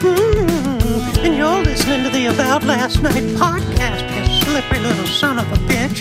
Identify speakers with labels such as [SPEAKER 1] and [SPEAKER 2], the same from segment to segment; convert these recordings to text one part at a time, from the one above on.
[SPEAKER 1] Mm, and you're listening to the About Last Night podcast, you slippery little son of a bitch.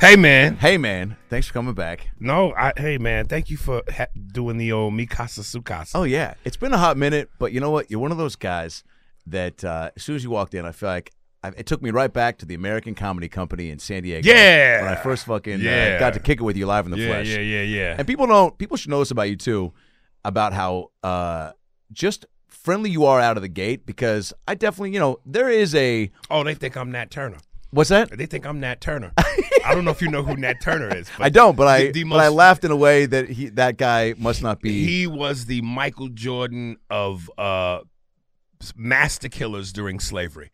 [SPEAKER 2] Hey man,
[SPEAKER 3] Hey man, thanks for coming back.
[SPEAKER 2] no, I, hey man, thank you for ha- doing the old Mikasa Sukasa.
[SPEAKER 3] Oh yeah, it's been a hot minute, but you know what? You're one of those guys that uh, as soon as you walked in, I feel like I, it took me right back to the American Comedy Company in San Diego.
[SPEAKER 2] Yeah.
[SPEAKER 3] when I first fucking
[SPEAKER 2] Yeah.
[SPEAKER 3] uh, got to kick it with you live in the
[SPEAKER 2] yeah,
[SPEAKER 3] flesh.
[SPEAKER 2] yeah, yeah, yeah,
[SPEAKER 3] And people don't. People should know this about you too, about how uh, just friendly you are out of the gate. Because I definitely, you know, there is a
[SPEAKER 2] Oh, they think I'm Nat Turner.
[SPEAKER 3] what's that?
[SPEAKER 2] They think I'm Nat Turner. I don't know if you know who Nat Turner is. But
[SPEAKER 3] I don't, but I
[SPEAKER 2] the- the
[SPEAKER 3] but I
[SPEAKER 2] most-
[SPEAKER 3] laughed in a way that he that guy must not be.
[SPEAKER 2] He was the Michael Jordan of uh, master killers during slavery.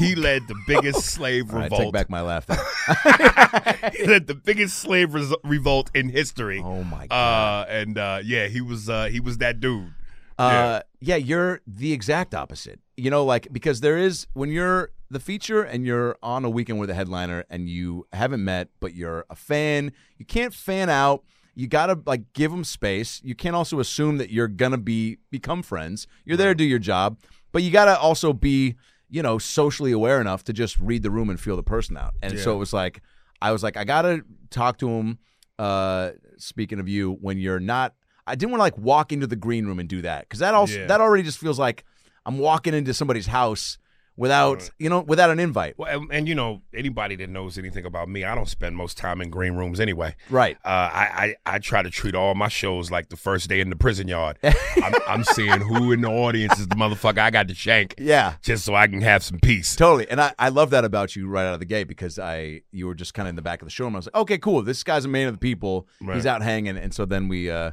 [SPEAKER 2] he led the biggest slave
[SPEAKER 3] Oh, All right,
[SPEAKER 2] revolt.
[SPEAKER 3] take back my laugh. then.
[SPEAKER 2] he led the biggest slave res- revolt in history.
[SPEAKER 3] oh my god.
[SPEAKER 2] Uh, and uh, yeah, he was uh, he was that dude.
[SPEAKER 3] Uh, yeah, you're the exact opposite. You know, like because there is when you're the feature and you're on a weekend with a headliner and you haven't met, but you're a fan. You can't fan out. You gotta like give them space. You can't also assume that you're gonna be become friends. You're there to do your job, but you gotta also be you know socially aware enough to just read the room and feel the person out. And so it was like I was like I gotta talk to him. Uh, speaking of you, when you're not, I didn't want to like walk into the green room and do that because that also
[SPEAKER 2] Yeah.
[SPEAKER 3] that already just feels like I'm walking into somebody's house without you know without an invite.
[SPEAKER 2] Well, and, and you know, anybody that knows anything about me, I don't spend most time in green rooms anyway.
[SPEAKER 3] Right.
[SPEAKER 2] Uh, I, I I try to treat all my shows like the first day in the prison yard. I'm, I'm seeing who in the audience is the motherfucker I got to shank,
[SPEAKER 3] Yeah.
[SPEAKER 2] just so I can have some peace.
[SPEAKER 3] Totally, and I, I love that about you right out of the gate because I you were just kind of in the back of the show and I was like, okay, cool, this guy's a man of the people,
[SPEAKER 2] Right.
[SPEAKER 3] he's out hanging, and so then we, uh,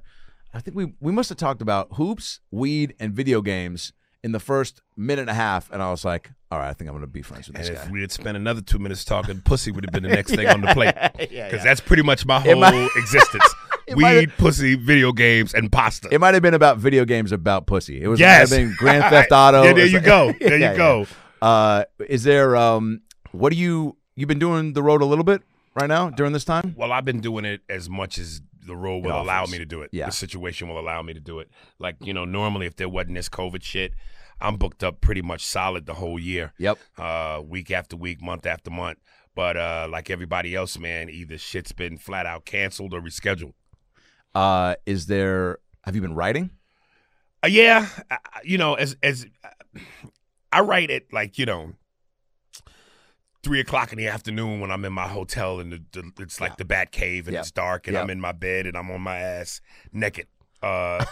[SPEAKER 3] I think we we must have talked about hoops, weed, and video games in the first minute and a half, and I was like, all right, I think I'm gonna be friends with
[SPEAKER 2] And
[SPEAKER 3] this
[SPEAKER 2] if
[SPEAKER 3] guy.
[SPEAKER 2] we had spent another two minutes talking, pussy would have been the next thing on the plate. Because that's pretty much my
[SPEAKER 3] It
[SPEAKER 2] whole
[SPEAKER 3] might-
[SPEAKER 2] existence.
[SPEAKER 3] It might
[SPEAKER 2] Weed, pussy, video games, and pasta.
[SPEAKER 3] It might have been about video games about pussy. It was
[SPEAKER 2] yes.
[SPEAKER 3] it might have been Grand Theft Auto.
[SPEAKER 2] yeah, there
[SPEAKER 3] It's
[SPEAKER 2] you
[SPEAKER 3] like-
[SPEAKER 2] go. There
[SPEAKER 3] Yeah,
[SPEAKER 2] you go.
[SPEAKER 3] yeah. Uh, is there um what do you you've been doing the road a little bit right now during this time?
[SPEAKER 2] Well, I've been doing it as much as the role will allow me to do it.
[SPEAKER 3] Yeah.
[SPEAKER 2] The situation will allow me to do it. Like, you know, normally if there wasn't this COVID shit, I'm booked up pretty much solid the whole year.
[SPEAKER 3] Yep.
[SPEAKER 2] Uh, week after week, month after month. But uh, like everybody else, man, either shit's been flat out canceled or rescheduled.
[SPEAKER 3] Uh, is there have you been writing?
[SPEAKER 2] Uh, yeah, I, I- you know, as as I write it like you know, three o'clock in the afternoon when I'm in my hotel and the, the, it's like the Bat Cave and
[SPEAKER 3] Yeah.
[SPEAKER 2] it's dark and
[SPEAKER 3] Yeah.
[SPEAKER 2] I'm in my bed and I'm on my ass naked. Uh,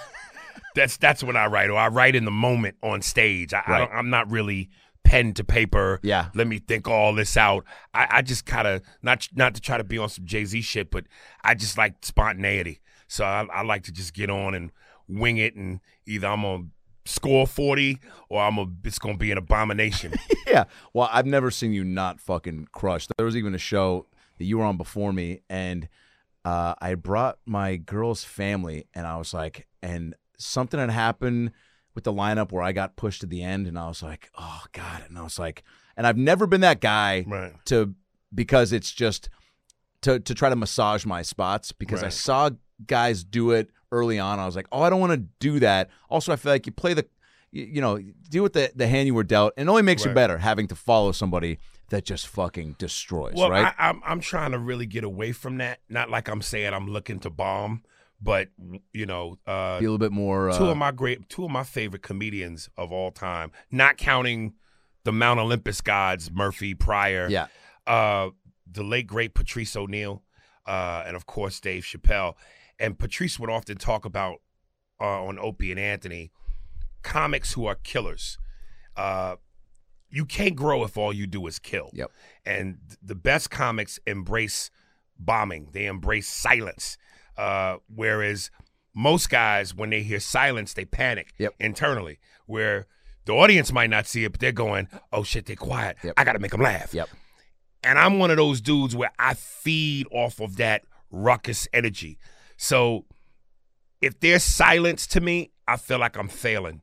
[SPEAKER 2] that's that's when I write, or I write in the moment on stage. I, I
[SPEAKER 3] Right.
[SPEAKER 2] don't, I'm not really pen to paper.
[SPEAKER 3] Yeah.
[SPEAKER 2] let me think all this out. I, I just kind of not not to try to be on some Jay Z shit, but I just like spontaneity. So I, I like to just get on and wing it, and either I'm gonna score forty or I'm a it's gonna be an abomination.
[SPEAKER 3] Yeah. Well, I've never seen you not fucking crushed. There was even a show that you were on before me, and uh, I brought my girl's family, and I was like, and something had happened with the lineup where I got pushed to the end, and I was like, oh god, and I was like, and I've never been that guy
[SPEAKER 2] Right.
[SPEAKER 3] to because it's just to to try to massage my spots because I
[SPEAKER 2] Right.
[SPEAKER 3] saw guys do it early on. I was like, oh, I don't want to do that. Also, I feel like you play the you, you know deal with the the hand you were dealt, and it only makes you
[SPEAKER 2] Right.
[SPEAKER 3] better having to follow somebody that just fucking destroys,
[SPEAKER 2] well,
[SPEAKER 3] right?
[SPEAKER 2] I, I'm I'm trying to really get away from that. Not like I'm saying I'm looking to bomb, but you know, uh,
[SPEAKER 3] Be a little bit more. Uh,
[SPEAKER 2] two of my great two of my favorite comedians of all time, not counting the Mount Olympus gods, Murphy Pryor.
[SPEAKER 3] yeah,
[SPEAKER 2] uh, the late great Patrice O'Neill, uh, and of course Dave Chappelle. And Patrice would often talk about uh, on Opie and Anthony comics who are killers. Uh, you can't grow if all you do is kill.
[SPEAKER 3] Yep.
[SPEAKER 2] And th- the best comics embrace bombing. They embrace silence. Uh, whereas most guys, when they hear silence, they panic
[SPEAKER 3] Yep.
[SPEAKER 2] internally. Where the audience might not see it, but they're going, "Oh shit, they're quiet.
[SPEAKER 3] Yep.
[SPEAKER 2] I got to make them laugh."
[SPEAKER 3] Yep.
[SPEAKER 2] And I'm one of those dudes where I feed off of that ruckus energy. So if there's silence to me, I feel like I'm failing.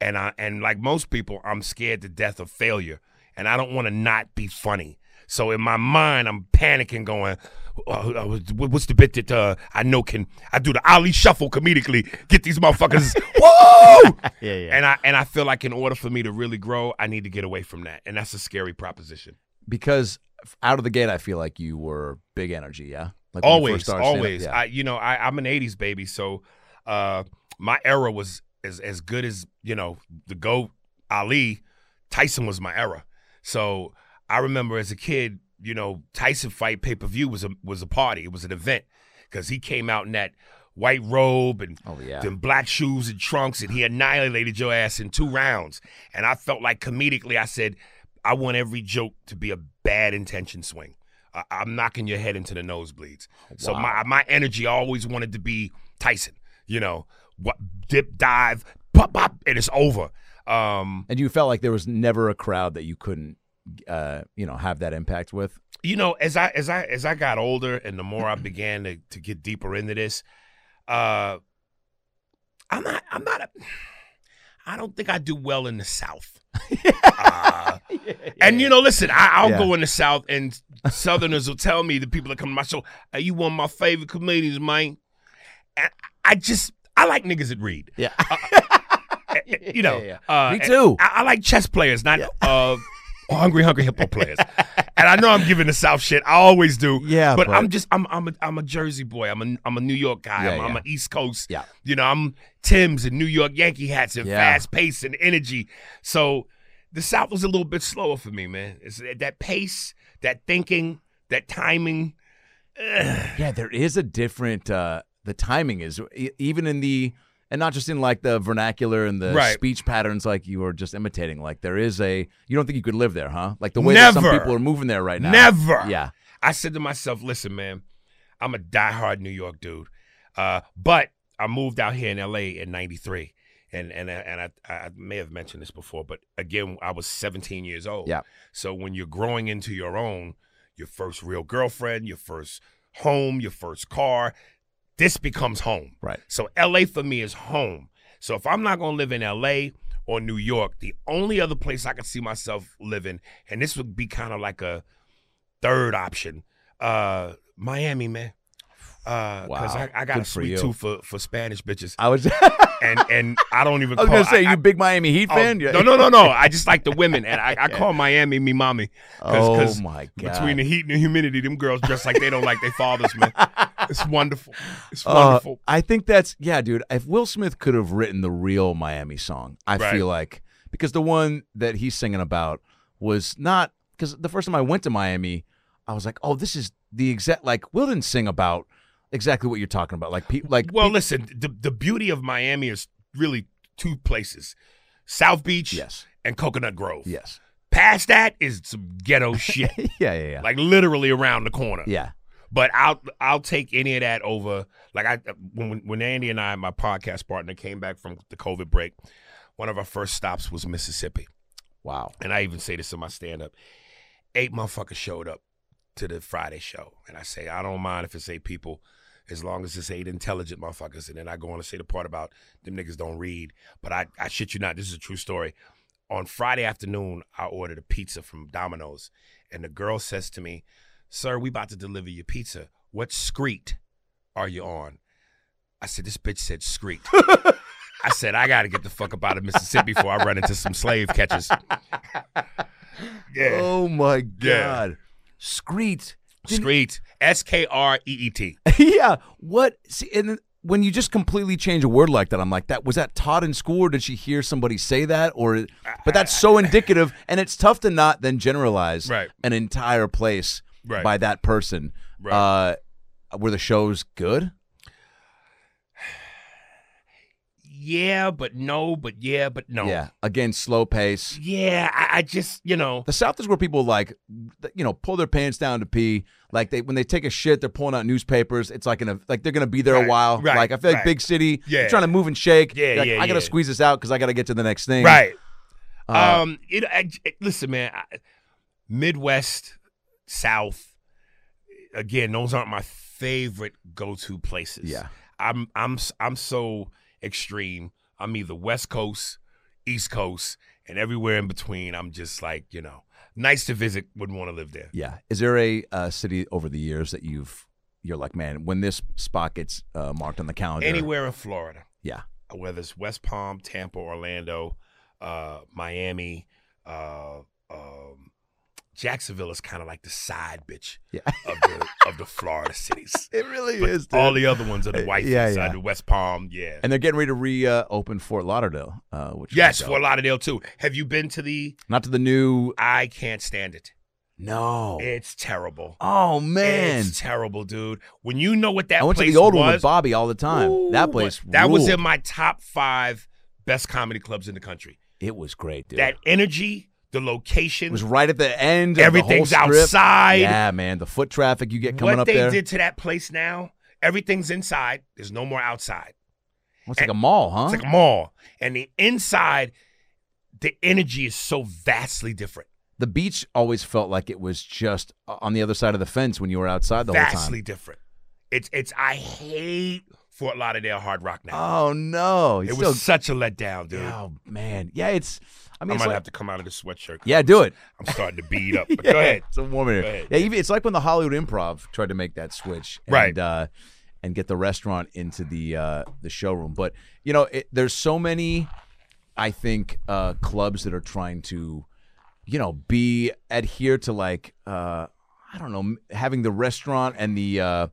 [SPEAKER 2] And I and like most people, I'm scared to death of failure. And I don't want to not be funny. So in my mind, I'm panicking, going, "Oh, oh, what- "What's the bit that uh, I know can I do the Ali shuffle comedically? Get these motherfuckers! Whoa!"
[SPEAKER 3] Yeah, yeah.
[SPEAKER 2] And I and I feel like in order for me to really grow, I need to get away from that, and that's a scary proposition.
[SPEAKER 3] because f- out of the gate, I feel like you were big energy. Yeah, like when you first
[SPEAKER 2] always,
[SPEAKER 3] started stand-up,
[SPEAKER 2] always.
[SPEAKER 3] yeah.
[SPEAKER 2] I, you know, I, I'm an '80s baby, so uh, my era was as as good as you know the goat Ali. Tyson was my era, so I remember as a kid, you know, Tyson fight pay per view was a was a party. It was an event because he came out in that white robe and
[SPEAKER 3] Oh, yeah.
[SPEAKER 2] them black shoes and trunks, and he annihilated your ass in two rounds. And I felt like comedically, I said, I want every joke to be a bad intention swing. I- I'm knocking your head into the nosebleeds. So my my energy always wanted to be Tyson. You know, what dip dive, pop pop, and it's over. Um,
[SPEAKER 3] and you felt like there was never a crowd that you couldn't, uh, you know, have that impact with.
[SPEAKER 2] you know, as I as I as I got older and the more I began to, to get deeper into this, uh I'm not I'm not a I don't think I do well in the South. Uh, and you know, listen, I, I'll
[SPEAKER 3] Yeah.
[SPEAKER 2] go in the South and Southerners will tell me the people that come to my show, are you one of my favorite comedians, man? And I just I like niggas that read.
[SPEAKER 3] Yeah.
[SPEAKER 2] You know,
[SPEAKER 3] Yeah,
[SPEAKER 2] Uh,
[SPEAKER 3] Me
[SPEAKER 2] and
[SPEAKER 3] too.
[SPEAKER 2] I, I like chess players, not uh, hungry, hungry hippo players. and I know I'm giving the South shit. I always do.
[SPEAKER 3] Yeah,
[SPEAKER 2] but,
[SPEAKER 3] but-
[SPEAKER 2] I'm just I'm I'm a, I'm a Jersey boy. I'm a I'm a New York guy.
[SPEAKER 3] Yeah,
[SPEAKER 2] I'm, I'm
[SPEAKER 3] yeah.
[SPEAKER 2] an East Coast.
[SPEAKER 3] Yeah.
[SPEAKER 2] You know, I'm Tim's and New York Yankee hats and
[SPEAKER 3] Yeah.
[SPEAKER 2] fast pace and energy. So the South was a little bit slower for me, man. It's that, that pace, that thinking, that timing.
[SPEAKER 3] Yeah, there is a different. Uh, the timing is e- even in the, and not just in like the vernacular and the
[SPEAKER 2] Right.
[SPEAKER 3] speech patterns, like you were just imitating. Like there is a. You don't think you could live there, huh? Like the way that some
[SPEAKER 2] Never.
[SPEAKER 3] people are moving there right now.
[SPEAKER 2] Never.
[SPEAKER 3] Yeah.
[SPEAKER 2] I said to myself, listen, man, I'm a diehard New York dude. Uh, but I moved out here in LA in 93. And and and I, I may have mentioned this before, but again, I was 17 years old.
[SPEAKER 3] Yeah.
[SPEAKER 2] So when you're growing into your own, your first real girlfriend, your first home, your first car, this becomes home.
[SPEAKER 3] Right.
[SPEAKER 2] So LA for me is home. So if I'm not gonna live in LA or New York, the only other place I can see myself living, and this would be kind of like a third option, uh, Miami, man. Uh, cause
[SPEAKER 3] Wow.
[SPEAKER 2] I, I got
[SPEAKER 3] Good
[SPEAKER 2] a
[SPEAKER 3] for
[SPEAKER 2] sweet
[SPEAKER 3] you.
[SPEAKER 2] tooth for, for Spanish bitches,
[SPEAKER 3] I was. I
[SPEAKER 2] and and I don't even.
[SPEAKER 3] was
[SPEAKER 2] call,
[SPEAKER 3] gonna say
[SPEAKER 2] I-
[SPEAKER 3] you big Miami Heat
[SPEAKER 2] I- oh,
[SPEAKER 3] fan.
[SPEAKER 2] no, no, no, no. I just like the women, and I, I call Miami me mommy.
[SPEAKER 3] Oh
[SPEAKER 2] 'cause
[SPEAKER 3] my god.
[SPEAKER 2] Between the heat and the humidity, them girls dress like they don't like their fathers, man. It's wonderful. It's
[SPEAKER 3] Uh,
[SPEAKER 2] wonderful.
[SPEAKER 3] I think that's yeah, dude. If Will Smith could have written the real Miami song, I
[SPEAKER 2] Right.
[SPEAKER 3] feel like because the one that he's singing about was not because the first time I went to Miami, I was like, oh, this is the exact like Will didn't sing about exactly what you're talking about, like pe- like
[SPEAKER 2] Well, listen, the the beauty of Miami is really two places: South Beach
[SPEAKER 3] yes,
[SPEAKER 2] and Coconut Grove.
[SPEAKER 3] yes,
[SPEAKER 2] Past that is some ghetto shit,
[SPEAKER 3] yeah, yeah, yeah,
[SPEAKER 2] like literally around the corner.
[SPEAKER 3] yeah.
[SPEAKER 2] But I'll I'll take any of that over. Like I when when Andy and I, my podcast partner, came back from the COVID break, one of our first stops was Mississippi,
[SPEAKER 3] Wow,
[SPEAKER 2] and I even say this in my stand up. Eight motherfuckers showed up to the Friday show, and I say I don't mind if it's eight people. As long as it's eight intelligent motherfuckers, and then I go on to say the part about them niggas don't read. But I, I shit you not, this is a true story. On Friday afternoon, I ordered a pizza from Domino's, and the girl says to me, sir, we about to deliver your pizza. What street are you on? I said, this bitch said street. I said, I gotta get the fuck up out of Mississippi before I run into some slave catchers. Yeah.
[SPEAKER 3] oh my
[SPEAKER 2] Yeah.
[SPEAKER 3] god, Screet, Didn't-
[SPEAKER 2] Street. S K R E E T.
[SPEAKER 3] yeah. What? See, and then when you just completely change a word like that, I'm like, that was that taught in school, or did she hear somebody say that? Or, but that's so indicative, and it's tough to not then generalize
[SPEAKER 2] Right.
[SPEAKER 3] an entire place
[SPEAKER 2] Right.
[SPEAKER 3] by that person.
[SPEAKER 2] Right.
[SPEAKER 3] Uh, were the shows good?
[SPEAKER 2] Yeah, but no, but yeah, but no.
[SPEAKER 3] Yeah. Again, slow pace.
[SPEAKER 2] Yeah, I, I just, you know,
[SPEAKER 3] The South is where people like, th- you know, pull their pants down to pee. Like they when they take a shit, they're pulling out newspapers. It's like an like they're gonna be there
[SPEAKER 2] Right,
[SPEAKER 3] a while.
[SPEAKER 2] right,
[SPEAKER 3] like I feel like
[SPEAKER 2] right.
[SPEAKER 3] big city.
[SPEAKER 2] Yeah.
[SPEAKER 3] You're trying to move and shake.
[SPEAKER 2] Yeah,
[SPEAKER 3] You're like,
[SPEAKER 2] yeah,
[SPEAKER 3] I gotta
[SPEAKER 2] yeah.
[SPEAKER 3] squeeze this out because I gotta get to the next thing.
[SPEAKER 2] right.
[SPEAKER 3] Uh,
[SPEAKER 2] um, it, I, it- listen, man, I, Midwest, South, again, those aren't my favorite go-to places.
[SPEAKER 3] yeah.
[SPEAKER 2] I'm I'm s- I'm so extreme. I'm either West Coast, East Coast, and everywhere in between. I'm just like, you know, nice to visit. Wouldn't want to live there.
[SPEAKER 3] Yeah. Is there a uh, city over the years that you've you're like, man, when this spot gets uh, marked on the calendar?
[SPEAKER 2] Anywhere in Florida.
[SPEAKER 3] Yeah.
[SPEAKER 2] Whether it's West Palm, Tampa, Orlando, uh, Miami, uh, um, Jacksonville is kind of like the side bitch
[SPEAKER 3] Yeah.
[SPEAKER 2] of the of the Florida cities.
[SPEAKER 3] It really
[SPEAKER 2] But
[SPEAKER 3] is. Dude.
[SPEAKER 2] all the other ones are the white
[SPEAKER 3] Yeah,
[SPEAKER 2] yeah, side,
[SPEAKER 3] yeah.
[SPEAKER 2] the West Palm, yeah.
[SPEAKER 3] and they're getting ready to reopen Fort Lauderdale. Uh, which
[SPEAKER 2] yes,
[SPEAKER 3] for
[SPEAKER 2] Fort Lauderdale too. Have you been to the?
[SPEAKER 3] not to the new.
[SPEAKER 2] I can't stand it.
[SPEAKER 3] No.
[SPEAKER 2] It's terrible.
[SPEAKER 3] oh man.
[SPEAKER 2] It's terrible, dude. When you know what that
[SPEAKER 3] I went to
[SPEAKER 2] place
[SPEAKER 3] the old
[SPEAKER 2] was,
[SPEAKER 3] one with Bobby all the time. that
[SPEAKER 2] ooh,
[SPEAKER 3] place.
[SPEAKER 2] that was
[SPEAKER 3] ruled.
[SPEAKER 2] in my top five best comedy clubs in the country.
[SPEAKER 3] It was great, dude.
[SPEAKER 2] That energy, the
[SPEAKER 3] it
[SPEAKER 2] location,
[SPEAKER 3] was right at the end.
[SPEAKER 2] everything's
[SPEAKER 3] of the whole strip.
[SPEAKER 2] outside.
[SPEAKER 3] Yeah, man. The foot traffic you get coming
[SPEAKER 2] what
[SPEAKER 3] up
[SPEAKER 2] they
[SPEAKER 3] there.
[SPEAKER 2] did to that place now, everything's inside. There's no more outside.
[SPEAKER 3] Well, it's like a mall, huh?
[SPEAKER 2] It's like a mall, and the inside, the energy is so vastly different.
[SPEAKER 3] the beach always felt like it was just uh, on the other side of the fence when you were outside the whole
[SPEAKER 2] vastly
[SPEAKER 3] time.
[SPEAKER 2] different. It's it's. I hate Fort Lauderdale Hard Rock now.
[SPEAKER 3] Oh no!
[SPEAKER 2] it
[SPEAKER 3] It's
[SPEAKER 2] was
[SPEAKER 3] still-
[SPEAKER 2] such a letdown, dude.
[SPEAKER 3] Oh man, yeah. It's. I mean,
[SPEAKER 2] I
[SPEAKER 3] it's
[SPEAKER 2] might
[SPEAKER 3] like-
[SPEAKER 2] have to come out of the sweatshirt.
[SPEAKER 3] yeah, do it.
[SPEAKER 2] I'm starting to beat up. But
[SPEAKER 3] Yeah,
[SPEAKER 2] go ahead.
[SPEAKER 3] It's a warm
[SPEAKER 2] Go
[SPEAKER 3] in here.
[SPEAKER 2] ahead.
[SPEAKER 3] Yeah, even, it's like when the Hollywood Improv tried to make that switch, and,
[SPEAKER 2] Right.
[SPEAKER 3] Uh, and get the restaurant into the uh, the showroom. But you know, it, there's so many, I think, uh, clubs that are trying to, you know, be adhere to like, uh, I don't know, m- having the restaurant and the uh,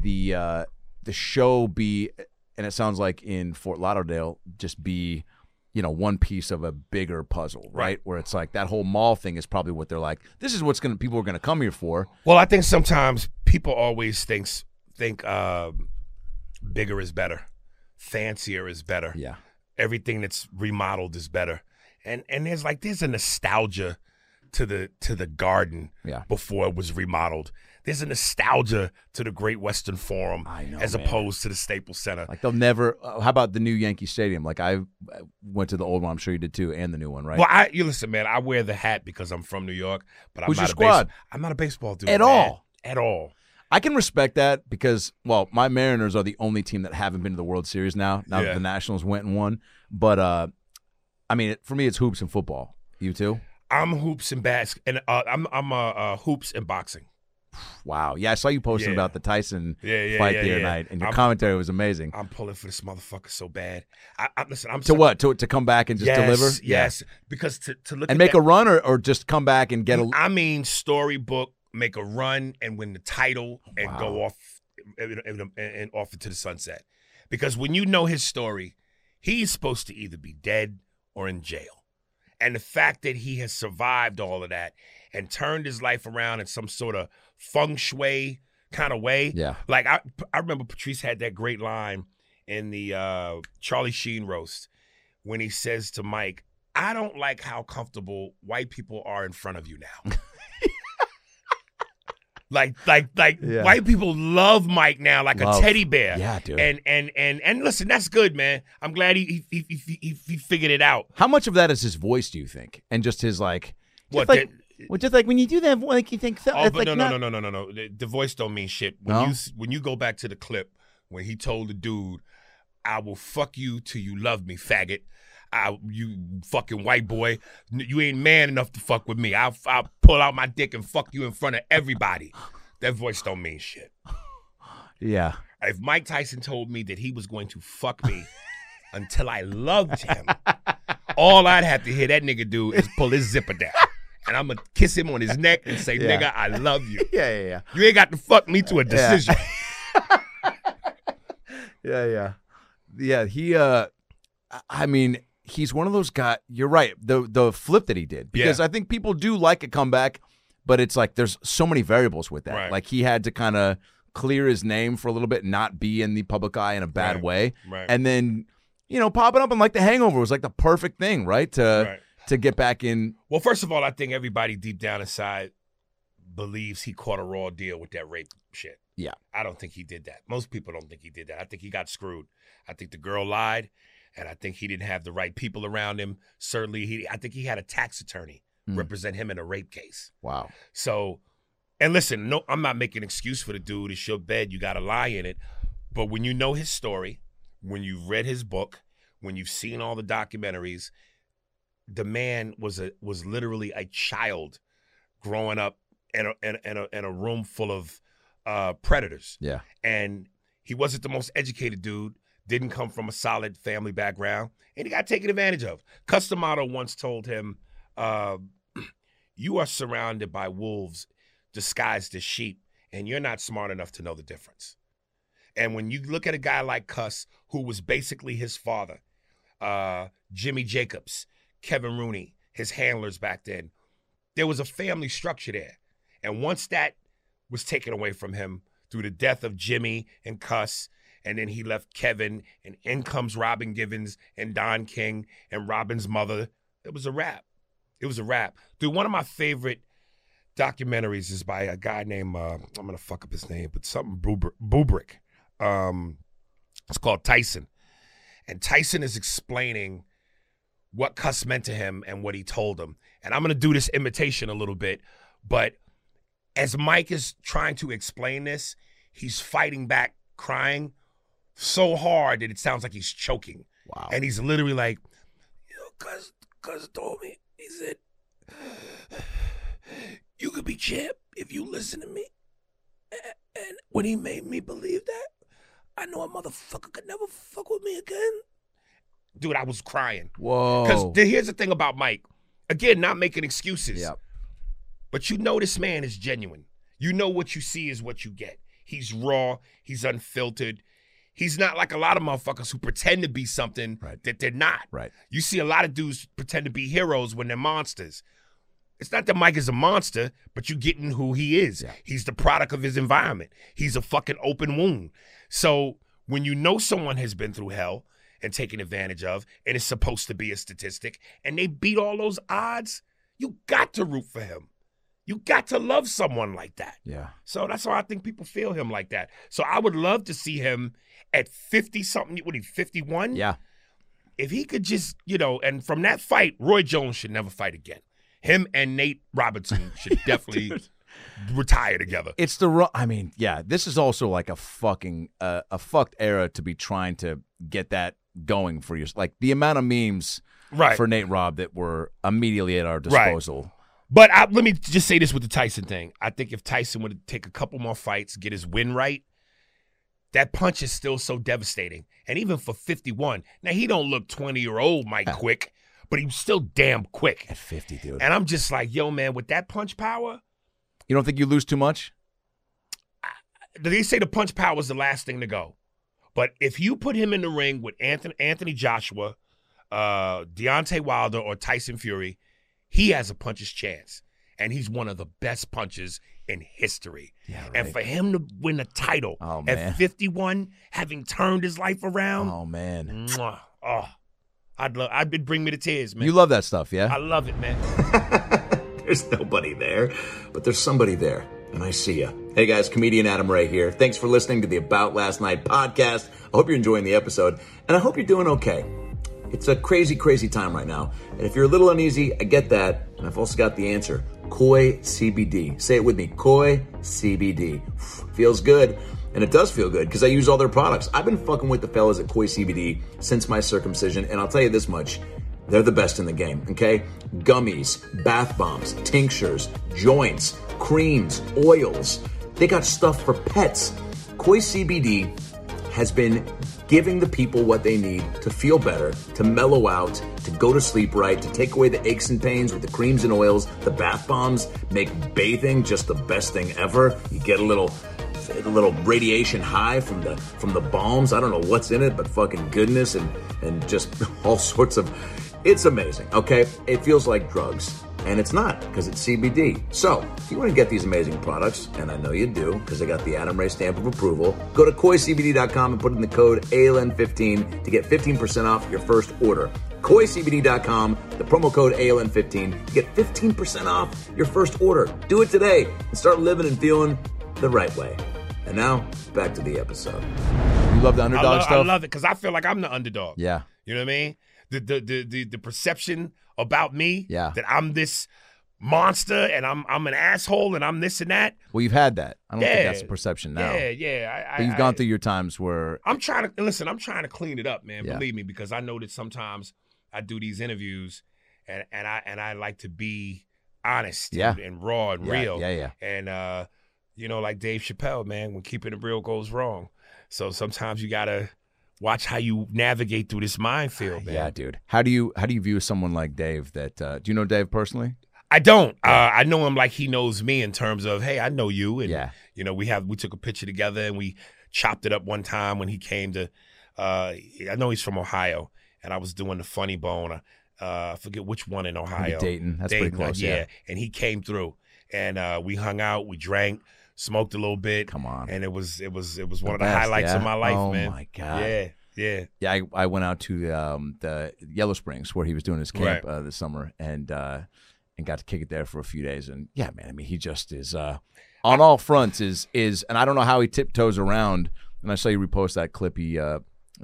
[SPEAKER 3] the uh, the show be, and it sounds like in Fort Lauderdale, just be. You know, one piece of a bigger puzzle, right? Where it's like that whole mall thing is probably what they're like. This is what's gonna people are gonna come here for.
[SPEAKER 2] Well, I think sometimes people always thinks think um, bigger is better, fancier is better.
[SPEAKER 3] Yeah,
[SPEAKER 2] Everything that's remodeled is better, and and there's like there's a nostalgia to the to the garden
[SPEAKER 3] Yeah.
[SPEAKER 2] before it was remodeled. There's a nostalgia to the Great Western Forum
[SPEAKER 3] I know,
[SPEAKER 2] as
[SPEAKER 3] man.
[SPEAKER 2] opposed to the Staples Center.
[SPEAKER 3] Like they'll never. Uh, how about the new Yankee Stadium? Like I uh, went to the old one. I'm sure you did too, and the new one, right?
[SPEAKER 2] Well, I you listen, man. I wear the hat because I'm from New York, but I'm
[SPEAKER 3] Who's
[SPEAKER 2] not
[SPEAKER 3] your
[SPEAKER 2] a base-
[SPEAKER 3] squad?
[SPEAKER 2] I'm not a baseball dude
[SPEAKER 3] At
[SPEAKER 2] man.
[SPEAKER 3] all?
[SPEAKER 2] At all.
[SPEAKER 3] I can respect that because, well, my Mariners are the only team that haven't been to the World Series now. Now
[SPEAKER 2] Yeah.
[SPEAKER 3] that the Nationals went and won, but uh, I mean, it, for me, it's hoops and football. You too?
[SPEAKER 2] I'm hoops and bas and uh, I'm I'm uh, uh, hoops and boxing.
[SPEAKER 3] Wow. Yeah, I saw you posting
[SPEAKER 2] Yeah.
[SPEAKER 3] about the Tyson
[SPEAKER 2] Yeah, yeah,
[SPEAKER 3] fight
[SPEAKER 2] yeah,
[SPEAKER 3] the other
[SPEAKER 2] yeah.
[SPEAKER 3] night, and your
[SPEAKER 2] I'm-
[SPEAKER 3] commentary was amazing.
[SPEAKER 2] I'm pulling for this motherfucker so bad. I, I listen. I'm
[SPEAKER 3] to what? To to come back and just
[SPEAKER 2] yes,
[SPEAKER 3] deliver?
[SPEAKER 2] Yes,
[SPEAKER 3] Yeah.
[SPEAKER 2] because to to look
[SPEAKER 3] And
[SPEAKER 2] at
[SPEAKER 3] make a run, or, or just come back and get a.
[SPEAKER 2] I mean storybook, make a run and win the title and go off and, and- and off into the sunset. Because when you know his story, he's supposed to either be dead or in jail. And the fact that he has survived all of that and turned his life around in some sort of feng shui kind of way.
[SPEAKER 3] Yeah.
[SPEAKER 2] Like I I remember Patrice had that great line in the uh, Charlie Sheen roast when he says to Mike, I don't like how comfortable white people are in front of you now. like like like
[SPEAKER 3] Yeah.
[SPEAKER 2] white people love Mike now like
[SPEAKER 3] Love.
[SPEAKER 2] a teddy bear.
[SPEAKER 3] Yeah, dude.
[SPEAKER 2] And and and and listen, that's good, man. I'm glad he he he, he- he, he figured it out.
[SPEAKER 3] How much of that is his voice? Do you think? And just his like.
[SPEAKER 2] What,
[SPEAKER 3] Just like,
[SPEAKER 2] the-
[SPEAKER 3] well, just like when you do that, like you think. So,
[SPEAKER 2] Oh,
[SPEAKER 3] it's
[SPEAKER 2] but no,
[SPEAKER 3] like not-
[SPEAKER 2] no, no, no, no, no, no. The, the voice don't mean shit. When
[SPEAKER 3] No?
[SPEAKER 2] you s- when you go back to the clip when he told the dude, "I will fuck you till you love me, faggot." I, you fucking white boy, N- you ain't man enough to fuck with me. I'll, I'll pull out my dick and fuck you in front of everybody. That voice don't mean shit.
[SPEAKER 3] Yeah.
[SPEAKER 2] If Mike Tyson told me that he was going to fuck me until I loved him, all I'd have to hear that nigga do is pull his zipper down. And I'm going to kiss him on his neck and say,
[SPEAKER 3] Yeah.
[SPEAKER 2] nigga, I love you.
[SPEAKER 3] Yeah, yeah, yeah.
[SPEAKER 2] You ain't got to fuck me to a decision.
[SPEAKER 3] Yeah, yeah. Yeah, he uh I- I mean, he's one of those guys you're right, the the flip that he did. Because
[SPEAKER 2] Yeah.
[SPEAKER 3] I think people do like a comeback,
[SPEAKER 4] But it's like there's so many variables with that.
[SPEAKER 2] Right.
[SPEAKER 4] Like he had to kind of clear his name for a little bit, not be in the public eye in a bad
[SPEAKER 2] Right.
[SPEAKER 4] way,
[SPEAKER 2] Right.
[SPEAKER 4] and then you know popping up in like The Hangover was like the perfect thing, right? To
[SPEAKER 2] Right.
[SPEAKER 4] to get back in.
[SPEAKER 2] Well, first of all, I think everybody deep down inside believes he caught a raw deal with that rape shit.
[SPEAKER 4] Yeah.
[SPEAKER 2] I don't think he did that. Most people don't think he did that. I think he got screwed. I think the girl lied, and I think he didn't have the right people around him. Certainly, he. I think he had a tax attorney
[SPEAKER 4] Mm.
[SPEAKER 2] represent him in a rape case.
[SPEAKER 4] Wow.
[SPEAKER 2] So, and listen, no, I'm not making an excuse for the dude. It's your bed. You got to lie in it. But when you know his story, when you've read his book, when you've seen all the documentaries, the man was a was literally a child growing up in a in, a- in a in a room full of uh, predators,
[SPEAKER 4] Yeah.
[SPEAKER 2] and he wasn't the most educated dude. Didn't come from a solid family background, and he got taken advantage of. Customato once told him, uh, "You are surrounded by wolves disguised as sheep, and you're not smart enough to know the difference." And when you look at a guy like Cuss, who was basically his father, uh, Jimmy Jacobs, Kevin Rooney, his handlers back then, there was a family structure there. And once that was taken away from him through the death of Jimmy and Cuss, and then he left Kevin, and in comes Robin Givens and Don King and Robin's mother. It was a wrap. It was a wrap. Dude, one of my favorite documentaries is by a guy named, uh, I'm going to fuck up his name, but something Bubr- Bubrick. Um, it's called Tyson. And Tyson is explaining what Cuss meant to him and what he told him. And I'm going to do this imitation a little bit, but as Mike is trying to explain this, he's fighting back, crying so hard that it sounds like he's choking.
[SPEAKER 4] Wow.
[SPEAKER 2] And he's literally like, you know, Cuz, Cuz told me, he said, you could be champ if you listen to me. A- And when he made me believe that, I know a motherfucker could never fuck with me again. Dude, I was crying. Because
[SPEAKER 4] Whoa.
[SPEAKER 2] here's the thing about Mike. Again, not making excuses.
[SPEAKER 4] Yep.
[SPEAKER 2] But you know this man is genuine. You know what you see is what you get. He's raw. He's unfiltered. He's not like a lot of motherfuckers who pretend to be something
[SPEAKER 4] Right.
[SPEAKER 2] that they're not.
[SPEAKER 4] Right.
[SPEAKER 2] You see a lot of dudes pretend to be heroes when they're monsters. It's not that Mike is a monster, but you're getting who he is.
[SPEAKER 4] Yeah.
[SPEAKER 2] He's the product of his environment. He's a fucking open wound. So when you know someone has been through hell and taken advantage of, and it's supposed to be a statistic, and they beat all those odds, you got to root for him. You got to love someone like that.
[SPEAKER 4] Yeah.
[SPEAKER 2] So that's why I think people feel him like that. So I would love to see him at 50 something, what he, 51?
[SPEAKER 4] Yeah.
[SPEAKER 2] if he could just, you know, and from that fight, Roy Jones should never fight again. Him and Nate Robinson should definitely retire together.
[SPEAKER 4] It's the wrong. I mean, yeah. This is also like a fucking uh, a fucked era to be trying to get that going for you. Like the amount of memes
[SPEAKER 2] Right.
[SPEAKER 4] for Nate Robb that were immediately at our disposal.
[SPEAKER 2] but I, let me just say this with the Tyson thing. I think if Tyson would take a couple more fights, get his win right, that punch is still so devastating. And even for 51, now he don't look 20 year old Mike Quick, but he's still damn quick.
[SPEAKER 4] At fifty, dude.
[SPEAKER 2] And I'm just like, yo, man, with that punch power,
[SPEAKER 4] You don't think you lose too much?
[SPEAKER 2] they say the punch power is the last thing to go. But if you put him in the ring with Anthony, Anthony Joshua, uh, Deontay Wilder, or Tyson Fury, he has a puncher's chance. And he's one of the best punchers in history.
[SPEAKER 4] Yeah, right.
[SPEAKER 2] And for him to win a title
[SPEAKER 4] Oh, man.
[SPEAKER 2] at 51, having turned his life
[SPEAKER 3] Um,
[SPEAKER 2] around,
[SPEAKER 4] Oh man,
[SPEAKER 2] mwah, oh, I'd love, I'd bring me to tears,
[SPEAKER 3] mm,
[SPEAKER 2] man.
[SPEAKER 4] you love that stuff, yeah?
[SPEAKER 2] I love it, man.
[SPEAKER 3] There's nobody there, but there's somebody there, and I see ya. Hey guys, comedian Adam Ray here. Thanks for listening to the About Last Night podcast. I hope you're enjoying the episode, and I hope you're doing okay. It's a crazy, crazy time right now, and if you're a little uneasy, I get that, and I've also got the answer. Koi CBD. Say it with me. Koi CBD. Feels good. And it does feel good because I use all their products. I've been fucking with the fellas at Koi CBD since my circumcision, and I'll tell you this much they're the best in the game, okay? Gummies, bath bombs, tinctures, joints, creams, oils. They got stuff for pets. Koi CBD has been giving the people what they need to feel better, to mellow out, to go to sleep right, to take away the aches and pains with the creams and oils, the bath bombs, make bathing just the best thing ever. You get a little a little radiation high from the from the bombs. I don't know what's in it, but fucking goodness and and just all sorts of. It's amazing. Okay, it feels like drugs. and it's not because it's CBD. So, if you want to get these amazing products, and I know you do because they got the Adam Ray stamp of approval, go to koicbd.com and put in the code ALN15 to get 15% off your first order. KoiCBD.com, the promo code ALN15 to get 15% off your first order. Do it today and start living and feeling the right way. And now, back to the episode.
[SPEAKER 4] You love the underdog
[SPEAKER 2] I love,
[SPEAKER 4] stuff.
[SPEAKER 2] I love it because I feel like I'm the underdog.
[SPEAKER 4] yeah,
[SPEAKER 2] You know what I mean? The the the the, the perception about me
[SPEAKER 4] Yeah.
[SPEAKER 2] that I'm this monster and I'm I'm an asshole and I'm this and that.
[SPEAKER 4] well, you've had that. I don't
[SPEAKER 2] Yeah.
[SPEAKER 4] think that's the perception now.
[SPEAKER 2] Yeah, yeah. I,
[SPEAKER 4] But
[SPEAKER 2] I-
[SPEAKER 4] you've gone
[SPEAKER 2] I-
[SPEAKER 4] through your times where
[SPEAKER 2] I'm trying to and listen. I'm trying to clean it up, man.
[SPEAKER 4] Yeah.
[SPEAKER 2] Believe me, because I know that sometimes I do these interviews, and and I and I like to be honest,
[SPEAKER 4] Yeah.
[SPEAKER 2] and, and raw and
[SPEAKER 4] yeah,
[SPEAKER 2] real,
[SPEAKER 4] Yeah, yeah.
[SPEAKER 2] and uh, you know, like Dave Chappelle, man, when keeping it real goes wrong. So sometimes you gotta watch how you navigate through this minefield, man.
[SPEAKER 4] Ah, Yeah, dude. How do you how do you view someone like Dave? That uh, do you know Dave personally?
[SPEAKER 2] I don't. Uh, I know him like he knows me in terms of, hey, I know you, and
[SPEAKER 4] Yeah,
[SPEAKER 2] You know, we have we took a picture together and we chopped it up one time when he came to. Uh, I know he's from Ohio, and I was doing the Funny Bone. Uh, I forget which one in
[SPEAKER 4] Maybe
[SPEAKER 2] Ohio.
[SPEAKER 4] Dayton. That's
[SPEAKER 2] Dayton, uh,
[SPEAKER 4] pretty close. Yeah.
[SPEAKER 2] and he came through, and uh, we hung out, we drank, smoked a little bit,
[SPEAKER 4] Come on.
[SPEAKER 2] and it was it was it was one
[SPEAKER 4] The
[SPEAKER 2] of the
[SPEAKER 4] best,
[SPEAKER 2] highlights
[SPEAKER 4] yeah?
[SPEAKER 2] of my life,
[SPEAKER 4] Oh
[SPEAKER 2] man.
[SPEAKER 4] my God.
[SPEAKER 2] Yeah, yeah.
[SPEAKER 4] Yeah, I, I went out to um, the Yellow Springs where he was doing his camp
[SPEAKER 2] Right.
[SPEAKER 4] uh, this summer and uh, and got to kick it there for a few days. And yeah, man, I mean, he just is uh, on all fronts. Is is and I don't know how he tiptoes around. And I saw you repost that clip he uh,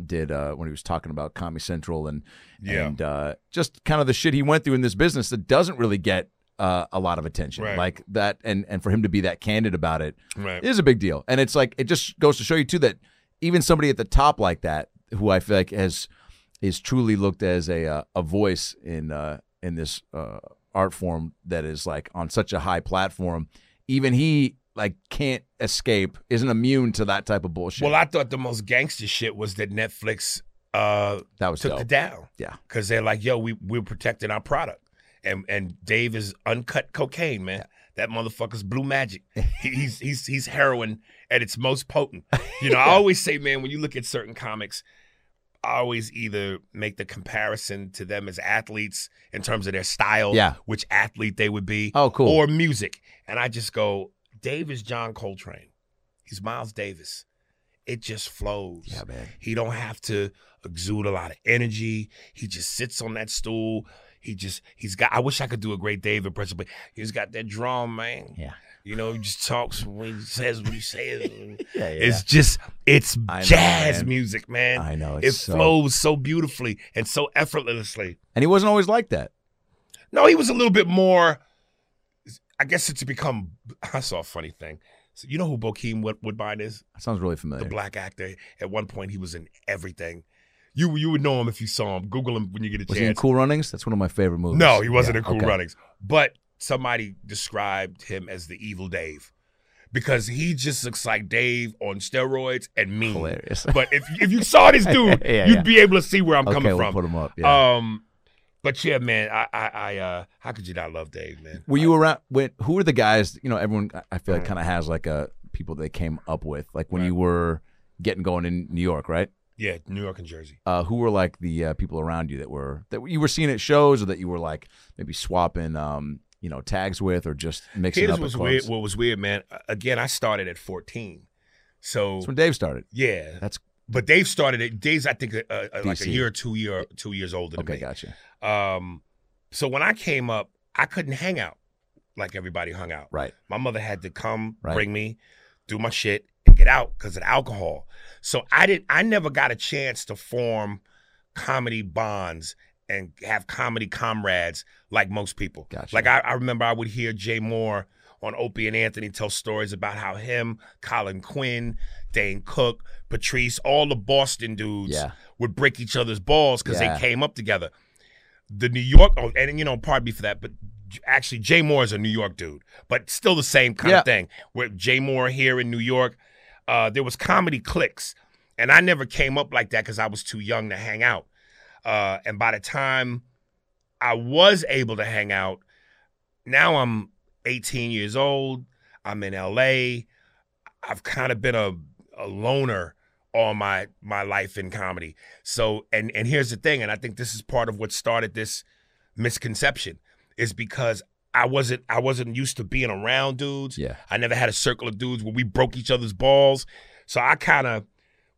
[SPEAKER 4] did uh, when he was talking about Comedy Central and
[SPEAKER 2] Yeah.
[SPEAKER 4] and uh, just kind of the shit he went through in this business that doesn't really get uh, a lot of attention
[SPEAKER 2] Right.
[SPEAKER 4] like that. And and for him to be that candid about it
[SPEAKER 2] Right.
[SPEAKER 4] is a big deal. And it's like it just goes to show you too that even somebody at the top like that, who I feel like has is truly looked as a uh, a voice in uh, in this uh, art form that is like on such a high platform, even he like can't escape, isn't immune to that type of bullshit.
[SPEAKER 2] Well, I thought the most gangster shit was that Netflix uh,
[SPEAKER 4] that was
[SPEAKER 2] took
[SPEAKER 4] dope.
[SPEAKER 2] it down.
[SPEAKER 4] Yeah.
[SPEAKER 2] Because they're like, yo, we, we're protecting our product. And and Dave is uncut cocaine, man. That motherfucker's blue magic. He- he's he's he's heroin at its most potent. You know, I always say, man, when you look at certain comics, I always either make the comparison to them as athletes in terms of their style,
[SPEAKER 4] Yeah.
[SPEAKER 2] which athlete they would be,
[SPEAKER 4] oh, cool.
[SPEAKER 2] or music. And I just go, Dave is John Coltrane. He's Miles Davis. It just flows.
[SPEAKER 4] yeah, man.
[SPEAKER 2] He don't have to exude a lot of energy. He just sits on that stool. He just he's got. I wish I could do a great Dave impression, but he's got that drum, man.
[SPEAKER 4] Yeah.
[SPEAKER 2] You know, he just talks when he says what he says.
[SPEAKER 4] Yeah, yeah.
[SPEAKER 2] It's just it's
[SPEAKER 4] I know,
[SPEAKER 2] jazz
[SPEAKER 4] man.
[SPEAKER 2] music, man.
[SPEAKER 4] I know
[SPEAKER 2] it
[SPEAKER 4] it's so-
[SPEAKER 2] flows so beautifully and so effortlessly.
[SPEAKER 4] and he wasn't always like that.
[SPEAKER 2] No, he was a little bit more. I guess it's become. I saw a funny thing. So you know who Bokeem Wood- Woodbine is?
[SPEAKER 4] That sounds really familiar.
[SPEAKER 2] the black actor. At one point, he was in everything. You you would know him if you saw him. Google him when you get a
[SPEAKER 4] was he in
[SPEAKER 2] chance.
[SPEAKER 4] Cool Runnings? That's one of my favorite movies.
[SPEAKER 2] no, he wasn't
[SPEAKER 4] Yeah,
[SPEAKER 2] in Cool
[SPEAKER 4] okay.
[SPEAKER 2] Runnings. But somebody described him as the evil Dave because he just looks like Dave on steroids and mean.
[SPEAKER 4] Hilarious.
[SPEAKER 2] But if if you saw this dude,
[SPEAKER 4] Yeah,
[SPEAKER 2] you'd
[SPEAKER 4] yeah.
[SPEAKER 2] be able to see where I'm
[SPEAKER 4] okay,
[SPEAKER 2] coming
[SPEAKER 4] we'll
[SPEAKER 2] from.
[SPEAKER 4] put him up. Yeah.
[SPEAKER 2] Um, but yeah, man, I I, I uh, how could you not love Dave, man?
[SPEAKER 4] Were you around when who were the guys, you know, everyone I- I
[SPEAKER 2] Mm.
[SPEAKER 4] feel like kind of has like a people they came up with like when you were getting going in New York, right?
[SPEAKER 2] Yeah, New York and Jersey.
[SPEAKER 4] Uh, who were like the uh, people around you that were that you were seeing at shows or that you were like maybe swapping um, you know, tags with or just mixing
[SPEAKER 2] Here's
[SPEAKER 4] up
[SPEAKER 2] what's
[SPEAKER 4] at
[SPEAKER 2] weird.
[SPEAKER 4] clubs?
[SPEAKER 2] What was weird, man? uh, Again, I started at 14, so
[SPEAKER 4] That's when Dave started.
[SPEAKER 2] Yeah,
[SPEAKER 4] That's-
[SPEAKER 2] But Dave started it. Dave's I think uh, uh, like a
[SPEAKER 4] DC.
[SPEAKER 2] year or two year two years older than
[SPEAKER 4] Okay,
[SPEAKER 2] me.
[SPEAKER 4] gotcha.
[SPEAKER 2] Um, so when I came up, I couldn't hang out like everybody hung out.
[SPEAKER 4] Right.
[SPEAKER 2] My mother had to come
[SPEAKER 4] Right.
[SPEAKER 2] bring me, do my shit, and get out because of the alcohol. So I didn't. I never got a chance to form comedy bonds and have comedy comrades like most people.
[SPEAKER 4] Gotcha.
[SPEAKER 2] Like I, I remember, I would hear Jay Moore on Opie and Anthony tell stories about how him, Colin Quinn, Dane Cook, Patrice, all the Boston dudes
[SPEAKER 4] Yeah.
[SPEAKER 2] would break each other's balls because
[SPEAKER 4] Yeah.
[SPEAKER 2] they came up together. The New York, oh, and you know, pardon me for that, but j- actually, Jay Moore is a New York dude, but still the same kind
[SPEAKER 4] Yeah.
[SPEAKER 2] of thing. Where Jay Moore here in New York, uh, there was comedy cliques, and I never came up like that because I was too young to hang out. Uh, and by the time I was able to hang out, now I'm 18 years old. I'm in LA. I've kind of been a, a loner all my my life in comedy. So and and here's the thing, and I think this is part of what started this misconception is because I wasn't I wasn't used to being around dudes.
[SPEAKER 4] Yeah.
[SPEAKER 2] I never had a circle of dudes where we broke each other's balls. So I kind of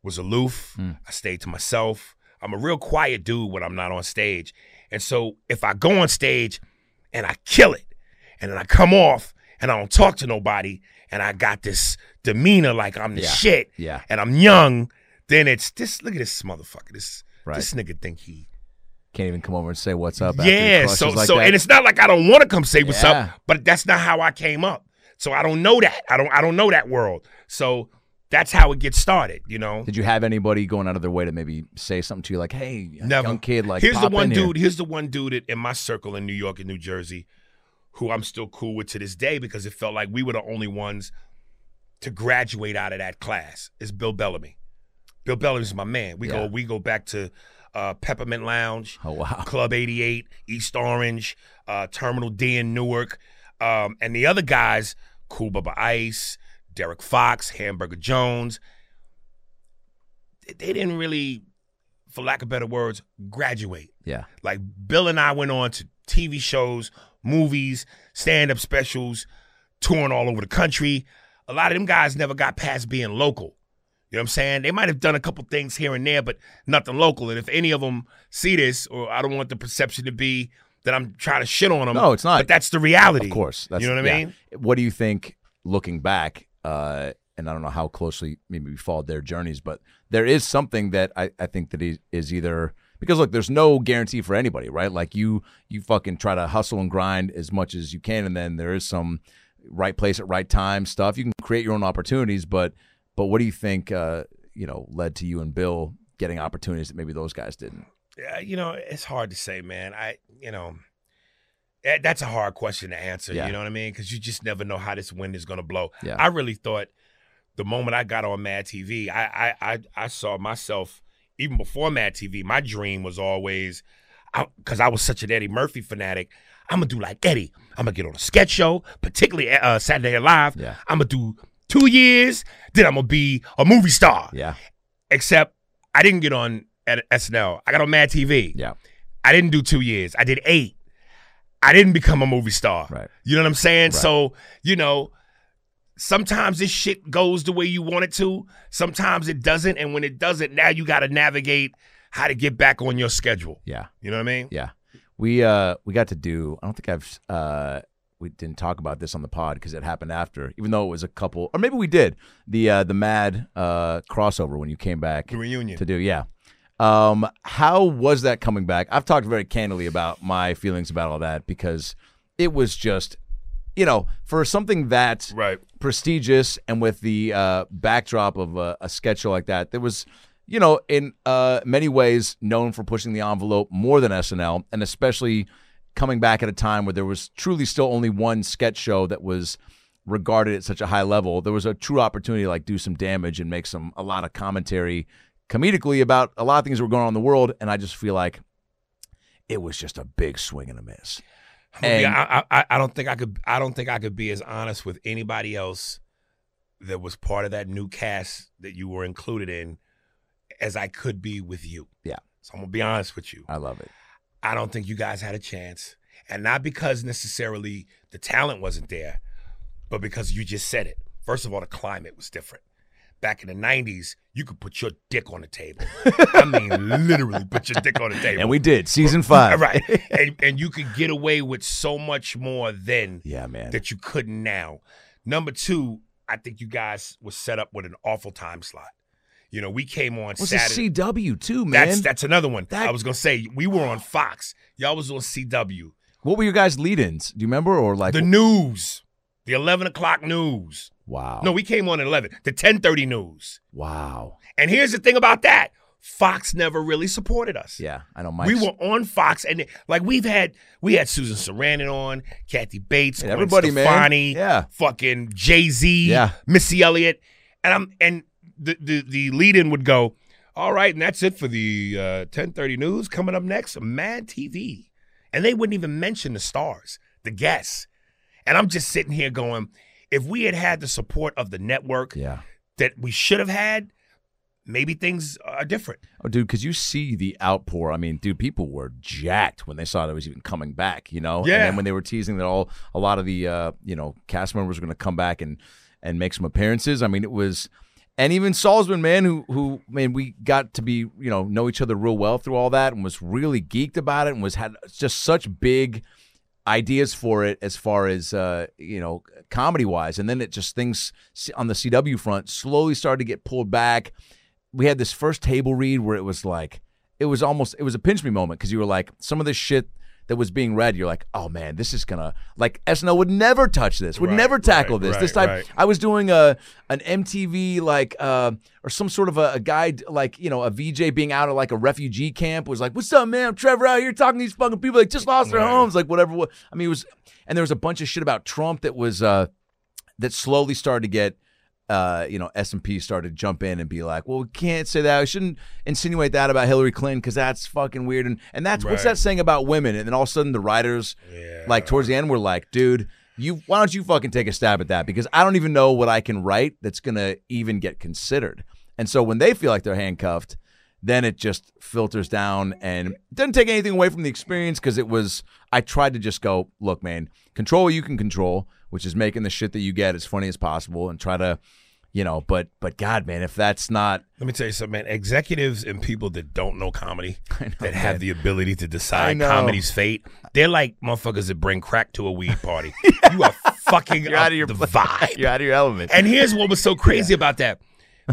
[SPEAKER 2] was aloof. I stayed to myself. I'm a real quiet dude when I'm not on stage. And so if I go on stage and I kill it and then I come off and I don't talk to nobody and I got this demeanor like I'm the
[SPEAKER 4] Yeah.
[SPEAKER 2] shit
[SPEAKER 4] Yeah.
[SPEAKER 2] and I'm young, then it's this look at this motherfucker. This
[SPEAKER 4] Right.
[SPEAKER 2] this nigga think he
[SPEAKER 4] Can't even come over and say what's up. after he
[SPEAKER 2] yeah,
[SPEAKER 4] crushes
[SPEAKER 2] so
[SPEAKER 4] like
[SPEAKER 2] so
[SPEAKER 4] that.
[SPEAKER 2] and it's not like I don't want to come say what's
[SPEAKER 4] Yeah.
[SPEAKER 2] up, but that's not how I came up. So I don't know that. I don't I don't know that world. So that's how it gets started, you know.
[SPEAKER 4] Did you have anybody going out of their way to maybe say something to you like, "Hey,
[SPEAKER 2] Never.
[SPEAKER 4] young kid, like
[SPEAKER 2] here's the
[SPEAKER 4] pop
[SPEAKER 2] one
[SPEAKER 4] in here.
[SPEAKER 2] dude, here's the one dude in- in my circle in New York and New Jersey who I'm still cool with to this day because it felt like we were the only ones to graduate out of that class. Is Bill Bellamy. Bill Bellamy's my man. We
[SPEAKER 4] Yeah.
[SPEAKER 2] go we go back to uh, Peppermint Lounge.
[SPEAKER 4] Oh wow,
[SPEAKER 2] Club 88, East Orange, uh, Terminal D in Newark. Um, and the other guys, Cool Bubba Ice, Derek Fox, Hamburger Jones, they- they didn't really, for lack of better words, graduate.
[SPEAKER 4] yeah,
[SPEAKER 2] Like Bill and I went on to TV shows, movies, stand up specials, touring all over the country. A lot of them guys never got past being local. You know what I'm saying? They might have done a couple things here and there, but nothing local. And if any of them see this, or I don't want the perception to be that I'm trying to shit on them.
[SPEAKER 4] No, it's not.
[SPEAKER 2] But that's the reality.
[SPEAKER 4] of course. That's,
[SPEAKER 2] you know what I
[SPEAKER 4] yeah.
[SPEAKER 2] mean?
[SPEAKER 4] What do you think, looking back, uh, and I don't know how closely maybe we followed their journeys, but there is something that I, I think that is, is either because look, there's no guarantee for anybody, right? Like you, you fucking try to hustle and grind as much as you can, and then there is some right place at right time stuff. You can create your own opportunities, but but what do you think, uh, you know, led to you and Bill getting opportunities that maybe those guys didn't?
[SPEAKER 2] Yeah, you know, it's hard to say, man. I, you know, that- that's a hard question to answer.
[SPEAKER 4] Yeah.
[SPEAKER 2] You know what I mean? Because you just never know how this wind is going to blow.
[SPEAKER 4] Yeah.
[SPEAKER 2] I really thought the moment I got on Mad TV, I, I, I, I saw myself even before Mad TV. My dream was always, because I, was such an Eddie Murphy fanatic. I'm gonna do like Eddie. I'm gonna get on a sketch show, particularly uh, Saturday Night Live.
[SPEAKER 4] Yeah.
[SPEAKER 2] I'm gonna do two years. Then I'm gonna be a movie star.
[SPEAKER 4] Yeah,
[SPEAKER 2] Except I didn't get on at SNL. I got on Mad TV.
[SPEAKER 4] yeah,
[SPEAKER 2] I didn't do two years. I did eight. I didn't become a movie star.
[SPEAKER 4] Right.
[SPEAKER 2] You know what I'm saying?
[SPEAKER 4] Right.
[SPEAKER 2] So, you know, sometimes this shit goes the way you want it to. Sometimes it doesn't. And when it doesn't, now you got to navigate how to get back on your schedule.
[SPEAKER 4] yeah.
[SPEAKER 2] You know what I mean?
[SPEAKER 4] Yeah. We uh we got to do I don't think I've uh we didn't talk about this on the pod because it happened after, even though it was a couple or maybe we did. The uh the mad uh crossover when you came back
[SPEAKER 2] The reunion.
[SPEAKER 4] to do, yeah. Um how was that coming back? I've talked very candidly about my feelings about all that because it was just you know, for something that
[SPEAKER 2] Right.
[SPEAKER 4] prestigious and with the uh, backdrop of a, a sketch show like that that was you know in uh, many ways known for pushing the envelope more than snl and especially coming back at a time where there was truly still only one sketch show that was regarded at such a high level there was a true opportunity to like do some damage and make some a lot of commentary comedically about a lot of things that were going on in the world and i just feel like it was just a big swing and a miss And-
[SPEAKER 2] yeah, I, I, I don't think I could. I don't think I could be as honest with anybody else that was part of that new cast that you were included in as I could be with you.
[SPEAKER 4] Yeah.
[SPEAKER 2] So I'm gonna be honest with you.
[SPEAKER 4] i love it
[SPEAKER 2] I don't think you guys had a chance. And not because necessarily the talent wasn't there, but because you just said it. First of all, the climate was different. Back in the 90s, you could put your dick on the table. I mean, literally put your dick on the table.
[SPEAKER 4] and we did season five
[SPEAKER 2] Right. And, and you could get away with so much more then
[SPEAKER 4] yeah man
[SPEAKER 2] that you couldn't now. Number two, I think you guys were set up with an awful time slot. You know, we came on
[SPEAKER 4] was a
[SPEAKER 2] Saturday.
[SPEAKER 4] CW too, man.
[SPEAKER 2] That's that's another one.
[SPEAKER 4] That-
[SPEAKER 2] I was gonna say we were on Fox. Y'all was on CW.
[SPEAKER 4] what were your guys' lead-ins? Do you remember or like?
[SPEAKER 2] The news, the eleven o'clock news.
[SPEAKER 4] wow.
[SPEAKER 2] No, we came on at eleven. The ten thirty news.
[SPEAKER 4] Wow.
[SPEAKER 2] And here's the thing about that: Fox never really supported us.
[SPEAKER 4] Yeah, I know. Mike's,
[SPEAKER 2] We were on Fox, and it- like we've had, we had Susan Sarandon on, Kathy Bates,
[SPEAKER 4] Hey,
[SPEAKER 2] Gwen
[SPEAKER 4] everybody, man.
[SPEAKER 2] Stefani,
[SPEAKER 4] Yeah.
[SPEAKER 2] fucking Jay Z,
[SPEAKER 4] Yeah.
[SPEAKER 2] Missy Elliott, and I'm and the the, the lead in would go, all right, and that's it for the uh, ten thirty news coming up next, Mad TV, and they wouldn't even mention the stars, the guests, and I'm just sitting here going, if we had had the support of the network
[SPEAKER 4] Yeah.
[SPEAKER 2] that we should have had, maybe things are different.
[SPEAKER 4] Oh, dude, because you see the outpour. I mean, dude, people were jacked when they saw that it was even coming back. You know, And
[SPEAKER 2] Yeah.
[SPEAKER 4] then when they were teasing that all a lot of the uh, you know cast members were going to come back and and make some appearances. I mean, it was, and even Salzman, man, who who man, we got to be you know know each other real well through all that, and was really geeked about it, and was had just such big ideas for it as far as uh, you know comedy wise and then it just things on the cw front slowly started to get pulled back we had this first table read where it was like it was almost it was a pinch me moment because you were like some of this shit that was being read you're like oh man this is gonna like snl would never touch this would
[SPEAKER 2] Right,
[SPEAKER 4] never tackle
[SPEAKER 2] right,
[SPEAKER 4] this this
[SPEAKER 2] right,
[SPEAKER 4] type
[SPEAKER 2] right.
[SPEAKER 4] I was doing a an MTV like uh, or some sort of a, a guide like you know a VJ being out at like a refugee camp was like, "What's up, man? I'm Trevor out here talking to these fucking people that just lost their
[SPEAKER 2] Right.
[SPEAKER 4] homes, like whatever." wha- I mean, it was and there was a bunch of shit about Trump that was uh, that slowly started to get. Uh, you know, S and P started to jump in and be like, "Well, we can't say that. We shouldn't insinuate that about Hillary Clinton because that's fucking weird." And and that's what's
[SPEAKER 2] Right.
[SPEAKER 4] that saying about women? And then all of a sudden, the writers
[SPEAKER 2] Yeah.
[SPEAKER 4] like towards the end we're like dude you why don't you fucking take a stab at that because i don't even know what i can write that's gonna even get considered and so when they feel like they're handcuffed then it just filters down and it doesn't take anything away from the experience because it was i tried to just go look man control what you can control which is making the shit that you get as funny as possible and try to you know but but god man if that's not
[SPEAKER 2] Let me tell you something, man. Executives and people that don't know comedy, that have the ability to
[SPEAKER 4] I
[SPEAKER 2] decide
[SPEAKER 4] know.
[SPEAKER 2] comedy's fate, they're like motherfuckers that bring crack to a weed party. You are fucking
[SPEAKER 4] You're
[SPEAKER 2] up
[SPEAKER 4] out of your
[SPEAKER 2] the
[SPEAKER 4] pla-
[SPEAKER 2] vibe.
[SPEAKER 4] you're out of your element
[SPEAKER 2] And here's what was so crazy about that.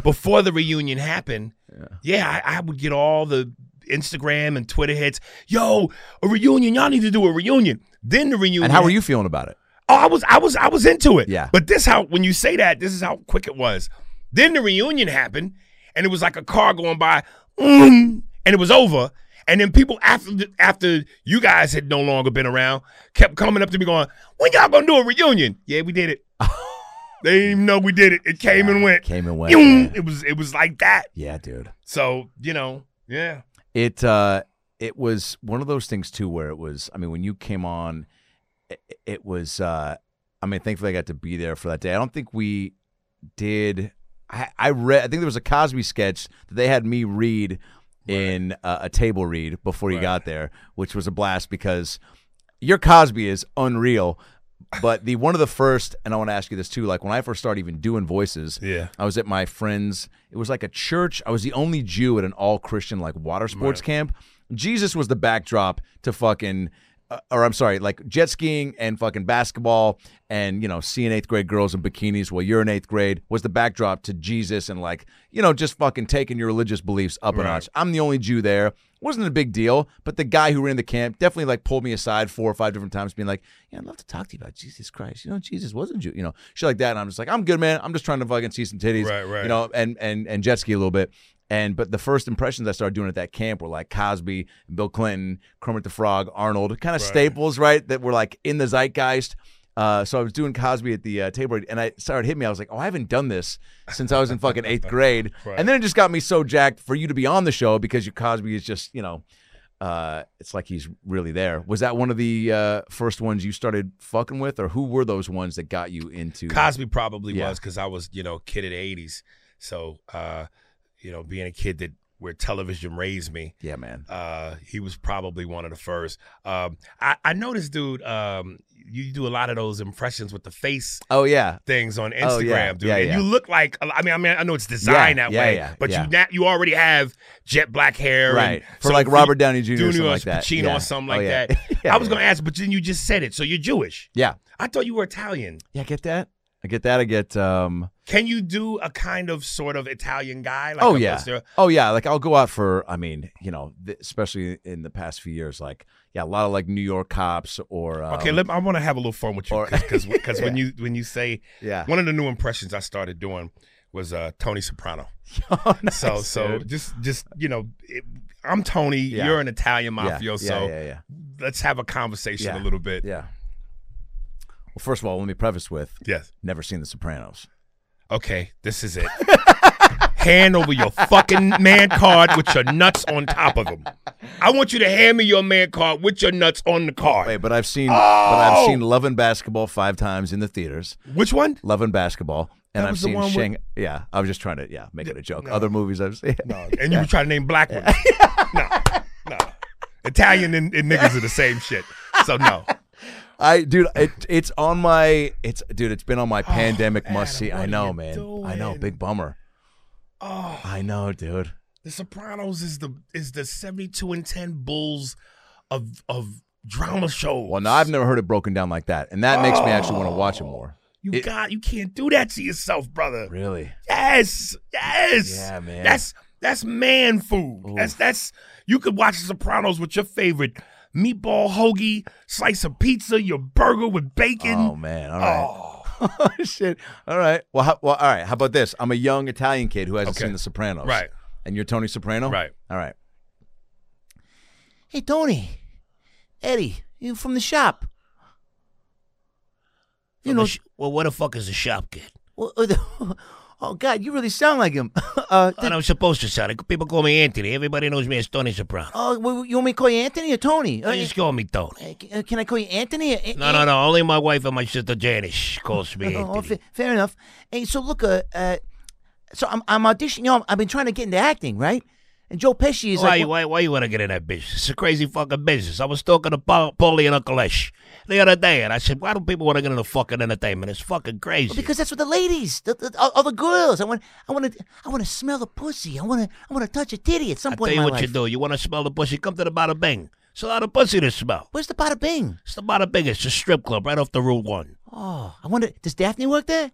[SPEAKER 2] Before the reunion happened, yeah, I, I would get all the Instagram and Twitter hits. Yo, a reunion! Y'all need to do a reunion. Then the reunion.
[SPEAKER 4] and how were you feeling about it
[SPEAKER 2] Oh, I was, I was, I was into it.
[SPEAKER 4] Yeah.
[SPEAKER 2] But this how when you say that, this is how quick it was. Then the reunion happened, and it was like a car going by, mm, and it was over. And then people after the, after you guys had no longer been around kept coming up to me going, "When y'all gonna do a reunion?" Yeah, we did it. they didn't even know we did it. It came and went.
[SPEAKER 4] came and went
[SPEAKER 2] Yung.
[SPEAKER 4] man.
[SPEAKER 2] It was it was like that.
[SPEAKER 4] yeah dude
[SPEAKER 2] So you know, yeah.
[SPEAKER 4] it uh it was one of those things too where it was i mean when you came on it, it was uh i mean thankfully i got to be there for that day i don't think we did i i read i think there was a cosby sketch that they had me read in uh, a table read before you got there which was a blast because your cosby is unreal but the one of the first and i want to ask you this too like when i first started even doing voices
[SPEAKER 2] Yeah.
[SPEAKER 4] I was at my friend's. It was like a church. I was the only Jew at an all Christian like water sports camp. Jesus was the backdrop to fucking, uh, or I'm sorry, like jet skiing and fucking basketball and you know seeing eighth grade girls in bikinis while you're in eighth grade was the backdrop to Jesus and like you know just fucking taking your religious beliefs up a notch. I'm the only Jew there. Wasn't a big deal, but the guy who ran the camp definitely like pulled me aside four or five different times, being like, "Yeah, I'd love to talk to you about Jesus Christ. You know, Jesus wasn't Jew. You know, shit like that." And I'm just like, "I'm good, man. I'm just trying to fucking see some titties,
[SPEAKER 2] Right, right.
[SPEAKER 4] you know, and and and jet ski a little bit." And but the first impressions I started doing at that camp were like Cosby, Bill Clinton, Kermit the Frog, Arnold, kind of staples, right? That were like in the zeitgeist. Uh, so I was doing Cosby at the uh, table, and I started hitting me. I was like, "Oh, I haven't done this since I was in fucking eighth grade." And then it just got me so jacked for you to be on the show because your Cosby is just, you know, uh, it's like he's really there. Was that one of the uh, first ones you started fucking with, or who were those ones that got you into?
[SPEAKER 2] Cosby probably
[SPEAKER 4] Yeah.
[SPEAKER 2] was because I was, you know, a kid of the 80s. So, uh, you know, being a kid that where television raised me,
[SPEAKER 4] yeah, man.
[SPEAKER 2] uh, he was probably one of the first. Um, I, I noticed, dude, um, you do a lot of those impressions with the face
[SPEAKER 4] Oh yeah,
[SPEAKER 2] things on Instagram,
[SPEAKER 4] Oh, yeah.
[SPEAKER 2] dude.
[SPEAKER 4] Yeah,
[SPEAKER 2] and
[SPEAKER 4] yeah.
[SPEAKER 2] you look like, I mean, I mean, I know it's designed
[SPEAKER 4] Yeah,
[SPEAKER 2] that
[SPEAKER 4] yeah,
[SPEAKER 2] way,
[SPEAKER 4] yeah,
[SPEAKER 2] but
[SPEAKER 4] yeah.
[SPEAKER 2] you na- you already have jet black hair,
[SPEAKER 4] right.
[SPEAKER 2] And
[SPEAKER 4] For
[SPEAKER 2] so
[SPEAKER 4] like
[SPEAKER 2] you-
[SPEAKER 4] Robert Downey Jr.
[SPEAKER 2] Jr.
[SPEAKER 4] or
[SPEAKER 2] or
[SPEAKER 4] something like that.
[SPEAKER 2] Pacino
[SPEAKER 4] yeah.
[SPEAKER 2] or something
[SPEAKER 4] Oh,
[SPEAKER 2] like
[SPEAKER 4] yeah.
[SPEAKER 2] that.
[SPEAKER 4] Yeah,
[SPEAKER 2] I was
[SPEAKER 4] yeah.
[SPEAKER 2] gonna ask, but then you just said it, so you're Jewish.
[SPEAKER 4] Yeah,
[SPEAKER 2] I thought you were Italian.
[SPEAKER 4] yeah. I get that. I get that. I get. um
[SPEAKER 2] Can you do a kind of sort of Italian guy? Like
[SPEAKER 4] oh
[SPEAKER 2] a
[SPEAKER 4] yeah
[SPEAKER 2] poster?
[SPEAKER 4] oh yeah like i'll go out for i mean you know th- especially in the past few years like yeah a lot of like new york cops or um,
[SPEAKER 2] Okay, let me, I want to have a little fun with you
[SPEAKER 4] or-
[SPEAKER 2] because because when you when you say
[SPEAKER 4] yeah
[SPEAKER 2] one of the new impressions I started doing was uh, Tony Soprano.
[SPEAKER 4] Oh, nice,
[SPEAKER 2] So so
[SPEAKER 4] dude.
[SPEAKER 2] just just you know, it, I'm Tony.
[SPEAKER 4] Yeah.
[SPEAKER 2] You're an Italian
[SPEAKER 4] yeah,
[SPEAKER 2] mafioso.
[SPEAKER 4] yeah yeah yeah
[SPEAKER 2] Let's have a conversation a
[SPEAKER 4] Yeah.
[SPEAKER 2] little bit.
[SPEAKER 4] yeah well first of all let me preface with
[SPEAKER 2] Yes.
[SPEAKER 4] never seen the sopranos
[SPEAKER 2] Okay, this is it. hand over your fucking man card with your nuts on top of them. I want you to hand me your man card with your nuts on the card.
[SPEAKER 4] wait but i've seen but i've
[SPEAKER 2] Oh!
[SPEAKER 4] seen love and basketball five times in the theaters
[SPEAKER 2] Which one?
[SPEAKER 4] love and basketball and
[SPEAKER 2] That
[SPEAKER 4] I've
[SPEAKER 2] was the
[SPEAKER 4] seen
[SPEAKER 2] one with-
[SPEAKER 4] Shang. Yeah, I was just trying to yeah make it a joke.
[SPEAKER 2] no.
[SPEAKER 4] Other movies I've seen.
[SPEAKER 2] No, and you were trying to name black ones. no, no. Italian and, and niggas are the same shit. So no.
[SPEAKER 4] I dude, it, it's on my it's dude, it's been on my pandemic
[SPEAKER 2] Adam,
[SPEAKER 4] must see.
[SPEAKER 2] Oh, what
[SPEAKER 4] I
[SPEAKER 2] are
[SPEAKER 4] know,
[SPEAKER 2] you
[SPEAKER 4] man. I know,
[SPEAKER 2] doing?
[SPEAKER 4] big bummer.
[SPEAKER 2] Oh,
[SPEAKER 4] I know, dude.
[SPEAKER 2] The Sopranos is the is the seventy two and ten Bulls of of drama shows.
[SPEAKER 4] Well, no, I've never heard it broken down like that, and that makes me actually want to watch it more.
[SPEAKER 2] you
[SPEAKER 4] it-
[SPEAKER 2] got you can't do that to yourself, brother.
[SPEAKER 4] Really?
[SPEAKER 2] Yes, yes.
[SPEAKER 4] Yeah, man.
[SPEAKER 2] That's that's man food. That's that's you could watch The Sopranos with your favorite meatball hoagie, slice of pizza, your burger with bacon.
[SPEAKER 4] Oh man! All right. Oh, Shit. All right. Well, how, well, all right. How about this? I'm a young Italian kid who hasn't
[SPEAKER 2] Okay.
[SPEAKER 4] seen The Sopranos.
[SPEAKER 2] Right.
[SPEAKER 4] And you're Tony Soprano.
[SPEAKER 2] Right.
[SPEAKER 4] All right.
[SPEAKER 5] Hey, Tony. Eddie, you from the shop?
[SPEAKER 6] You know, well, what the fuck is a shop kid?
[SPEAKER 5] Well, uh, the- Oh, God, you really sound like him. uh,
[SPEAKER 6] And I'm supposed to sound it. People call me Anthony. Everybody knows me as Tony Soprano.
[SPEAKER 5] oh, w- you want me to call you Anthony or Tony? Uh,
[SPEAKER 6] They just call me Tony.
[SPEAKER 5] uh, c- uh, can I call you Anthony? Or A-
[SPEAKER 6] No, no, no. Only my wife and my sister Janice calls me
[SPEAKER 5] Oh,
[SPEAKER 6] Anthony.
[SPEAKER 5] fa- fair enough. Hey, so look, uh, uh, so I'm, I'm auditioning. You know, I've been trying to get into acting, right? And Joe Pesci is
[SPEAKER 6] Why,
[SPEAKER 5] like,
[SPEAKER 6] you why, why you want to get in that business? It's a crazy fucking business. I was talking to Paul, Paulie and Uncle Ash the other day, and I said, why do people want to get into fucking entertainment? It's fucking crazy.
[SPEAKER 5] "Well, because that's what the ladies, the, the, all, all the girls. I want, I want to, I want to smell the pussy. I want to, I want to touch a titty at some
[SPEAKER 6] I tell
[SPEAKER 5] point
[SPEAKER 6] you
[SPEAKER 5] in my
[SPEAKER 6] what
[SPEAKER 5] life.
[SPEAKER 6] you do. You want to smell the pussy? Come to the Bada Bing. It's a lot of pussy to smell.
[SPEAKER 5] Where's the bada bing?
[SPEAKER 6] It's the Bada Bing. It's a strip club right off the Route 1.
[SPEAKER 5] Oh, I wonder, does Daphne work there?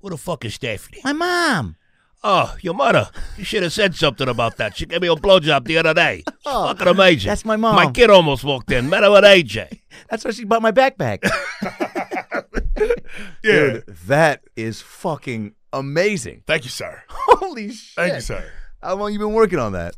[SPEAKER 6] Who the fuck is Daphne?
[SPEAKER 5] My mom.
[SPEAKER 6] Oh, your mother. You should have said something about that. She gave me a blowjob the other day. It's
[SPEAKER 5] Oh,
[SPEAKER 6] fucking amazing.
[SPEAKER 5] that's my mom.
[SPEAKER 6] My kid almost walked in. Met her with AJ.
[SPEAKER 5] That's why she bought my backpack.
[SPEAKER 2] yeah.
[SPEAKER 4] Dude, that is fucking amazing.
[SPEAKER 2] Thank you, sir.
[SPEAKER 4] Holy shit!
[SPEAKER 2] Thank you, sir.
[SPEAKER 4] How long you been working on that?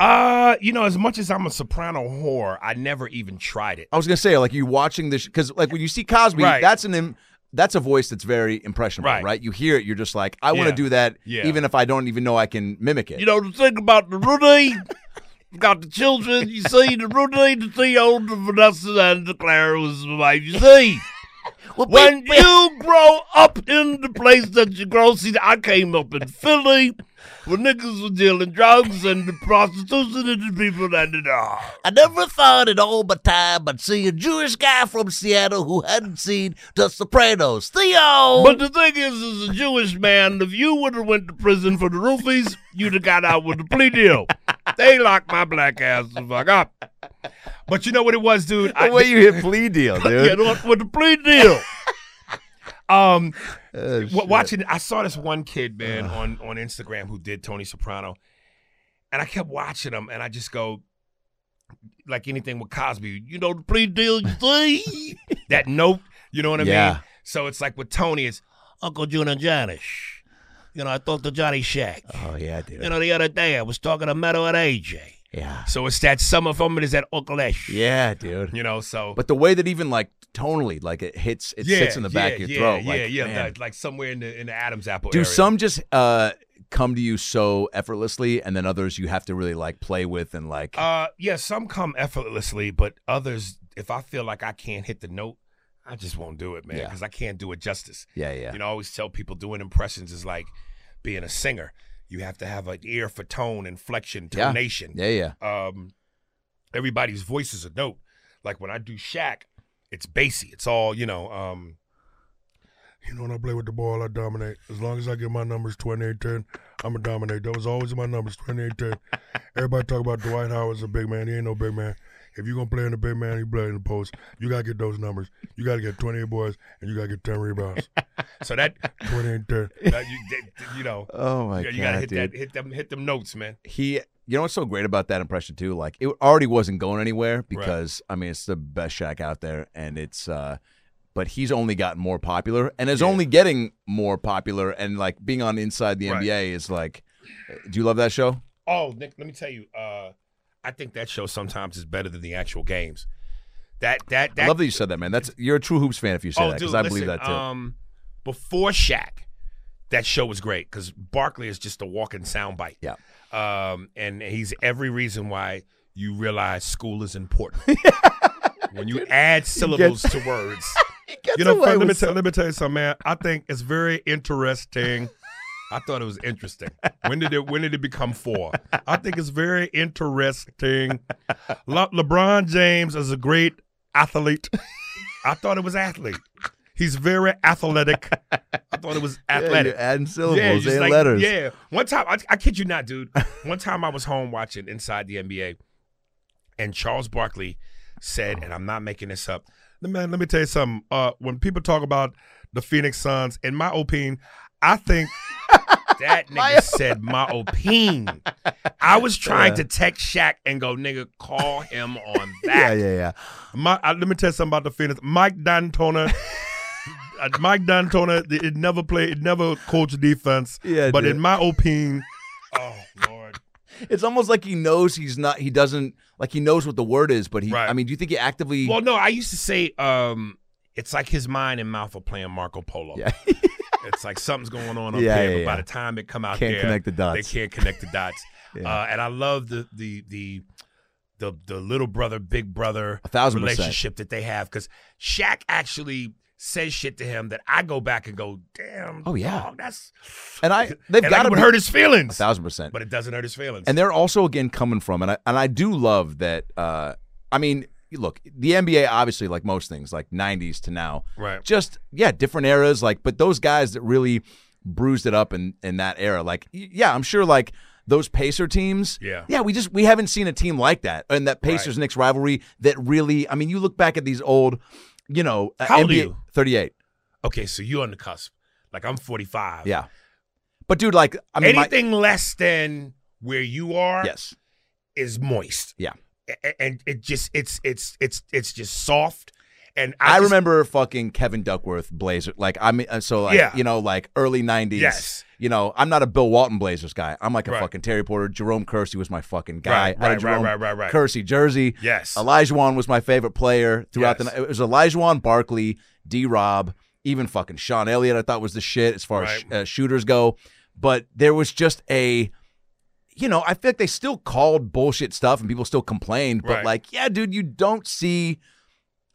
[SPEAKER 2] Uh, you know, as much as I'm a soprano whore, I never even tried it.
[SPEAKER 4] I was gonna say, like, you watching this because, like, when you see Cosby,
[SPEAKER 2] Right.
[SPEAKER 4] that's an Im- that's a voice that's very impressionable, right?
[SPEAKER 2] Right.
[SPEAKER 4] You hear it, you're just like, I want to
[SPEAKER 2] Yeah.
[SPEAKER 4] do that,
[SPEAKER 2] Yeah.
[SPEAKER 4] even if I don't even know I can mimic it.
[SPEAKER 6] You know the thing about the Rooney? Got the children, you see, the Rooney, the see old Vanessa and the Clara was the wife, you see. when you grow up in the place that you grow, see, I came up in Philly where niggas were dealing drugs and the prostitution and the people that it are.
[SPEAKER 5] I never thought in all my time I'd see a Jewish guy from Seattle who hadn't seen The Sopranos. Theo!
[SPEAKER 6] But the thing is, as a Jewish man, if you would have went to prison for the roofies, you'd have got out with a plea deal. They locked my black ass the fuck up.
[SPEAKER 2] But you know what it was, dude?
[SPEAKER 4] the way you hit plea deal, dude.
[SPEAKER 6] Get off with the plea deal.
[SPEAKER 2] um,
[SPEAKER 4] Oh,
[SPEAKER 2] wa-
[SPEAKER 4] shit.
[SPEAKER 2] watching, I saw this one kid, man, on on Instagram who did Tony Soprano, and I kept watching him, and I just go, like anything with Cosby, you know the plea deal, you see that note, you know what I
[SPEAKER 4] Yeah.
[SPEAKER 2] mean? So it's like with Tony, it's
[SPEAKER 6] Uncle June and Janish. You know, I talked to Johnny Shack.
[SPEAKER 4] Oh yeah, dude.
[SPEAKER 6] You know, the other day I was talking to Meadow and AJ.
[SPEAKER 4] yeah,
[SPEAKER 2] so it's that some of them it is that Uncle Ash,
[SPEAKER 4] yeah, dude.
[SPEAKER 2] you know. So
[SPEAKER 4] But the way that even like tonally, like it hits, it sits in the back
[SPEAKER 2] yeah,
[SPEAKER 4] of your
[SPEAKER 2] yeah,
[SPEAKER 4] throat.
[SPEAKER 2] Yeah,
[SPEAKER 4] like,
[SPEAKER 2] yeah,
[SPEAKER 4] man.
[SPEAKER 2] like, like somewhere in the in the Adam's apple.
[SPEAKER 4] Do
[SPEAKER 2] area.
[SPEAKER 4] some just uh come to you so effortlessly, and then others you have to really like play with and like.
[SPEAKER 2] Uh, yeah, some come effortlessly, but others, if I feel like I can't hit the note, I just won't do it, man,
[SPEAKER 4] Yeah.
[SPEAKER 2] because I can't do it justice.
[SPEAKER 4] yeah, yeah.
[SPEAKER 2] You know, I always tell people doing impressions is like being a singer. You have to have an ear for tone, inflection,
[SPEAKER 4] Yeah.
[SPEAKER 2] tonation.
[SPEAKER 4] yeah, yeah.
[SPEAKER 2] Um, everybody's voice is a note. Like when I do Shaq, it's bassy. It's all you know. Um,
[SPEAKER 7] You know, when I play with the ball, I dominate. As long as I get my numbers 28-10, I'm a dominate. That was always my numbers 28-10. Everybody talk about Dwight Howard's a big man. He ain't no big man. If you gonna play in the big man, you play in the post. You gotta get those numbers. You gotta get 28 boys and you gotta get 10 rebounds.
[SPEAKER 2] so that,
[SPEAKER 7] 28-10.
[SPEAKER 2] that you, that- you know,
[SPEAKER 4] Oh my
[SPEAKER 2] you,
[SPEAKER 4] god,
[SPEAKER 2] you gotta hit
[SPEAKER 4] dude.
[SPEAKER 2] that, hit them, hit them notes, man.
[SPEAKER 4] he you know what's so great about that impression too like it already wasn't going anywhere because i mean it's the best shack out there and it's uh but he's only gotten more popular and is only getting more popular and like being on inside the
[SPEAKER 2] Right.
[SPEAKER 4] nba is like do you love that show
[SPEAKER 2] Oh, Nick, let me tell you. Uh, I think that show sometimes is better than the actual games. That that that.
[SPEAKER 4] i love that you said that man that's you're a true hoops fan if you say
[SPEAKER 2] oh,
[SPEAKER 4] that
[SPEAKER 2] dude,
[SPEAKER 4] because i
[SPEAKER 2] listen,
[SPEAKER 4] believe that too
[SPEAKER 2] Um, before Shaq, that show was great because Barkley is just a walking soundbite.
[SPEAKER 4] Yeah.
[SPEAKER 2] Um, and he's every reason why you realize school is important. when you add syllables to words,
[SPEAKER 7] you know, fun, let, me tell, let me tell you something, man. I think it's very interesting. I thought it was interesting. When did it? When did it become four? I think it's very interesting. Le- LeBron James is a great athlete. I thought it was athlete. He's very athletic. I thought it was
[SPEAKER 4] Yeah,
[SPEAKER 7] athletic.
[SPEAKER 4] you're adding syllables,
[SPEAKER 7] Yeah, just
[SPEAKER 4] adding
[SPEAKER 7] like-
[SPEAKER 4] letters.
[SPEAKER 7] Yeah. One time, I, I kid you not, dude. One time I was home watching Inside the NBA, and Charles Barkley said, and I'm not making this up. Man, let me tell you something. Uh, when people talk about the Phoenix Suns, in my opinion, I think that nigga said my opinion. I was trying to text Shaq and go, nigga, call him on
[SPEAKER 4] Yeah,
[SPEAKER 7] that.
[SPEAKER 4] yeah, yeah.
[SPEAKER 7] My, I, let me tell you something about the Phoenix. Mike D'Antona. uh, Mike D'Antona, it it never played, it never coached defense.
[SPEAKER 4] Yeah,
[SPEAKER 7] but
[SPEAKER 4] dude.
[SPEAKER 7] in my opinion, oh lord,
[SPEAKER 4] It's almost like he knows he's not. He doesn't like he knows what the word is, but he.
[SPEAKER 7] Right.
[SPEAKER 4] I mean, do you think he actively?
[SPEAKER 2] Well, no, I used to say um, it's like his mind and mouth are playing Marco Polo.
[SPEAKER 4] Yeah.
[SPEAKER 2] it's like something's going on up
[SPEAKER 4] Yeah,
[SPEAKER 2] there,
[SPEAKER 4] yeah,
[SPEAKER 2] but by
[SPEAKER 4] yeah.
[SPEAKER 2] the time it come out
[SPEAKER 4] Can't
[SPEAKER 2] there,
[SPEAKER 4] connect the dots.
[SPEAKER 2] They can't connect the dots.
[SPEAKER 4] Yeah.
[SPEAKER 2] uh, and I love the the the the the little brother, big brother
[SPEAKER 4] A thousand percent.
[SPEAKER 2] relationship that they have because Shaq actually says shit to him that I go back and go, damn.
[SPEAKER 4] Oh, yeah.
[SPEAKER 2] dog, that's
[SPEAKER 4] and I, they've
[SPEAKER 2] and
[SPEAKER 4] got
[SPEAKER 2] like, it
[SPEAKER 4] to
[SPEAKER 2] would hurt his feelings,
[SPEAKER 4] thousand percent.
[SPEAKER 2] but it doesn't hurt his feelings.
[SPEAKER 4] And they're also again coming from, and I and I do love that. Uh, I mean, look, the NBA obviously, like most things, like '90s to now,
[SPEAKER 2] Right.
[SPEAKER 4] Just yeah, different eras. Like, but those guys that really bruised it up in in that era, like y- yeah, I'm sure like. Those Pacer teams,
[SPEAKER 2] Yeah.
[SPEAKER 4] yeah, we just we haven't seen a team like that, and that Pacers Knicks rivalry that really, I mean, you look back at these old, you know, uh,
[SPEAKER 2] How old are
[SPEAKER 4] NBA
[SPEAKER 2] you?
[SPEAKER 4] 38,
[SPEAKER 2] okay, so you're on the cusp. Like I'm 45.
[SPEAKER 4] yeah, but dude, like, I mean, my-
[SPEAKER 2] Anything less than where you are
[SPEAKER 4] yes,
[SPEAKER 2] is moist.
[SPEAKER 4] Yeah.
[SPEAKER 2] A- and it just it's it's it's it's just soft. And I,
[SPEAKER 4] I,
[SPEAKER 2] just-
[SPEAKER 4] remember fucking Kevin Duckworth Blazer. Like I mean, uh, so like
[SPEAKER 2] Yeah.
[SPEAKER 4] you know, like early '90s.
[SPEAKER 2] Yes.
[SPEAKER 4] You know, I'm not a Bill Walton Blazers guy. I'm like a
[SPEAKER 2] Right.
[SPEAKER 4] fucking Terry Porter. Jerome Kersey was my fucking guy.
[SPEAKER 2] Right,
[SPEAKER 4] I had
[SPEAKER 2] right,
[SPEAKER 4] a
[SPEAKER 2] right,
[SPEAKER 4] Jerome
[SPEAKER 2] right, right, right.
[SPEAKER 4] Kersey jersey.
[SPEAKER 2] Yes.
[SPEAKER 4] Olajuwon was my favorite player throughout the
[SPEAKER 2] Yes.
[SPEAKER 4] night. It was Olajuwon, Barkley, D. Rob, even fucking Sean Elliott. I thought was the shit as far as sh-
[SPEAKER 2] Right.
[SPEAKER 4] uh, shooters go. But there was just a, you know, I feel like they still called bullshit stuff and people still complained. But
[SPEAKER 2] Right.
[SPEAKER 4] like, yeah, dude, you don't see.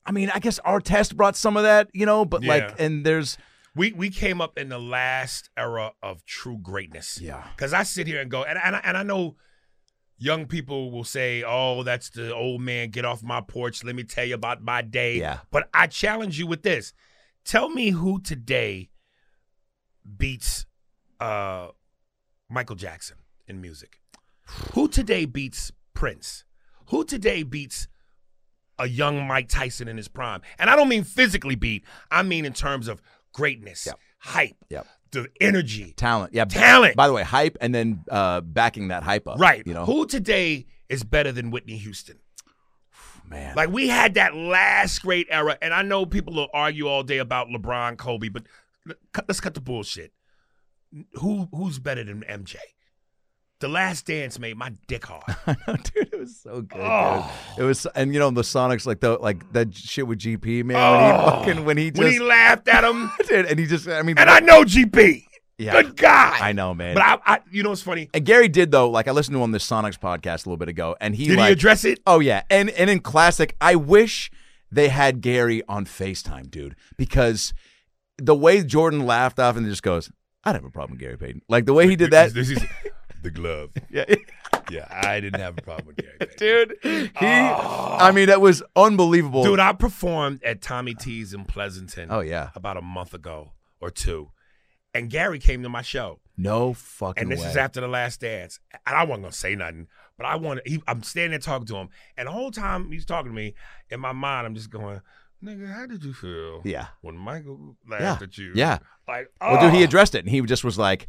[SPEAKER 4] I mean, I guess our test brought some of that, you know, but like,
[SPEAKER 2] Yeah.
[SPEAKER 4] and there's
[SPEAKER 2] we we came up in the last era of true greatness.
[SPEAKER 4] yeah,
[SPEAKER 2] Because I sit here and go, and and I, and I know young people will say, "Oh, that's the old man. Get off my porch. Let me tell you about my day."
[SPEAKER 4] Yeah.
[SPEAKER 2] But I challenge you with this: Tell me who today beats uh, Michael Jackson in music. Who today beats Prince? Who today beats a young Mike Tyson in his prime? And I don't mean physically beat. I mean in terms of greatness,
[SPEAKER 4] Yep.
[SPEAKER 2] hype,
[SPEAKER 4] Yep.
[SPEAKER 2] the energy.
[SPEAKER 4] talent, yeah, b-
[SPEAKER 2] Talent!
[SPEAKER 4] By the way, hype, and then uh backing that hype up,
[SPEAKER 2] Right.
[SPEAKER 4] You know,
[SPEAKER 2] Who today is better than Whitney Houston?
[SPEAKER 4] man,
[SPEAKER 2] Like we had that last great era, and I know people will argue all day about LeBron, Kobe, but l- cut- let's cut the bullshit. Who who's better than MJ? The Last Dance made my dick hard.
[SPEAKER 4] dude, it was so good.
[SPEAKER 2] Oh.
[SPEAKER 4] Dude. It was, and you know the Sonics, like the like that shit with GP man. when he fucking when he just
[SPEAKER 2] Oh. when he laughed at him,
[SPEAKER 4] dude, and he just, I mean,
[SPEAKER 2] and I know GP,
[SPEAKER 4] yeah,
[SPEAKER 2] good guy.
[SPEAKER 4] I know, man.
[SPEAKER 2] but I, I, you know what's funny?
[SPEAKER 4] and Gary did though. Like I listened to him on this Sonics podcast a little bit ago, and he
[SPEAKER 2] Did
[SPEAKER 4] like,
[SPEAKER 2] he address it?
[SPEAKER 4] oh yeah, and and in classic, I wish they had Gary on Facetime, dude, because the way Jordan laughed off and just goes, I'd have a problem, with Gary Payton. Like the way he did that,
[SPEAKER 2] This is the glove.
[SPEAKER 4] yeah.
[SPEAKER 2] Yeah, I didn't have a problem with Gary. Payton.
[SPEAKER 4] dude. He, I mean, that was unbelievable,
[SPEAKER 2] Ah. Dude, I performed at Tommy T's in Pleasanton.
[SPEAKER 4] Oh, yeah.
[SPEAKER 2] about a month ago or two, and Gary came to my show,
[SPEAKER 4] no fucking
[SPEAKER 2] and this
[SPEAKER 4] way.
[SPEAKER 2] is after the Last Dance, and I wasn't gonna say nothing, but I want. He, I'm standing there talking to him, and the whole time he's talking to me, in my mind, I'm just going, "Nigga, how did you feel
[SPEAKER 4] yeah.
[SPEAKER 2] when Michael
[SPEAKER 4] Yeah.
[SPEAKER 2] laughed at you?"
[SPEAKER 4] Yeah.
[SPEAKER 2] like, oh,
[SPEAKER 4] Well, dude, he addressed it, and he just was like,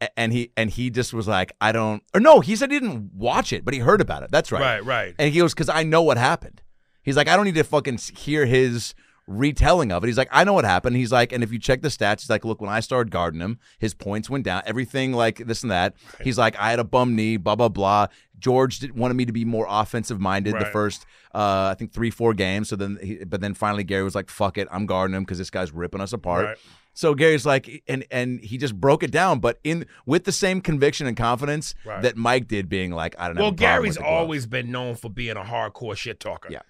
[SPEAKER 4] a- and he and he just was like, I don't, or no, he said he didn't watch it, but he heard about it. That's right.
[SPEAKER 2] oh. right, right.
[SPEAKER 4] And he goes, because I know what happened. He's like, I don't need to fucking s- hear his retelling of it. He's like, I know what happened. He's like, and if you check the stats, he's like, look, when I started guarding him, his points went down, everything like this and that. He's like, I had a bum knee, blah, blah, blah. George did, wanted me to be more offensive minded the
[SPEAKER 2] Right.
[SPEAKER 4] first, uh, I think, three, four games. So then, he, but then finally Gary was like, fuck it, I'm guarding him because this guy's ripping us apart.
[SPEAKER 2] Right.
[SPEAKER 4] So Gary's like, and and he just broke it down, but in with the same conviction and confidence
[SPEAKER 2] Right.
[SPEAKER 4] that Mike did, being like, I don't know.
[SPEAKER 2] Well, Gary's always been known for being a hardcore shit talker.
[SPEAKER 4] Yeah.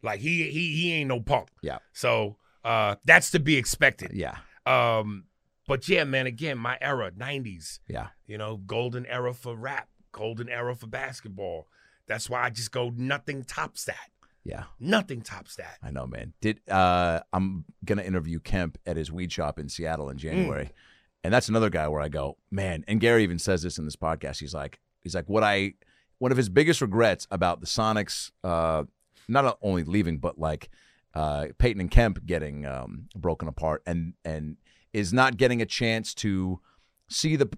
[SPEAKER 2] Like he he he ain't no punk.
[SPEAKER 4] Yeah.
[SPEAKER 2] So Uh, that's to be expected.
[SPEAKER 4] Yeah.
[SPEAKER 2] Um, but yeah, man, again, my era, 90s.
[SPEAKER 4] Yeah.
[SPEAKER 2] You know, golden era for rap, golden era for basketball. That's why I just go nothing tops that.
[SPEAKER 4] Yeah.
[SPEAKER 2] Nothing tops that.
[SPEAKER 4] I know, man. Did uh, I'm gonna interview Kemp at his weed shop in Seattle in January, and that's another guy where I go, man. And Gary even says this in this podcast. He's like, he's like, what I, one of his biggest regrets about the Sonics, uh, not only leaving, but like uh, Peyton and Kemp getting um, broken apart, and and is not getting a chance to see the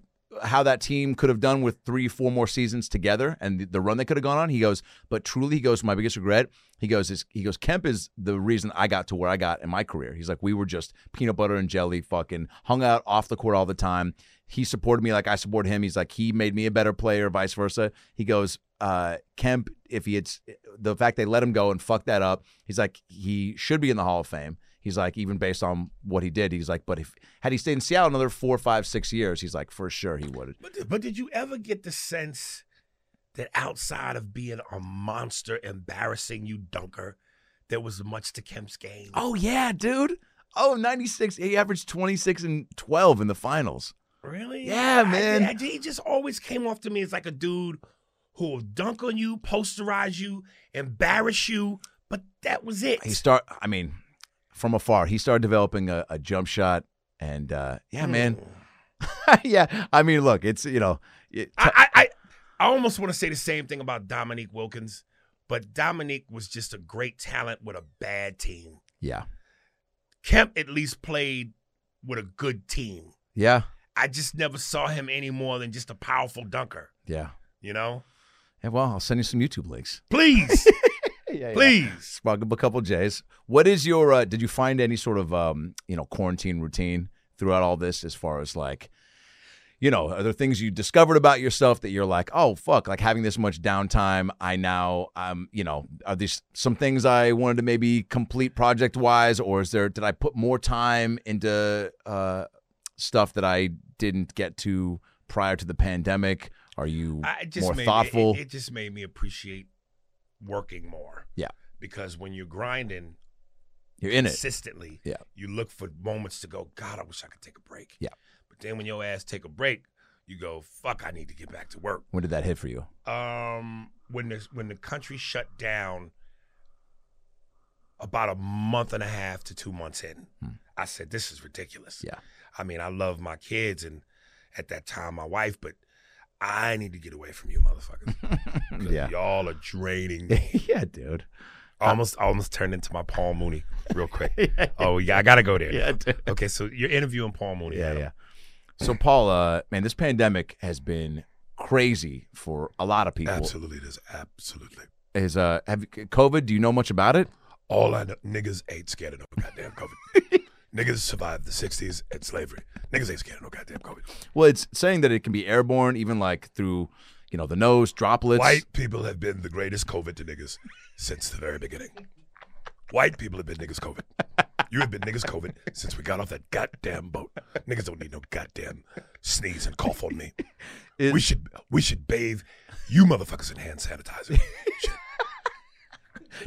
[SPEAKER 4] how that team could have done with three, four more seasons together and the, the run they could have gone on. He goes, but truly, he goes, my biggest regret. He goes, is he goes, Kemp is the reason I got to where I got in my career. He's like, we were just peanut butter and jelly, fucking hung out off the court all the time. He supported me like I support him. He's like, he made me a better player, vice versa. He goes, uh, Kemp, if he had s- the fact they let him go and fuck that up, he's like, he should be in the Hall of Fame. He's like, even based on what he did, he's like, but if had he stayed in Seattle another four, five, six years, he's like, for sure he would.
[SPEAKER 2] But, but did you ever get the sense that outside of being a monster, embarrassing you dunker, there was much to Kemp's game?
[SPEAKER 4] Oh yeah, dude. Oh, 96. He averaged 26 and 12 in the finals.
[SPEAKER 2] Really?
[SPEAKER 4] Yeah,
[SPEAKER 2] I-
[SPEAKER 4] man.
[SPEAKER 2] I- he just always came off to me as like a dude who will dunk on you, posterize you, embarrass you, but that was it.
[SPEAKER 4] He start I mean, from afar, he started developing a, a jump shot and uh yeah, man. yeah. I mean, look, it's you know, it,
[SPEAKER 2] I, I, I I almost want to say the same thing about Dominique Wilkins, but Dominique was just a great talent with a bad team.
[SPEAKER 4] yeah.
[SPEAKER 2] Kemp at least played with a good team.
[SPEAKER 4] Yeah.
[SPEAKER 2] I just never saw him any more than just a powerful dunker,
[SPEAKER 4] Yeah.
[SPEAKER 2] you know?
[SPEAKER 4] Yeah, well, I'll send you some YouTube links.
[SPEAKER 2] Please, please.
[SPEAKER 4] Spark up a couple J's. What is your? Uh, did you find any sort of um, you know quarantine routine throughout all this? As far as like, you know, are there things you discovered about yourself that you're like, oh fuck, like having this much downtime, I now, um, you know, are these some things I wanted to maybe complete project wise, or is there? Did I put more time into uh, stuff that I didn't get to prior to the pandemic? Are you
[SPEAKER 2] I it just
[SPEAKER 4] more
[SPEAKER 2] made me-
[SPEAKER 4] thoughtful?
[SPEAKER 2] it, it just made me appreciate working more.
[SPEAKER 4] Yeah.
[SPEAKER 2] Because when you're grinding
[SPEAKER 4] you're in it.
[SPEAKER 2] consistently,
[SPEAKER 4] Yeah.
[SPEAKER 2] you look for moments to go, God, I wish I could take a break.
[SPEAKER 4] Yeah.
[SPEAKER 2] But then when your ass take a break, you go, fuck, I need to get back to work.
[SPEAKER 4] When did that hit for you?
[SPEAKER 2] um when the when the country shut down about a month and a half to two months in i said this is ridiculous
[SPEAKER 4] Hmm. Yeah.
[SPEAKER 2] i mean i love my kids and at that time my wife but i need to get away from you motherfuckers 'Cause
[SPEAKER 4] Yeah.
[SPEAKER 2] y'all are draining me
[SPEAKER 4] yeah, dude.
[SPEAKER 2] almost almost turned into my paul mooney real quick oh yeah i gotta go there yeah okay so you're interviewing paul mooney
[SPEAKER 4] Yeah,
[SPEAKER 2] Adam.
[SPEAKER 4] yeah. So, Paul, uh, man, this pandemic has been crazy for a lot of people.
[SPEAKER 2] absolutely this absolutely
[SPEAKER 4] Is uh, have COVID? Do you know much about it?
[SPEAKER 2] All I know, niggas ain't scared of no goddamn COVID. niggas survived the 60s and slavery. Niggas ain't scared of no goddamn COVID.
[SPEAKER 4] Well, it's saying that it can be airborne, even like through, you know, the nose droplets.
[SPEAKER 2] White people have been the greatest COVID to niggas since the very beginning. White people have been niggas COVID. You have been niggas COVID since we got off that goddamn boat. Niggas don't need no goddamn sneeze and cough on me. we should we should bathe you motherfuckers in hand sanitizer.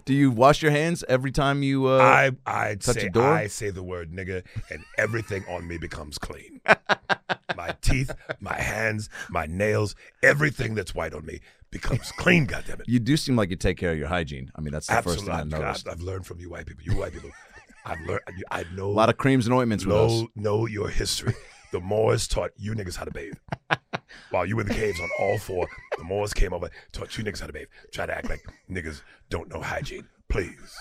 [SPEAKER 4] Do you wash your hands every time you? Uh,
[SPEAKER 2] I I'd
[SPEAKER 4] touch
[SPEAKER 2] say
[SPEAKER 4] a door?
[SPEAKER 2] I say the word nigga and everything on me becomes clean. my teeth, my hands, my nails, everything that's white on me becomes clean, goddammit.
[SPEAKER 4] you do seem like you take care of your hygiene. I mean, that's the
[SPEAKER 2] Absolutely.
[SPEAKER 4] first thing I
[SPEAKER 2] I've,
[SPEAKER 4] noticed.
[SPEAKER 2] I've, I've learned from you white people. You white people. I've learned I I know
[SPEAKER 4] a lot of creams and ointments with us.
[SPEAKER 2] know, know your history. The Moors taught you niggas how to bathe. While you were in the caves on all four, the Moors came over, taught you niggas how to bathe. Try to act like niggas don't know hygiene. Please.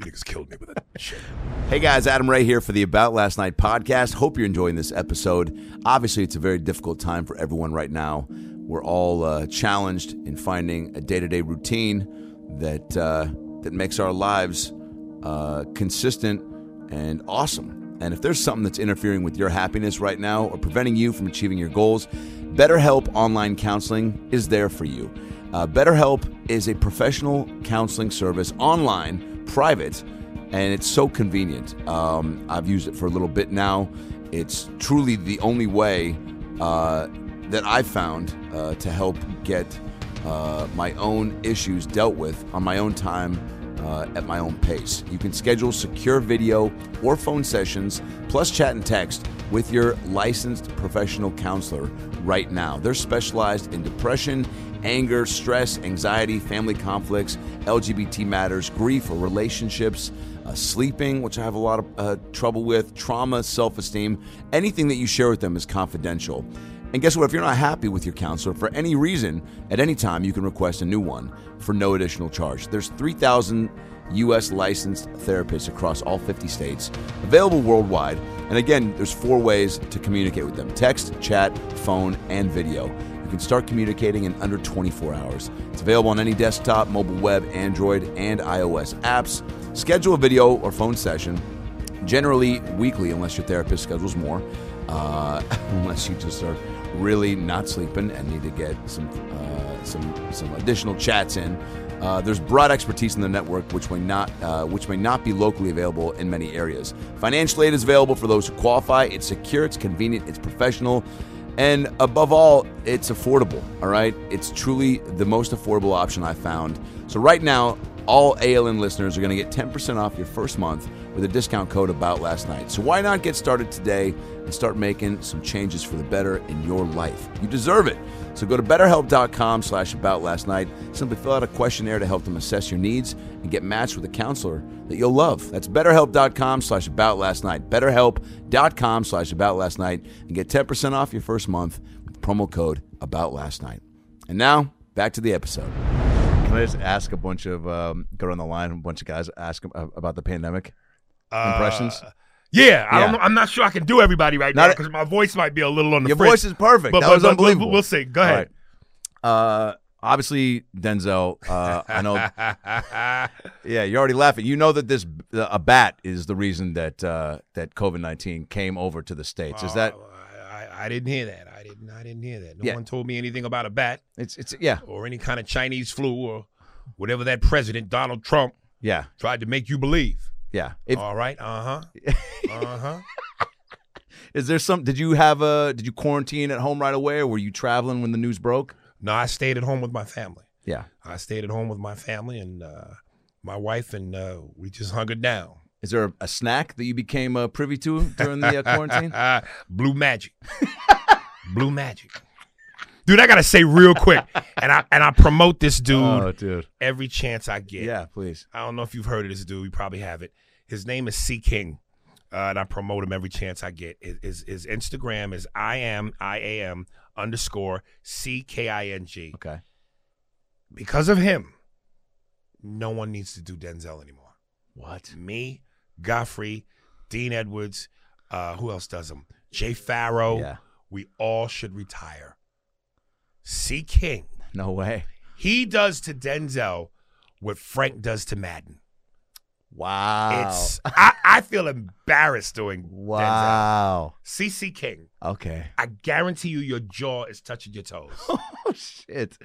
[SPEAKER 2] You niggas killed me with that shit.
[SPEAKER 3] Hey guys, Adam Ray here for the About Last Night podcast. Hope you're enjoying this episode. Obviously, it's a very difficult time for everyone right now. We're all uh, challenged in finding a day-to-day routine that uh, that makes our lives uh, consistent and awesome. And if there's something that's interfering with your happiness right now or preventing you from achieving your goals, BetterHelp Online Counseling is there for you. Uh, BetterHelp is a professional counseling service online, private and it's so convenient. Um, I've used it for a little bit now. It's truly the only way uh, that I've found uh, to help get uh, my own issues dealt with on my own time
[SPEAKER 4] uh, at my own pace. You can schedule secure video or phone sessions, plus chat and text, with your licensed professional counselor right now. They're specialized in depression, anger, stress, anxiety, family conflicts, LGBT matters, grief or relationships, uh, sleeping, which I have a lot of uh, trouble with, trauma, self esteem. Anything that you share with them is confidential. And guess what? If you're not happy with your counselor for any reason, at any time, you can request a new one for no additional charge. There's 3,000 U.S. licensed therapists across all 50 states, available worldwide. And again, there's four ways to communicate with them text, chat, phone, and video. You can start communicating in under 24 hours. It's available on any desktop, mobile web, Android, and iOS apps. Schedule a video or phone session generally weekly, unless your therapist schedules more, uh, unless you just are really not sleeping and need to get some uh, some some additional chats in. Uh, there's broad expertise in the network, which may not uh, which may not be locally available in many areas. Financial aid is available for those who qualify. It's secure, it's convenient, it's professional. And above all, it's affordable, all right? It's truly the most affordable option I found. So, right now, all ALN listeners are going to get 10% off your first month with a discount code about last night. So, why not get started today and start making some changes for the better in your life? You deserve it. So, go to betterhelp.com slash about last night. Simply fill out a questionnaire to help them assess your needs and get matched with a counselor that you'll love. That's betterhelp.com slash about last night. Betterhelp.com slash about last night and get 10% off your first month with promo code about last night. And now, back to the episode. Can I just ask a bunch of, um, go down the line, a bunch of guys ask them about the pandemic impressions?
[SPEAKER 2] Yeah, I
[SPEAKER 4] Yeah.
[SPEAKER 2] don't know. I'm not sure I can do everybody right
[SPEAKER 4] Not
[SPEAKER 2] now
[SPEAKER 4] a-
[SPEAKER 2] because my voice might be a little on the
[SPEAKER 4] Your
[SPEAKER 2] fringe.
[SPEAKER 4] voice is perfect.
[SPEAKER 2] But-
[SPEAKER 4] that
[SPEAKER 2] but-
[SPEAKER 4] was
[SPEAKER 2] but we'll-
[SPEAKER 4] unbelievable.
[SPEAKER 2] we'll see. Go
[SPEAKER 4] All
[SPEAKER 2] ahead.
[SPEAKER 4] right. Uh, obviously, Denzel. Uh, I know. yeah, you're already laughing. You know that this uh, a bat is the reason that uh, that COVID nineteen came over to the states. Is that
[SPEAKER 2] Oh, Uh. I, I- I didn't hear that. I didn't. I didn't hear that. No
[SPEAKER 4] Yeah.
[SPEAKER 2] one told me anything about a bat
[SPEAKER 4] it's it's yeah
[SPEAKER 2] or any kind of Chinese flu or whatever that president Donald Trump
[SPEAKER 4] yeah
[SPEAKER 2] tried to make you believe.
[SPEAKER 4] yeah. If,
[SPEAKER 2] All right. Uh huh. Uh huh.
[SPEAKER 4] Is there some? Did you have a? Did you quarantine at home right away, or were you traveling when the news broke?
[SPEAKER 2] No, I stayed at home with my family.
[SPEAKER 4] Yeah.
[SPEAKER 2] I stayed at home with my family and uh, my wife, and uh, we just hungered down.
[SPEAKER 4] Is there a, snack that you became uh, privy to during the uh, quarantine?
[SPEAKER 2] Uh, Blue Magic. Blue Magic. Dude, I gotta say real quick, and I and I promote this Oh, dude
[SPEAKER 4] dude.
[SPEAKER 2] every chance I get.
[SPEAKER 4] Oh. Yeah, please.
[SPEAKER 2] I don't know if you've heard of this dude. You probably haven't. His name is C King, uh, and I promote him every chance I get. His, his, his Instagram is I am I am underscore C K I N G.
[SPEAKER 4] Okay.
[SPEAKER 2] Because of him, no one needs to do Denzel anymore.
[SPEAKER 4] What?
[SPEAKER 2] Me, Godfrey, Dean Edwards, uh, who else does them? Jay Farrow.
[SPEAKER 4] Yeah.
[SPEAKER 2] We all should retire. C King.
[SPEAKER 4] No way.
[SPEAKER 2] He does to Denzel what Frank does to Madden.
[SPEAKER 4] Wow.
[SPEAKER 2] It's I, I feel embarrassed doing Denzel.
[SPEAKER 4] wow.
[SPEAKER 2] CC King.
[SPEAKER 4] Okay.
[SPEAKER 2] I guarantee you your jaw is touching your toes.
[SPEAKER 4] oh shit.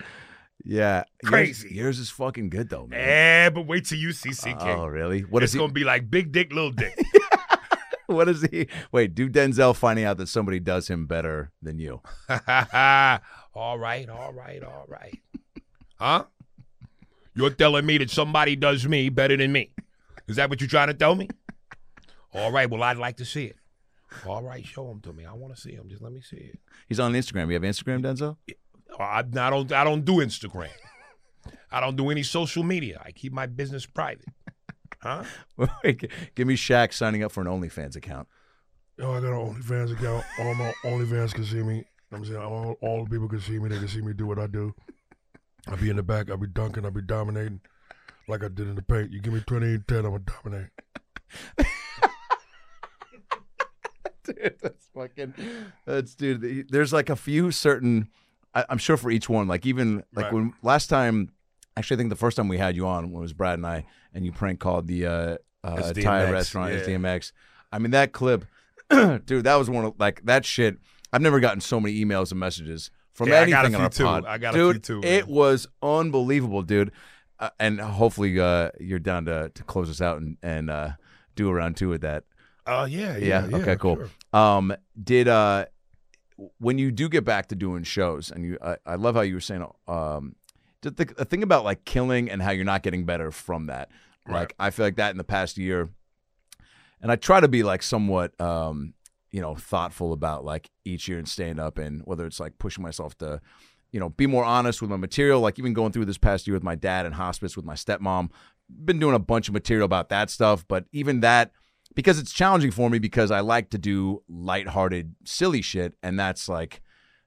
[SPEAKER 4] Yeah. Yours-
[SPEAKER 2] Crazy.
[SPEAKER 4] Yours, is fucking good though, man.
[SPEAKER 2] eh, but wait till you see CC King.
[SPEAKER 4] oh really? What
[SPEAKER 2] it's
[SPEAKER 4] is he?
[SPEAKER 2] gonna be like big dick, little dick.
[SPEAKER 4] What is he? Wait, do Denzel finding out that somebody does him better than you?
[SPEAKER 2] all right, all right, all right. Huh? You're telling me that somebody does me better than me. Is that what you're trying to tell me? All right, well, I'd like to see it. All right, show them to me. I want to see them. Just let me see it.
[SPEAKER 4] He's on Instagram. You have Instagram, Denzel?
[SPEAKER 2] I, I don't. I don't do Instagram. I don't do any social media. I keep my business private. Huh?
[SPEAKER 4] Wait, g- give me Shaq signing up for an OnlyFans account.
[SPEAKER 7] Yo, Oh, I got an OnlyFans account. All my OnlyFans can see me. I'm saying all, all the people can see me. They can see me do what I do. I be in the back. I be dunking. I be dominating, like I did in the paint. You give me 28 10, I'ma dominate.
[SPEAKER 4] dude, that's fucking. That's dude. the- There's like a few certain. I, I'm sure for each one, like even like
[SPEAKER 2] Right.
[SPEAKER 4] when last time, actually I think the first time we had you on was Brad and I, and you prank called the uh, uh, Thai
[SPEAKER 2] SDMX,
[SPEAKER 4] restaurant
[SPEAKER 2] yeah.
[SPEAKER 4] SDMX. I mean that clip, dude. That was one of like that shit. I've never gotten so many emails and messages from
[SPEAKER 2] Yeah, I
[SPEAKER 4] anything
[SPEAKER 2] got a
[SPEAKER 4] on
[SPEAKER 2] few
[SPEAKER 4] our
[SPEAKER 2] too.
[SPEAKER 4] pod.
[SPEAKER 2] I got a few
[SPEAKER 4] dude,
[SPEAKER 2] too,
[SPEAKER 4] It
[SPEAKER 2] man.
[SPEAKER 4] was unbelievable, dude. Uh, and hopefully uh, you're down to to close us out and and uh, do a round two with that.
[SPEAKER 2] Uh, yeah,
[SPEAKER 4] Yeah.
[SPEAKER 2] yeah.
[SPEAKER 4] okay. Cool.
[SPEAKER 2] sure.
[SPEAKER 4] Um, did uh, when you do get back to doing shows, and you, I, I love how you were saying, um, did the, the thing about like killing and how you're not getting better from that. Like I feel like that in the past year, and I try to be like somewhat, um, you know, thoughtful about like each year and stand up and whether it's like pushing myself to, you know, be more honest with my material. Like even going through this past year with my dad and hospice with my stepmom, been doing a bunch of material about that stuff. But even that, because it's challenging for me because I like to do lighthearted, silly shit, and that's like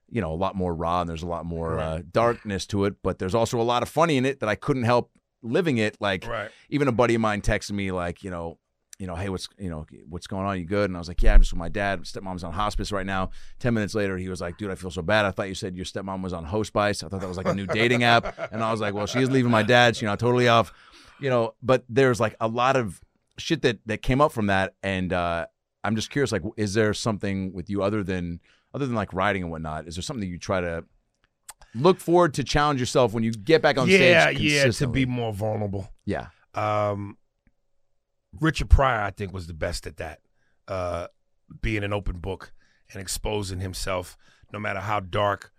[SPEAKER 4] you know a lot more raw and there's a lot more uh, darkness to it but there's also a lot of funny in it that i couldn't help living it like
[SPEAKER 2] Right.
[SPEAKER 4] even a buddy of mine texted me like you know you know hey what's you know what's going on you good and i was like yeah i'm just with my dad stepmom's on hospice right now 10 minutes later he was like dude i feel so bad i thought you said your stepmom was on hospice i thought that was like a new dating app and i was like well she is leaving my dad you know totally off you know but there's like a lot of shit that that came up from that and uh i'm just curious like is there something with you other than other than like riding and whatnot is there something that you try to look forward to challenge yourself when you get back on
[SPEAKER 2] yeah,
[SPEAKER 4] stage
[SPEAKER 2] yeah, to
[SPEAKER 4] consistently?
[SPEAKER 2] be more vulnerable.
[SPEAKER 4] yeah
[SPEAKER 2] Um, Richard Pryor, I think, was the best at that, uh, being an open book and exposing himself, no matter how dark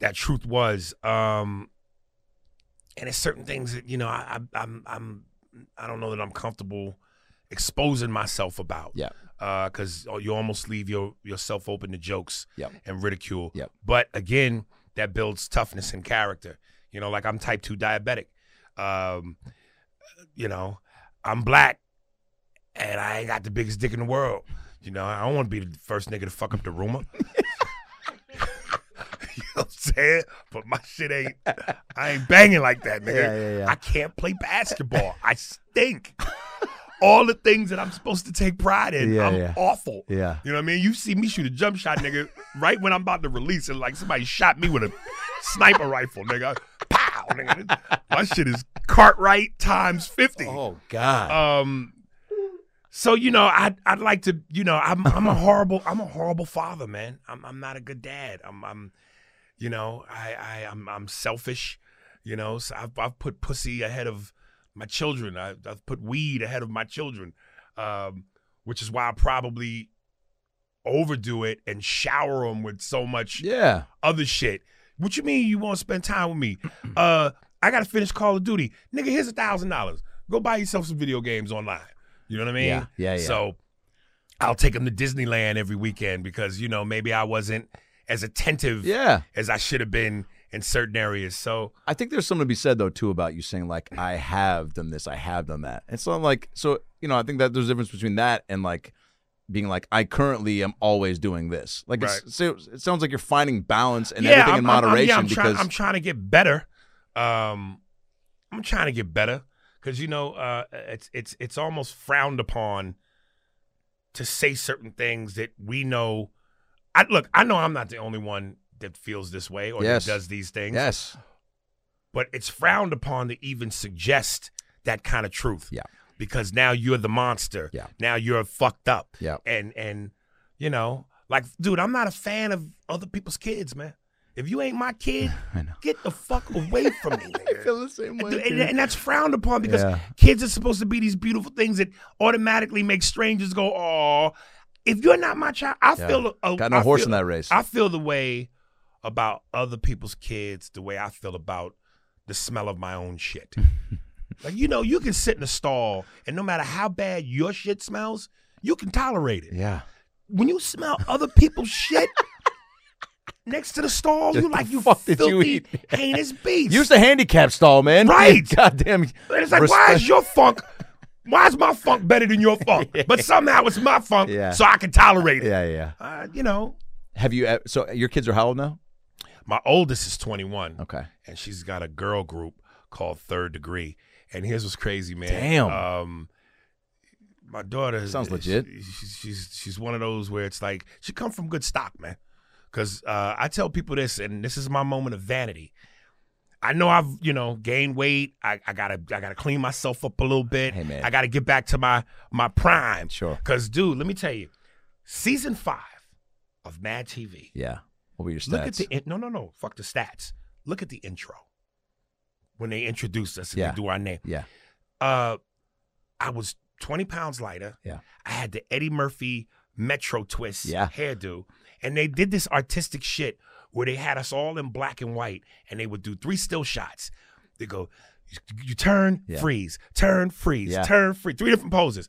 [SPEAKER 2] that truth was. Um, and it's certain things that you know I, I, I'm I'm I don't know that I'm comfortable exposing myself about.
[SPEAKER 4] Yeah.
[SPEAKER 2] Because you almost leave your yourself open to jokes
[SPEAKER 4] Yep.
[SPEAKER 2] and ridicule.
[SPEAKER 4] Yep.
[SPEAKER 2] But again, that builds toughness and character. You know, like I'm type two diabetic. Um, you know, I'm black, and I ain't got the biggest dick in the world. You know, I don't want to be the first nigga to fuck up the rumor. you know what I'm saying? But my shit ain't. I ain't banging like that, nigga.
[SPEAKER 4] Yeah, yeah, yeah.
[SPEAKER 2] I can't play basketball. I stink. All the things that I'm supposed to take pride in,
[SPEAKER 4] Yeah,
[SPEAKER 2] I'm
[SPEAKER 4] yeah.
[SPEAKER 2] awful.
[SPEAKER 4] yeah
[SPEAKER 2] You know what I mean? You see me shoot a jump shot, nigga, right when I'm about to release it, like somebody shot me with a sniper rifle, nigga. Pow, nigga. My shit is Cartwright times 50.
[SPEAKER 4] oh god
[SPEAKER 2] Um so you know, I would I'd like to, you know, I'm I'm a horrible I'm a horrible father, man. I'm I'm not a good dad. I'm I'm you know, I I I'm I'm selfish, you know. So I've I've put pussy ahead of my children. I I've put weed ahead of my children. Um which is why I probably overdo it and shower them with so much
[SPEAKER 4] yeah
[SPEAKER 2] other shit. What you mean you won't spend time with me? Uh, I gotta finish Call of Duty, nigga. Here's a thousand dollars. Go buy yourself some video games online. You know what I mean?
[SPEAKER 4] Yeah, yeah, yeah.
[SPEAKER 2] So I'll take him to Disneyland every weekend because you know maybe I wasn't as attentive
[SPEAKER 4] yeah
[SPEAKER 2] as I should have been in certain areas. So
[SPEAKER 4] I think there's something to be said though too about you saying like I have done this, I have done that. And so I'm like, so you know, I think that there's a difference between that and like being like I currently am always doing this. Like it's, so it sounds like you're finding balance and everything in moderation
[SPEAKER 2] yeah, I'm
[SPEAKER 4] because
[SPEAKER 2] trying, I'm trying to get better. Um, I'm trying to get better because you know uh, it's it's it's almost frowned upon to say certain things that we know. I look, I know I'm not the only one that feels this way or
[SPEAKER 4] Yes.
[SPEAKER 2] that does these things.
[SPEAKER 4] yes,
[SPEAKER 2] But it's frowned upon to even suggest that kind of truth.
[SPEAKER 4] Yeah.
[SPEAKER 2] Because now you're the monster.
[SPEAKER 4] Yeah.
[SPEAKER 2] Now you're fucked up.
[SPEAKER 4] Yeah.
[SPEAKER 2] And and you know, like, dude, I'm not a fan of other people's kids, man. If you ain't my kid,
[SPEAKER 4] I know.
[SPEAKER 2] get the fuck away from me. nigga.
[SPEAKER 4] the same
[SPEAKER 2] And- and, and that's frowned upon because
[SPEAKER 4] Yeah.
[SPEAKER 2] kids are supposed to be these beautiful things that automatically make strangers go, "Oh, if you're not my child, I
[SPEAKER 4] Yeah.
[SPEAKER 2] feel a,
[SPEAKER 4] Got no
[SPEAKER 2] I
[SPEAKER 4] horse
[SPEAKER 2] feel-
[SPEAKER 4] in that race.
[SPEAKER 2] I feel the way about other people's kids, the way I feel about the smell of my own shit. like you know, you can sit in a stall, and no matter how bad your shit smells, you can tolerate it.
[SPEAKER 4] yeah,
[SPEAKER 2] When you smell other people's shit. Next to the stall,
[SPEAKER 4] Just
[SPEAKER 2] you
[SPEAKER 4] the
[SPEAKER 2] like you
[SPEAKER 4] fuck
[SPEAKER 2] filthy,
[SPEAKER 4] did you eat?
[SPEAKER 2] heinous beast.
[SPEAKER 4] use the handicap stall, man.
[SPEAKER 2] Right.
[SPEAKER 4] goddamn.
[SPEAKER 2] And it's like, why is
[SPEAKER 4] respect-
[SPEAKER 2] your funk? Why is my funk better than your funk? But somehow it's my funk,
[SPEAKER 4] Yeah.
[SPEAKER 2] so I can tolerate it.
[SPEAKER 4] Yeah, yeah.
[SPEAKER 2] Uh, you know,
[SPEAKER 4] Have you? ev- So your kids are how old now?
[SPEAKER 2] my oldest is 21,
[SPEAKER 4] Okay.
[SPEAKER 2] and she's got a girl group called Third Degree. And here's what's crazy, man.
[SPEAKER 4] Damn.
[SPEAKER 2] Um, my daughter is-
[SPEAKER 4] Sounds
[SPEAKER 2] is-
[SPEAKER 4] legit.
[SPEAKER 2] She's, she's she's one of those where it's like she come from good stock, man. Because uh, I tell people this, and this is my moment of vanity. I know I've you know gained weight. I, I gotta I gotta clean myself up a little bit.
[SPEAKER 4] Hey, man.
[SPEAKER 2] I gotta get back to my my prime.
[SPEAKER 4] Sure.
[SPEAKER 2] Because dude, let me tell you, season five of Mad TV.
[SPEAKER 4] Yeah. What were your stats?
[SPEAKER 2] Look at the in- no no no fuck the stats. Look at the intro when they introduced us and
[SPEAKER 4] Yeah.
[SPEAKER 2] they do our name.
[SPEAKER 4] yeah.
[SPEAKER 2] Uh, I was twenty pounds lighter.
[SPEAKER 4] Yeah.
[SPEAKER 2] I had the Eddie Murphy Metro twist
[SPEAKER 4] Yeah.
[SPEAKER 2] hairdo, and they did this artistic shit where they had us all in black and white, and they would do three still shots. They go, You turn,
[SPEAKER 4] Yeah.
[SPEAKER 2] freeze, turn, freeze,
[SPEAKER 4] Yeah.
[SPEAKER 2] turn, freeze. Three different poses.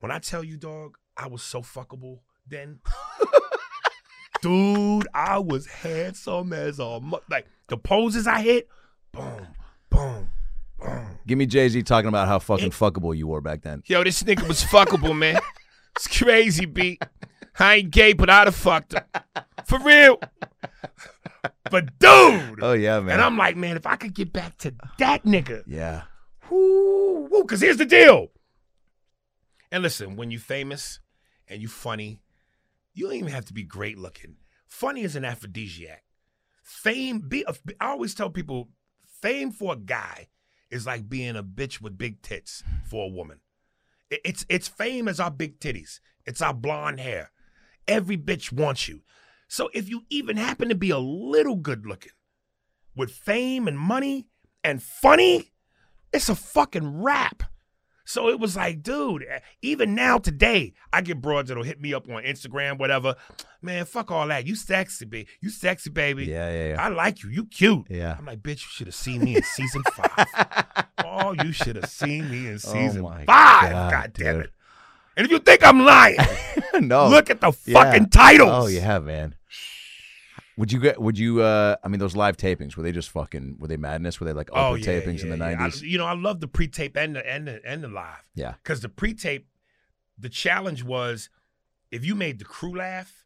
[SPEAKER 2] When I tell you, dog, I was so fuckable then. Dude, I was handsome as a mu- like the poses I hit, boom, boom, boom.
[SPEAKER 4] Give me Jay Z talking about how fucking fuckable you were back then.
[SPEAKER 2] Yo, this nigga was fuckable, man. It's crazy, B. I ain't gay, but I'd have fucked him. For real. But dude.
[SPEAKER 4] Oh yeah, man.
[SPEAKER 2] And I'm like, man, if I could get back to that nigga,
[SPEAKER 4] yeah.
[SPEAKER 2] whoo, woo, cause here's the deal. And listen, when you famous and you funny, you don't even have to be great looking. Funny is an aphrodisiac. Fame, be, I always tell people, fame for a guy is like being a bitch with big tits for a woman. It- It's it's fame as our big titties. It's our blonde hair. Every bitch wants you. So if you even happen to be a little good looking, with fame and money and funny, it's a fucking rap. So it was like, dude, eh, even now today, I get broads that'll hit me up on Instagram, whatever. Man, fuck all that. You sexy, baby. You sexy, baby.
[SPEAKER 4] Yeah, yeah, yeah.
[SPEAKER 2] I like you. You cute.
[SPEAKER 4] Yeah.
[SPEAKER 2] I'm like, bitch, you should have seen me in season five. oh, you should have seen me in season
[SPEAKER 4] Oh my
[SPEAKER 2] five. God,
[SPEAKER 4] God,
[SPEAKER 2] damn
[SPEAKER 4] dude.
[SPEAKER 2] it. And if you think I'm lying,
[SPEAKER 4] no.
[SPEAKER 2] look at the
[SPEAKER 4] Yeah.
[SPEAKER 2] fucking titles.
[SPEAKER 4] Oh yeah, man. Would you get? Would you? uh I mean, those live tapings were they just fucking? Were they madness? Were they like Oprah tapings in the
[SPEAKER 2] Oh, yeah. I-
[SPEAKER 4] nineties?
[SPEAKER 2] you know, I love the pre-tape and the and the, and the live.
[SPEAKER 4] Yeah.
[SPEAKER 2] Because the pre-tape, the challenge was, if you made the crew laugh,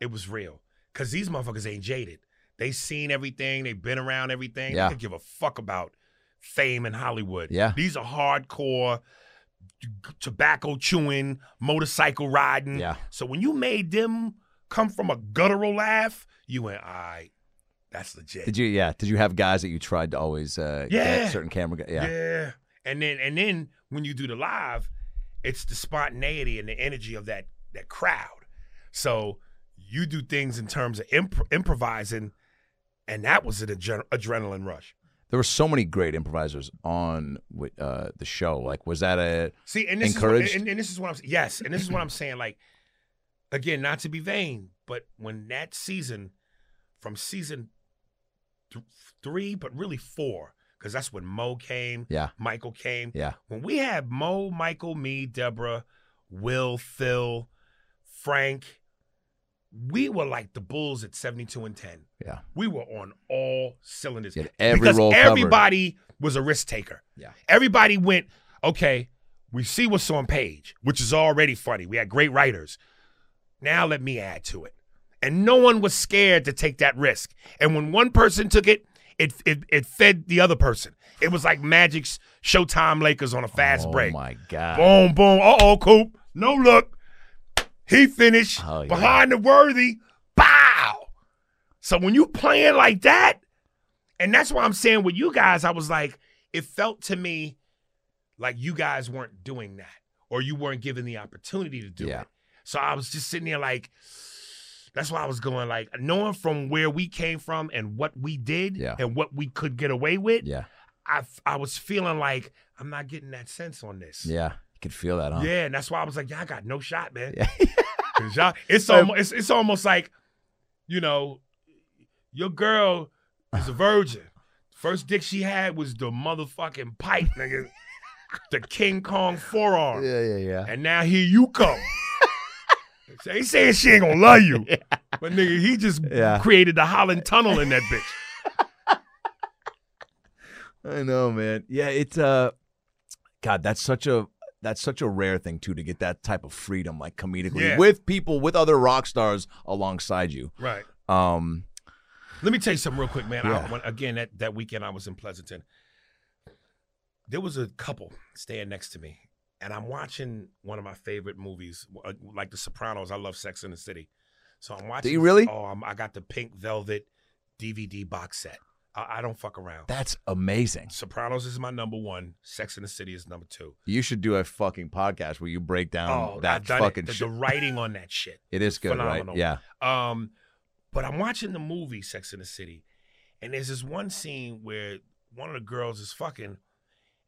[SPEAKER 2] it was real. Because these motherfuckers ain't jaded. They seen everything. They've been around everything.
[SPEAKER 4] Yeah.
[SPEAKER 2] They could give a fuck about fame in Hollywood.
[SPEAKER 4] Yeah.
[SPEAKER 2] These are hardcore, t- tobacco chewing, motorcycle riding.
[SPEAKER 4] Yeah.
[SPEAKER 2] So when you made them come from a guttural laugh, you went, all right, that's legit.
[SPEAKER 4] Did you? Yeah. Did you have guys that you tried to always uh,
[SPEAKER 2] Yeah.
[SPEAKER 4] get certain camera? Guy? Yeah.
[SPEAKER 2] Yeah. And then and then when you do the live, it's the spontaneity and the energy of that that crowd. So you do things in terms of imp- improvising, and that was an adre- adrenaline rush.
[SPEAKER 4] There were so many great improvisers on with, uh, the show. Like, was that a?
[SPEAKER 2] See, and this is
[SPEAKER 4] Encouraged?
[SPEAKER 2] what, and, and this is what I'm yes, and this is what I'm saying. Like again, not to be vain, but when that season, from season th- three, but really four, because that's when Mo came,
[SPEAKER 4] Yeah.
[SPEAKER 2] Michael came,
[SPEAKER 4] Yeah.
[SPEAKER 2] when we had Mo, Michael, me, Deborah, Will, Phil, Frank, we were like the Bulls at 72 and 10.
[SPEAKER 4] Yeah.
[SPEAKER 2] We were on all cylinders.
[SPEAKER 4] You had every
[SPEAKER 2] because
[SPEAKER 4] role covered.
[SPEAKER 2] everybody was a risk taker.
[SPEAKER 4] Yeah.
[SPEAKER 2] Everybody went, okay, we see what's on page, which is already funny. We had great writers. Now let me add to it. And no one was scared to take that risk. And when one person took it, it it, it fed the other person. It was like Magic's Showtime Lakers on a fast
[SPEAKER 4] oh
[SPEAKER 2] break.
[SPEAKER 4] my god.
[SPEAKER 2] Boom, boom. Uh oh, Coop. No look. He finished
[SPEAKER 4] Oh, yeah.
[SPEAKER 2] behind the worthy. Bow. So when you playing like that, and that's why I'm saying with you guys, I was like, it felt to me like you guys weren't doing that, or you weren't given the opportunity to do
[SPEAKER 4] Yeah.
[SPEAKER 2] it. So I was just sitting there like, that's why I was going like, knowing from where we came from and what we did
[SPEAKER 4] Yeah.
[SPEAKER 2] and what we could get away with,
[SPEAKER 4] Yeah.
[SPEAKER 2] I f- I was feeling like I'm not getting that sense on this.
[SPEAKER 4] Yeah. You could feel that, huh?
[SPEAKER 2] Yeah, and that's why I was like, y'all got no shot, man.
[SPEAKER 4] Yeah.
[SPEAKER 2] 'Cause y'all, it's almost it's, it's almost like, you know, your girl is a virgin. First dick she had was the motherfucking pipe, nigga, the King Kong forearm,
[SPEAKER 4] Yeah. Yeah. yeah.
[SPEAKER 2] and now here you come. So Ain't saying she ain't gonna love you, but nigga, he just
[SPEAKER 4] Yeah.
[SPEAKER 2] created the Holland Tunnel in that bitch.
[SPEAKER 4] I know, man. Yeah, it's uh God, that's such a that's such a rare thing too to get that type of freedom, like comedically,
[SPEAKER 2] Yeah.
[SPEAKER 4] with people, with other rock stars alongside you.
[SPEAKER 2] Right.
[SPEAKER 4] Um,
[SPEAKER 2] Let me tell you something real quick, man. I,
[SPEAKER 4] Yeah.
[SPEAKER 2] when, again, that, that weekend I was in Pleasanton. There was a couple staying next to me, and I'm watching one of my favorite movies, uh, like The Sopranos. I love Sex in the City, so I'm watching.
[SPEAKER 4] you really?
[SPEAKER 2] Oh, I'm, I got the Pink Velvet DVD box set. I, I don't fuck around.
[SPEAKER 4] that's amazing.
[SPEAKER 2] Sopranos is my number one. Sex in the City is number two.
[SPEAKER 4] You should do a fucking podcast where you break down
[SPEAKER 2] oh, I've
[SPEAKER 4] Um, that
[SPEAKER 2] done it.
[SPEAKER 4] fucking
[SPEAKER 2] The-
[SPEAKER 4] shit.
[SPEAKER 2] The writing on that shit.
[SPEAKER 4] It is good,
[SPEAKER 2] phenomenal.
[SPEAKER 4] right? Yeah.
[SPEAKER 2] Um, but I'm watching the movie Sex in the City, and there's this one scene where one of the girls is fucking,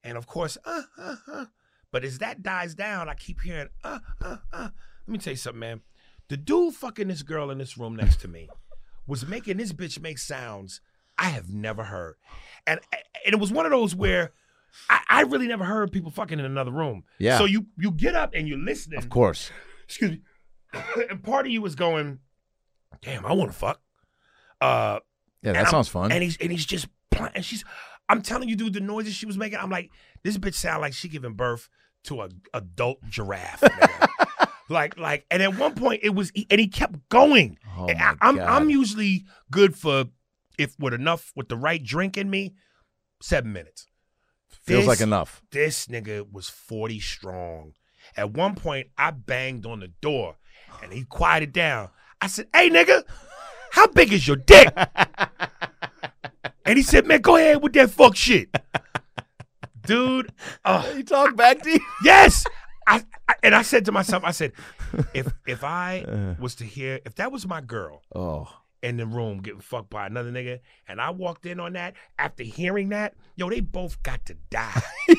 [SPEAKER 2] and of course, uh, uh, uh. But as that dies down, I keep hearing, uh, uh, uh. Let me tell you something, man. The dude fucking this girl in this room next to me was making this bitch make sounds I have never heard. And and it was one of those where I, I really never heard people fucking in another room.
[SPEAKER 4] Yeah.
[SPEAKER 2] So you you get up and you're listening.
[SPEAKER 4] Of course.
[SPEAKER 2] Excuse me. and part of you is going, damn, I want to fuck. Uh,
[SPEAKER 4] Yeah,
[SPEAKER 2] And
[SPEAKER 4] that
[SPEAKER 2] I'm-
[SPEAKER 4] sounds fun.
[SPEAKER 2] and he's and he's just pl- and she's. I'm telling you, dude, the noises she was making. I'm like, this bitch sound like she giving birth to a adult giraffe. man. like, like, and at one point it was, and he kept going.
[SPEAKER 4] oh
[SPEAKER 2] And
[SPEAKER 4] my
[SPEAKER 2] I, am
[SPEAKER 4] God.
[SPEAKER 2] I'm usually good for if with enough with the right drink in me, seven minutes.
[SPEAKER 4] Feels
[SPEAKER 2] This-
[SPEAKER 4] like enough.
[SPEAKER 2] This nigga was 40 strong. At one point, I banged on the door, and he quieted down. I said, "Hey, nigga, how big is your dick?" and he said, "Man, go ahead with that fuck shit, dude." uh,
[SPEAKER 4] You talk back to you.
[SPEAKER 2] yes. I, I, and I said to myself, I said, if if I was to hear, if that was my girl,
[SPEAKER 4] Oh.
[SPEAKER 2] in the room getting fucked by another nigga, and I walked in on that. After hearing that, yo, they both got to die.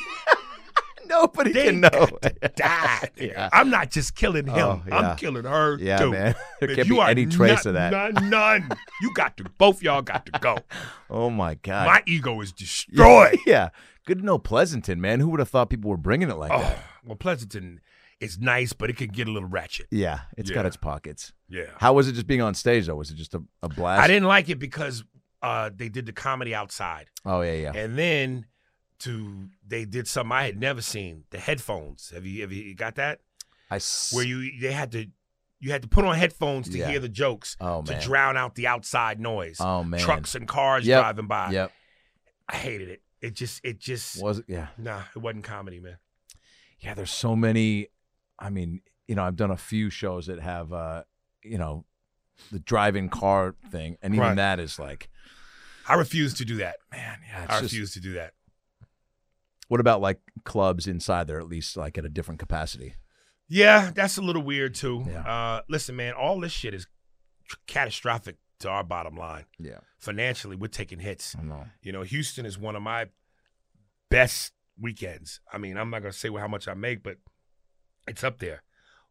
[SPEAKER 4] Nobody
[SPEAKER 2] They
[SPEAKER 4] can know.
[SPEAKER 2] got to die. nigga.
[SPEAKER 4] Yeah.
[SPEAKER 2] I'm not just killing him.
[SPEAKER 4] Oh, yeah.
[SPEAKER 2] I'm killing her
[SPEAKER 4] Yeah,
[SPEAKER 2] too.
[SPEAKER 4] man. There
[SPEAKER 2] If
[SPEAKER 4] can't
[SPEAKER 2] you
[SPEAKER 4] be
[SPEAKER 2] are
[SPEAKER 4] any
[SPEAKER 2] not-
[SPEAKER 4] trace of that.
[SPEAKER 2] None. none. you got to. Both y'all got to go.
[SPEAKER 4] oh my God.
[SPEAKER 2] My ego is destroyed.
[SPEAKER 4] yeah. Good to know Pleasanton, man. Who would have thought people were bringing it like that?
[SPEAKER 2] oh, well, Pleasanton is nice, but it could get a little ratchet.
[SPEAKER 4] Yeah, it's got
[SPEAKER 2] Yeah.
[SPEAKER 4] its pockets.
[SPEAKER 2] Yeah.
[SPEAKER 4] How was it just being on stage though? Was it just a, a blast?
[SPEAKER 2] I didn't like it because uh, they did the comedy outside.
[SPEAKER 4] Oh yeah, yeah.
[SPEAKER 2] And then to they did something I had never seen. The headphones. Have you have you got that?
[SPEAKER 4] I s-
[SPEAKER 2] Where you they had to you had to put on headphones to
[SPEAKER 4] Yeah.
[SPEAKER 2] hear the jokes
[SPEAKER 4] Oh
[SPEAKER 2] to
[SPEAKER 4] man.
[SPEAKER 2] drown out the outside noise.
[SPEAKER 4] oh man.
[SPEAKER 2] Trucks and cars
[SPEAKER 4] Yep.
[SPEAKER 2] driving by.
[SPEAKER 4] Yep.
[SPEAKER 2] I hated it. It just it just
[SPEAKER 4] Was it? Yeah.
[SPEAKER 2] nah, it wasn't comedy, man.
[SPEAKER 4] Yeah. There's so many. I mean, you know, I've done a few shows that have, uh, you know, the driving car thing, and even
[SPEAKER 2] Right.
[SPEAKER 4] that is like,
[SPEAKER 2] I refuse to do that.
[SPEAKER 4] man, yeah. It's
[SPEAKER 2] I
[SPEAKER 4] just,
[SPEAKER 2] refuse to do that.
[SPEAKER 4] What about like clubs inside there, at least like at a different capacity?
[SPEAKER 2] Yeah, that's a little weird too.
[SPEAKER 4] Yeah.
[SPEAKER 2] Uh listen, man, all this shit is tr- catastrophic to our bottom line.
[SPEAKER 4] Yeah.
[SPEAKER 2] Financially, we're taking hits.
[SPEAKER 4] I don't know.
[SPEAKER 2] You know, Houston is one of my best weekends. I mean, I'm not gonna say how much I make, but it's up there.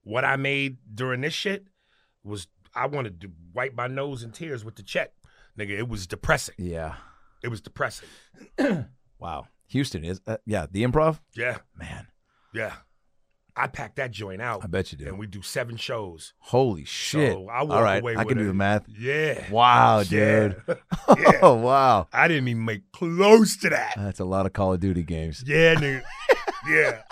[SPEAKER 2] What I made during this shit was I wanted to wipe my nose in tears with the check, nigga. It was depressing.
[SPEAKER 4] Yeah.
[SPEAKER 2] It was depressing.
[SPEAKER 4] Wow. Houston is. Uh, yeah. The improv.
[SPEAKER 2] Yeah,
[SPEAKER 4] Man,
[SPEAKER 2] yeah. I packed that joint out,
[SPEAKER 4] I bet you
[SPEAKER 2] and
[SPEAKER 4] did.
[SPEAKER 2] we do seven shows.
[SPEAKER 4] Holy shit.
[SPEAKER 2] So I walk
[SPEAKER 4] All right.
[SPEAKER 2] away
[SPEAKER 4] I can
[SPEAKER 2] with
[SPEAKER 4] do
[SPEAKER 2] a-
[SPEAKER 4] the math.
[SPEAKER 2] Yeah.
[SPEAKER 4] Wow,
[SPEAKER 2] Yeah.
[SPEAKER 4] dude. Oh wow.
[SPEAKER 2] I didn't even make close to that.
[SPEAKER 4] That's a lot of Call of Duty games.
[SPEAKER 2] Yeah, nigga. yeah.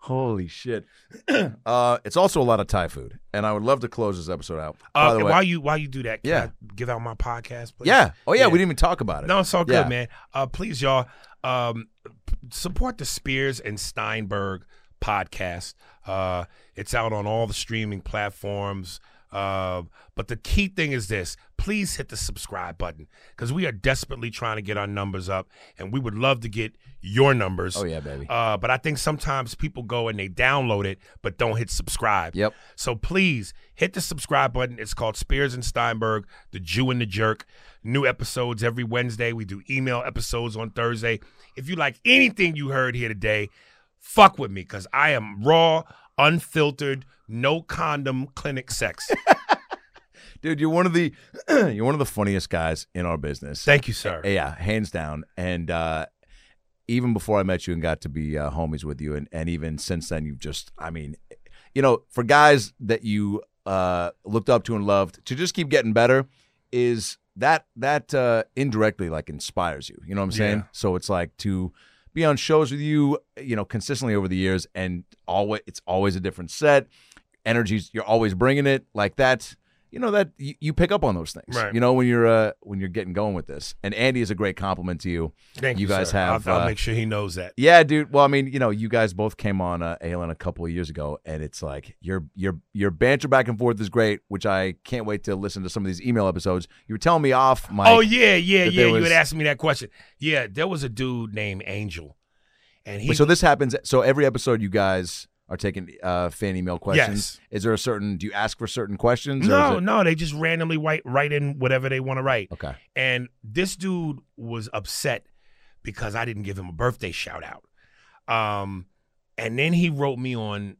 [SPEAKER 4] Holy shit! uh, it's also a lot of Thai food, and I would love to close this episode out. By
[SPEAKER 2] Uh,
[SPEAKER 4] the
[SPEAKER 2] and
[SPEAKER 4] way,
[SPEAKER 2] while you while you do that, can
[SPEAKER 4] Yeah.
[SPEAKER 2] I give out my podcast, please?
[SPEAKER 4] yeah, oh yeah,
[SPEAKER 2] Yeah.
[SPEAKER 4] we didn't even talk about it.
[SPEAKER 2] No, it's all good,
[SPEAKER 4] Yeah.
[SPEAKER 2] man. Uh, please, y'all, um, p- support the Spears and Steinberg podcast. Uh, it's out on all the streaming platforms. Uh, but the key thing is this please hit the subscribe button because we are desperately trying to get our numbers up and we would love to get your numbers.
[SPEAKER 4] Oh yeah, baby.
[SPEAKER 2] Uh, but I think sometimes people go and they download it but don't hit subscribe.
[SPEAKER 4] Yep.
[SPEAKER 2] So please hit the subscribe button. It's called Spears and Steinberg, The Jew and the Jerk. New episodes every Wednesday. We do email episodes on Thursday. If you like anything you heard here today, fuck with me because I am raw, unfiltered, no condom clinic sex.
[SPEAKER 4] Dude, you're one of the you're one of the funniest guys in our business.
[SPEAKER 2] Thank you, sir.
[SPEAKER 4] yeah, hands down. And uh, even before I met you and got to be uh, homies with you, and, and even since then, you've just, I mean, you know, for guys that you uh, looked up to and loved to just keep getting better is that that uh, indirectly like inspires you. You know what I'm saying?
[SPEAKER 2] Yeah.
[SPEAKER 4] So it's like to be on shows with you, you know, consistently over the years, and always it's always a different set. Energies, you're always bringing it like that. You know that you, you pick up on those things.
[SPEAKER 2] Right.
[SPEAKER 4] You know when you're uh, when you're getting going with this. And Andy is a great compliment to you.
[SPEAKER 2] Thank you.
[SPEAKER 4] You guys
[SPEAKER 2] sir.
[SPEAKER 4] have,
[SPEAKER 2] I'll, I'll
[SPEAKER 4] uh,
[SPEAKER 2] make sure he knows that.
[SPEAKER 4] Yeah, dude. Well, I mean, you know, you guys both came on uh, ALN a couple of years ago, and it's like your your your banter back and forth is great, which I can't wait to listen to some of these email episodes. You were telling me off, Mike.
[SPEAKER 2] oh yeah, yeah,
[SPEAKER 4] that
[SPEAKER 2] yeah.
[SPEAKER 4] there
[SPEAKER 2] You
[SPEAKER 4] was-
[SPEAKER 2] had asked me that question. Yeah, there was a dude named Angel, and he
[SPEAKER 4] Wait, so this happens. So every episode, you guys are taking uh, fan email questions.
[SPEAKER 2] Yes.
[SPEAKER 4] Is there a certain? Do you ask for certain questions? Or
[SPEAKER 2] no,
[SPEAKER 4] is it,
[SPEAKER 2] no, they just randomly write write in whatever they want to write.
[SPEAKER 4] Okay.
[SPEAKER 2] And this dude was upset because I didn't give him a birthday shout out. Um, and then he wrote me on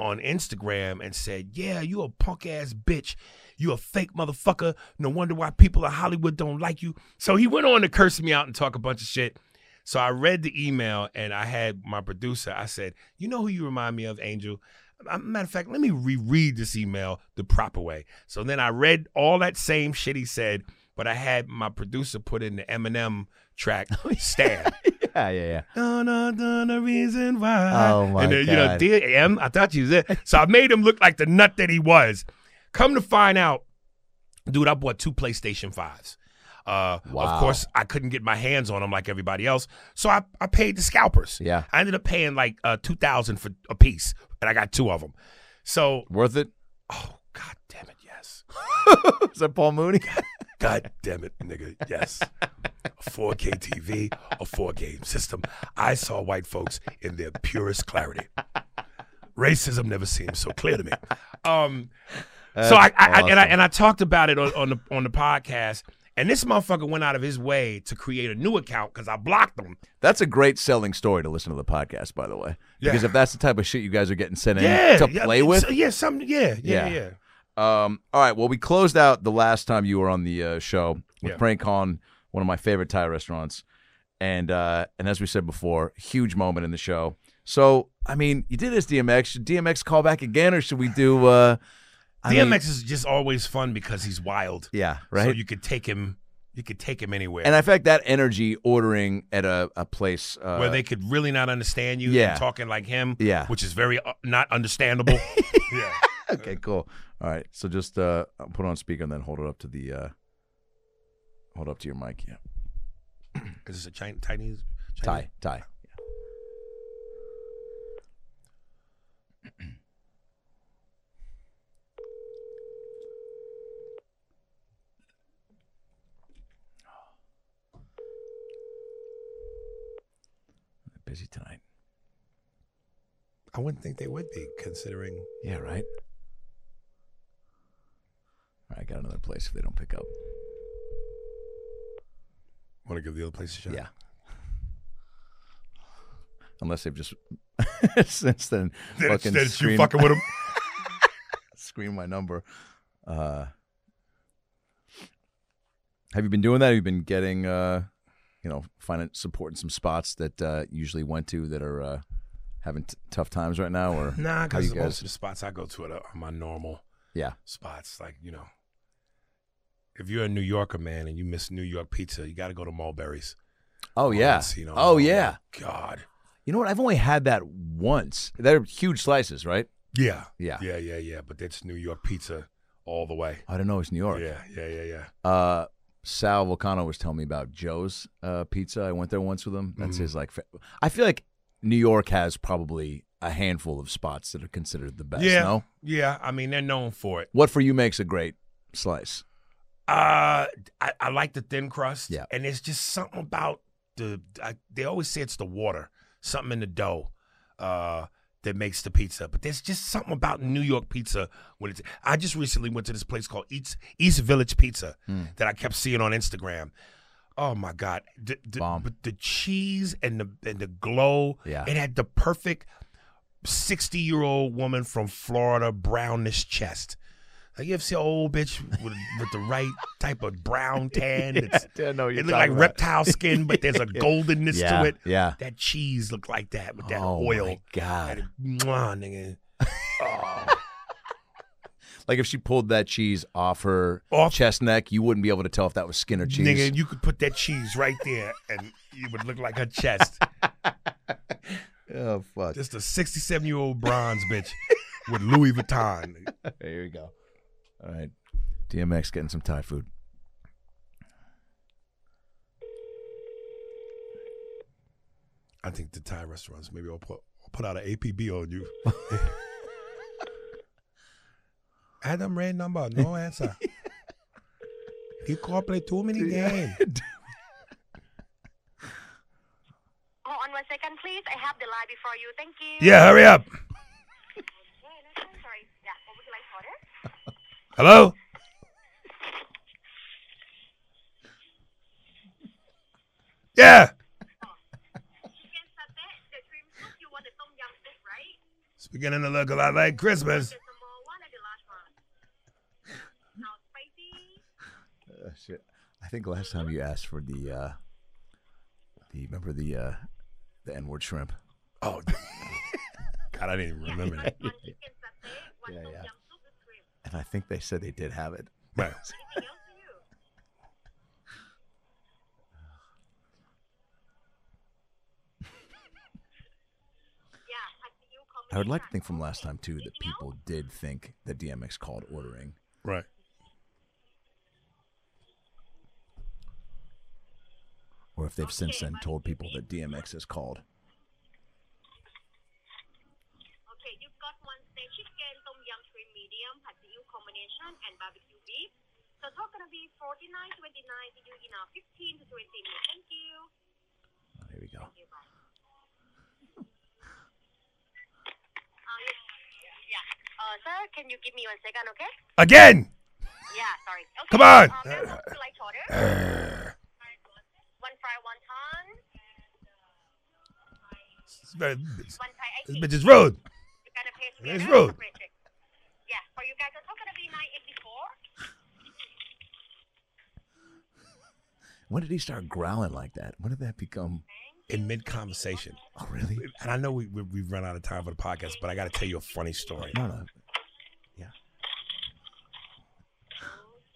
[SPEAKER 2] on Instagram and said, "Yeah, you a punk ass bitch. You a fake motherfucker. No wonder why people in Hollywood don't like you. So he went on to curse me out and talk a bunch of shit. So I read the email and I had my producer. I said, "You know who you remind me of, Angel." A matter of fact, let me reread this email the proper way. So then I read all that same shit he said, but I had my producer put in the Eminem track "Stand."
[SPEAKER 4] Yeah, yeah, yeah.
[SPEAKER 2] Don't know the reason why.
[SPEAKER 4] Oh, my
[SPEAKER 2] and then, you know,
[SPEAKER 4] God.
[SPEAKER 2] dear M, I thought you was it. So I made him look like the nut that he was. Come to find out, dude, I bought two PlayStation fives. Uh,
[SPEAKER 4] Wow.
[SPEAKER 2] Of course, I couldn't get my hands on them like everybody else, so I, I paid the scalpers.
[SPEAKER 4] Yeah.
[SPEAKER 2] I ended up paying like uh, two thousand for a piece, and I got two of them. So,
[SPEAKER 4] Worth it?
[SPEAKER 2] oh god damn it, yes.
[SPEAKER 4] Is that Paul Mooney?
[SPEAKER 2] God damn it, nigga. Yes. A 4K TV, a four game system. I saw white folks in their purest clarity. Racism never seemed so clear to me. Um, so I, I, I and I and I talked about it on, on the on the podcast, and this motherfucker went out of his way to create a new account because I blocked him.
[SPEAKER 4] That's a great selling story to listen to the podcast, by the way. Because
[SPEAKER 2] Yeah.
[SPEAKER 4] if that's the type of shit you guys are getting sent in
[SPEAKER 2] Yeah,
[SPEAKER 4] to
[SPEAKER 2] yeah,
[SPEAKER 4] play with,
[SPEAKER 2] so- yeah, some, yeah, yeah,
[SPEAKER 4] Yeah.
[SPEAKER 2] yeah.
[SPEAKER 4] Um, all right. Well, we closed out the last time you were on the uh, show with
[SPEAKER 2] Yeah.
[SPEAKER 4] Frank Hahn, one of my favorite Thai restaurants, and uh, and as we said before, huge moment in the show. So, I mean, you did this DMX. Should DMX call back again, or should we do? Uh, I mean-
[SPEAKER 2] DMX is just always fun because he's wild,
[SPEAKER 4] yeah, right.
[SPEAKER 2] So you could take him, you could take him anywhere.
[SPEAKER 4] and I fact that energy ordering at a a place uh,
[SPEAKER 2] where they could really not understand you.
[SPEAKER 4] yeah.
[SPEAKER 2] and talking like him.
[SPEAKER 4] Yeah.
[SPEAKER 2] which is very uh, not understandable. yeah,
[SPEAKER 4] Okay, cool. All right. So just uh, I'll put it on speaker and then hold it up to the uh, hold up to your mic. Yeah,
[SPEAKER 2] because it's a Chin- Chinese. Chinese.
[SPEAKER 4] Thai, Thai. Busy tonight.
[SPEAKER 2] I wouldn't think they would be considering.
[SPEAKER 4] Yeah, right. All right, I got another place if they don't pick up.
[SPEAKER 2] Want to give the other place a shot?
[SPEAKER 4] Yeah. Unless they've just since then
[SPEAKER 2] Then it's-
[SPEAKER 4] fucking
[SPEAKER 2] then it's you
[SPEAKER 4] screamed-
[SPEAKER 2] fucking with him.
[SPEAKER 4] scream my number. Uh, have you been doing that? Have you been getting, uh, you know, finding support in some spots that uh, usually went to that are uh, having t- tough times right now? Or
[SPEAKER 2] Nah,
[SPEAKER 4] how
[SPEAKER 2] because
[SPEAKER 4] you
[SPEAKER 2] most of
[SPEAKER 4] guys?
[SPEAKER 2] the spots I go to are, the- are my normal
[SPEAKER 4] Yeah,
[SPEAKER 2] spots. Like you know, if you're a New Yorker man and you miss New York pizza, you got to go to Mulberry's.
[SPEAKER 4] Oh yeah.
[SPEAKER 2] Mancino.
[SPEAKER 4] oh yeah.
[SPEAKER 2] my God.
[SPEAKER 4] You know what? I've only had that once. They're huge slices, right?
[SPEAKER 2] Yeah.
[SPEAKER 4] Yeah.
[SPEAKER 2] Yeah. Yeah. Yeah. But that's New York pizza all the way.
[SPEAKER 4] I don't know. It's New York.
[SPEAKER 2] Yeah. Yeah. Yeah. Yeah.
[SPEAKER 4] Uh, Sal Volcano was telling me about Joe's uh, pizza. I went there once with him. That's his like. fa- I feel like New York has probably a handful of spots that are considered the best.
[SPEAKER 2] yeah.
[SPEAKER 4] No?
[SPEAKER 2] Yeah. I mean, they're known for it.
[SPEAKER 4] What for you makes a great slice?
[SPEAKER 2] Uh, I, I like the thin crust.
[SPEAKER 4] Yeah.
[SPEAKER 2] and it's just something about the. I, they always say it's the water, something in the dough, uh, that makes the pizza. But there's just something about New York pizza when it's. I just recently went to this place called East East Village Pizza
[SPEAKER 4] Hmm.
[SPEAKER 2] that I kept seeing on Instagram. Oh my God! The, the,
[SPEAKER 4] Bomb.
[SPEAKER 2] But the cheese and the and the glow.
[SPEAKER 4] Yeah.
[SPEAKER 2] It had the perfect sixty year old woman from Florida brownish chest. Like you ever see an old bitch with, with the right type of brown tan? that's,
[SPEAKER 4] no,
[SPEAKER 2] it look like reptile skin, but there's a goldenness
[SPEAKER 4] yeah,
[SPEAKER 2] to it.
[SPEAKER 4] Yeah.
[SPEAKER 2] That cheese looked like that with that
[SPEAKER 4] oh
[SPEAKER 2] oil.
[SPEAKER 4] my god!
[SPEAKER 2] That- mwah, nigga.
[SPEAKER 4] Like if she pulled that cheese off her
[SPEAKER 2] Off-
[SPEAKER 4] chest neck, you wouldn't be able to tell if that was skin or cheese.
[SPEAKER 2] Nigga, you could put that cheese right there and you would look like her chest.
[SPEAKER 4] oh fuck!
[SPEAKER 2] Just a 67 year old bronze bitch with Louis Vuitton.
[SPEAKER 4] Here we go. All right, DMX getting some Thai food.
[SPEAKER 2] I think the Thai restaurants, maybe I'll put, I'll put out an APB on you. Adam Ray number, no answer. he can't play too many games.
[SPEAKER 8] Hold on one second, please. I have the line before you. Thank you.
[SPEAKER 2] Yeah, hurry up.
[SPEAKER 8] Sorry. Yeah. What would you like to order?
[SPEAKER 2] Hello? Yeah.
[SPEAKER 8] Chicken satay, the cream soup. You want the tom yum soup, right?
[SPEAKER 2] It's beginning to look a lot like Christmas.
[SPEAKER 8] The small one and the large one. Now
[SPEAKER 4] shit. I think last time you asked for the uh the remember the uh the N word shrimp.
[SPEAKER 2] Oh, God, I didn't even remember that.
[SPEAKER 8] One chicken satay, one
[SPEAKER 4] Yeah,
[SPEAKER 8] tom
[SPEAKER 4] yeah.
[SPEAKER 8] yum soup with cream.
[SPEAKER 4] And I think they said they did have it.
[SPEAKER 2] Right.
[SPEAKER 8] Anything else for you? yeah, I see you coming
[SPEAKER 4] I would like to
[SPEAKER 8] back.
[SPEAKER 4] think from last
[SPEAKER 8] Okay.
[SPEAKER 4] time too that
[SPEAKER 8] Anything else?
[SPEAKER 4] people did think that DMX called ordering.
[SPEAKER 2] Right.
[SPEAKER 4] Or if they've since then told people that DMX has called.
[SPEAKER 8] Okay, you've got one steak chicken, tom yum cream medium, pad see ew combination, and barbecue beef. So it's all gonna be forty nine twenty nine to do in our fifteen to twenty minutes. Thank you.
[SPEAKER 2] Ah,
[SPEAKER 4] Oh, here we go.
[SPEAKER 8] Thank you. Bye. Uh, yes. Yeah. Uh, sir, can you give me one second, okay?
[SPEAKER 2] Again.
[SPEAKER 8] Yeah, sorry. Okay.
[SPEAKER 2] Come on.
[SPEAKER 8] Um, may I know what you like to order? one fry wonton,
[SPEAKER 2] This very- this
[SPEAKER 8] one Thai egg.
[SPEAKER 2] this
[SPEAKER 8] tea.
[SPEAKER 2] bitch is rude.
[SPEAKER 8] You're gonna pay
[SPEAKER 2] Yeah,
[SPEAKER 8] together
[SPEAKER 2] it's
[SPEAKER 8] or
[SPEAKER 2] rude.
[SPEAKER 8] separate it? Yeah, for you guys, it's all gonna be nine eighty four.
[SPEAKER 4] When did he start growling like that? When did that become?
[SPEAKER 2] In mid conversation,
[SPEAKER 4] Oh, really?
[SPEAKER 2] and I know we, we we've run out of time for the podcast, but I got to tell you a funny story.
[SPEAKER 4] No, no.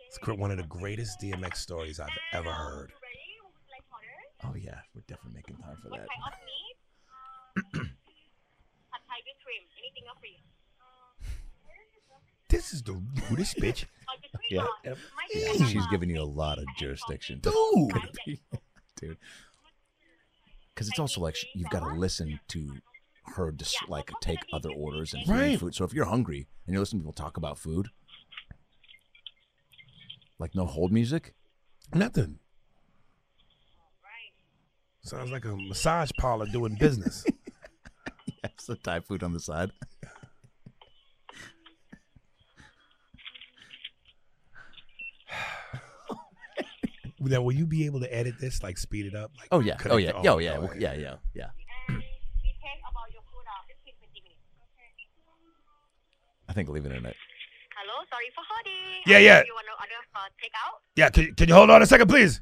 [SPEAKER 2] It's gr- one of the greatest DMX stories I've ever heard.
[SPEAKER 8] You ready? What would you like to
[SPEAKER 4] Oh,
[SPEAKER 8] order?
[SPEAKER 4] yeah. We're definitely making time for
[SPEAKER 8] What
[SPEAKER 4] that.
[SPEAKER 8] kind of meat? Pad Thai with um, cream. Anything else for you?
[SPEAKER 2] This is the rudest bitch.
[SPEAKER 8] Oh, the cream
[SPEAKER 4] Yeah.
[SPEAKER 8] one. Might be
[SPEAKER 4] Yeah,
[SPEAKER 8] better
[SPEAKER 4] she's
[SPEAKER 8] one.
[SPEAKER 4] giving you a lot of jurisdiction,
[SPEAKER 2] Dude.
[SPEAKER 4] dude. Because it's also like sh- you've got to listen to her just like take other orders and hearing
[SPEAKER 2] Right.
[SPEAKER 4] food. So if you're hungry and you're listening to people talk about food, like no hold music,
[SPEAKER 2] Nothing. Sounds like a massage parlor doing business.
[SPEAKER 4] that's the Thai food on the side.
[SPEAKER 2] now, will you be able to edit this, like speed it up? Like,
[SPEAKER 4] Oh yeah,
[SPEAKER 2] cut
[SPEAKER 4] oh
[SPEAKER 2] it-
[SPEAKER 4] yeah, yeah, oh yeah,
[SPEAKER 2] all
[SPEAKER 4] Well,
[SPEAKER 2] right.
[SPEAKER 4] yeah, yeah, yeah.
[SPEAKER 8] And we take about your food uh, 15, 20 minutes.
[SPEAKER 4] I think leaving it in it.
[SPEAKER 8] Hello, sorry for holding.
[SPEAKER 2] Yeah,
[SPEAKER 8] Uh,
[SPEAKER 2] yeah.
[SPEAKER 8] You want to order for takeout?
[SPEAKER 2] Yeah, can, can you hold on a second, please?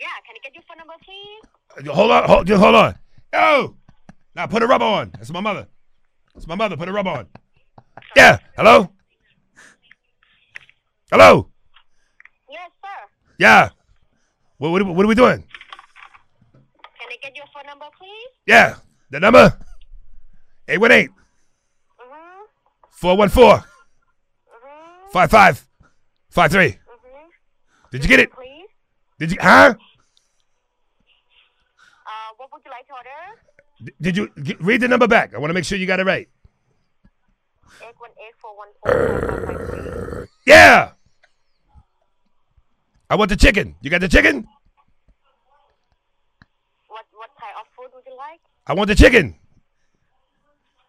[SPEAKER 8] Yeah, can I get your phone number, please?
[SPEAKER 2] Uh, Hold on, hold, just hold on. Yo, now put a rub on. That's my mother. That's my mother. Put a rub on. Yeah. Hello. Hello.
[SPEAKER 8] Yes, sir.
[SPEAKER 2] Yeah. What, what, what are we doing?
[SPEAKER 8] Can I get your phone number, please?
[SPEAKER 2] Yeah. The number. 818
[SPEAKER 8] Mm-hmm.
[SPEAKER 2] 414
[SPEAKER 8] Mm-hmm.
[SPEAKER 2] 5553.
[SPEAKER 8] Mm-hmm.
[SPEAKER 2] Did you get it?
[SPEAKER 8] Please.
[SPEAKER 2] Did you, huh?
[SPEAKER 8] Uh, what would you like to order?
[SPEAKER 2] D- Did you g read the number back? I want to make sure you got it right.
[SPEAKER 8] Eight one eight four one four four five five three.
[SPEAKER 2] Yeah. I want the chicken. You got the chicken?
[SPEAKER 8] What what type of food would you like?
[SPEAKER 2] I want the chicken.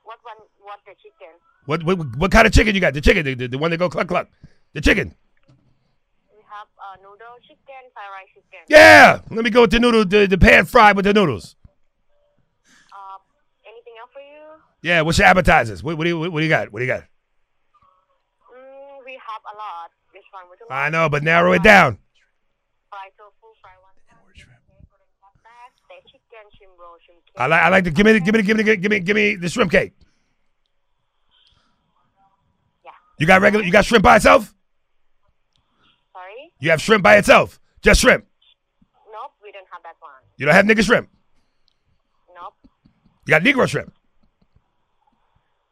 [SPEAKER 8] What one? What the chicken?
[SPEAKER 2] What what, what kind of chicken you got? The chicken, the, the, the one that go cluck cluck. The chicken.
[SPEAKER 8] We have uh, noodle chicken, fried rice chicken.
[SPEAKER 2] Yeah. Let me go with the noodle, the, the pan fried with the noodles.
[SPEAKER 8] Uh, anything else for you?
[SPEAKER 2] Yeah. What's your appetizers? What, what do you what, do you got? What do you got?
[SPEAKER 8] Mm, we have a lot. Which one would you
[SPEAKER 2] I
[SPEAKER 8] like?
[SPEAKER 2] know, but narrow it down.
[SPEAKER 8] Fried tofu, fried one. Steak chicken, shrimp roll, shrimp cake.
[SPEAKER 2] I like I like to give me the, give me the, give me the, give me give me the shrimp cake.
[SPEAKER 8] Yeah.
[SPEAKER 2] You got regular. You got shrimp by itself.
[SPEAKER 8] Sorry?
[SPEAKER 2] You have shrimp by itself. Just shrimp.
[SPEAKER 8] Nope, we don't have that one.
[SPEAKER 2] You don't have nigga shrimp.
[SPEAKER 8] Nope.
[SPEAKER 2] You got negro shrimp.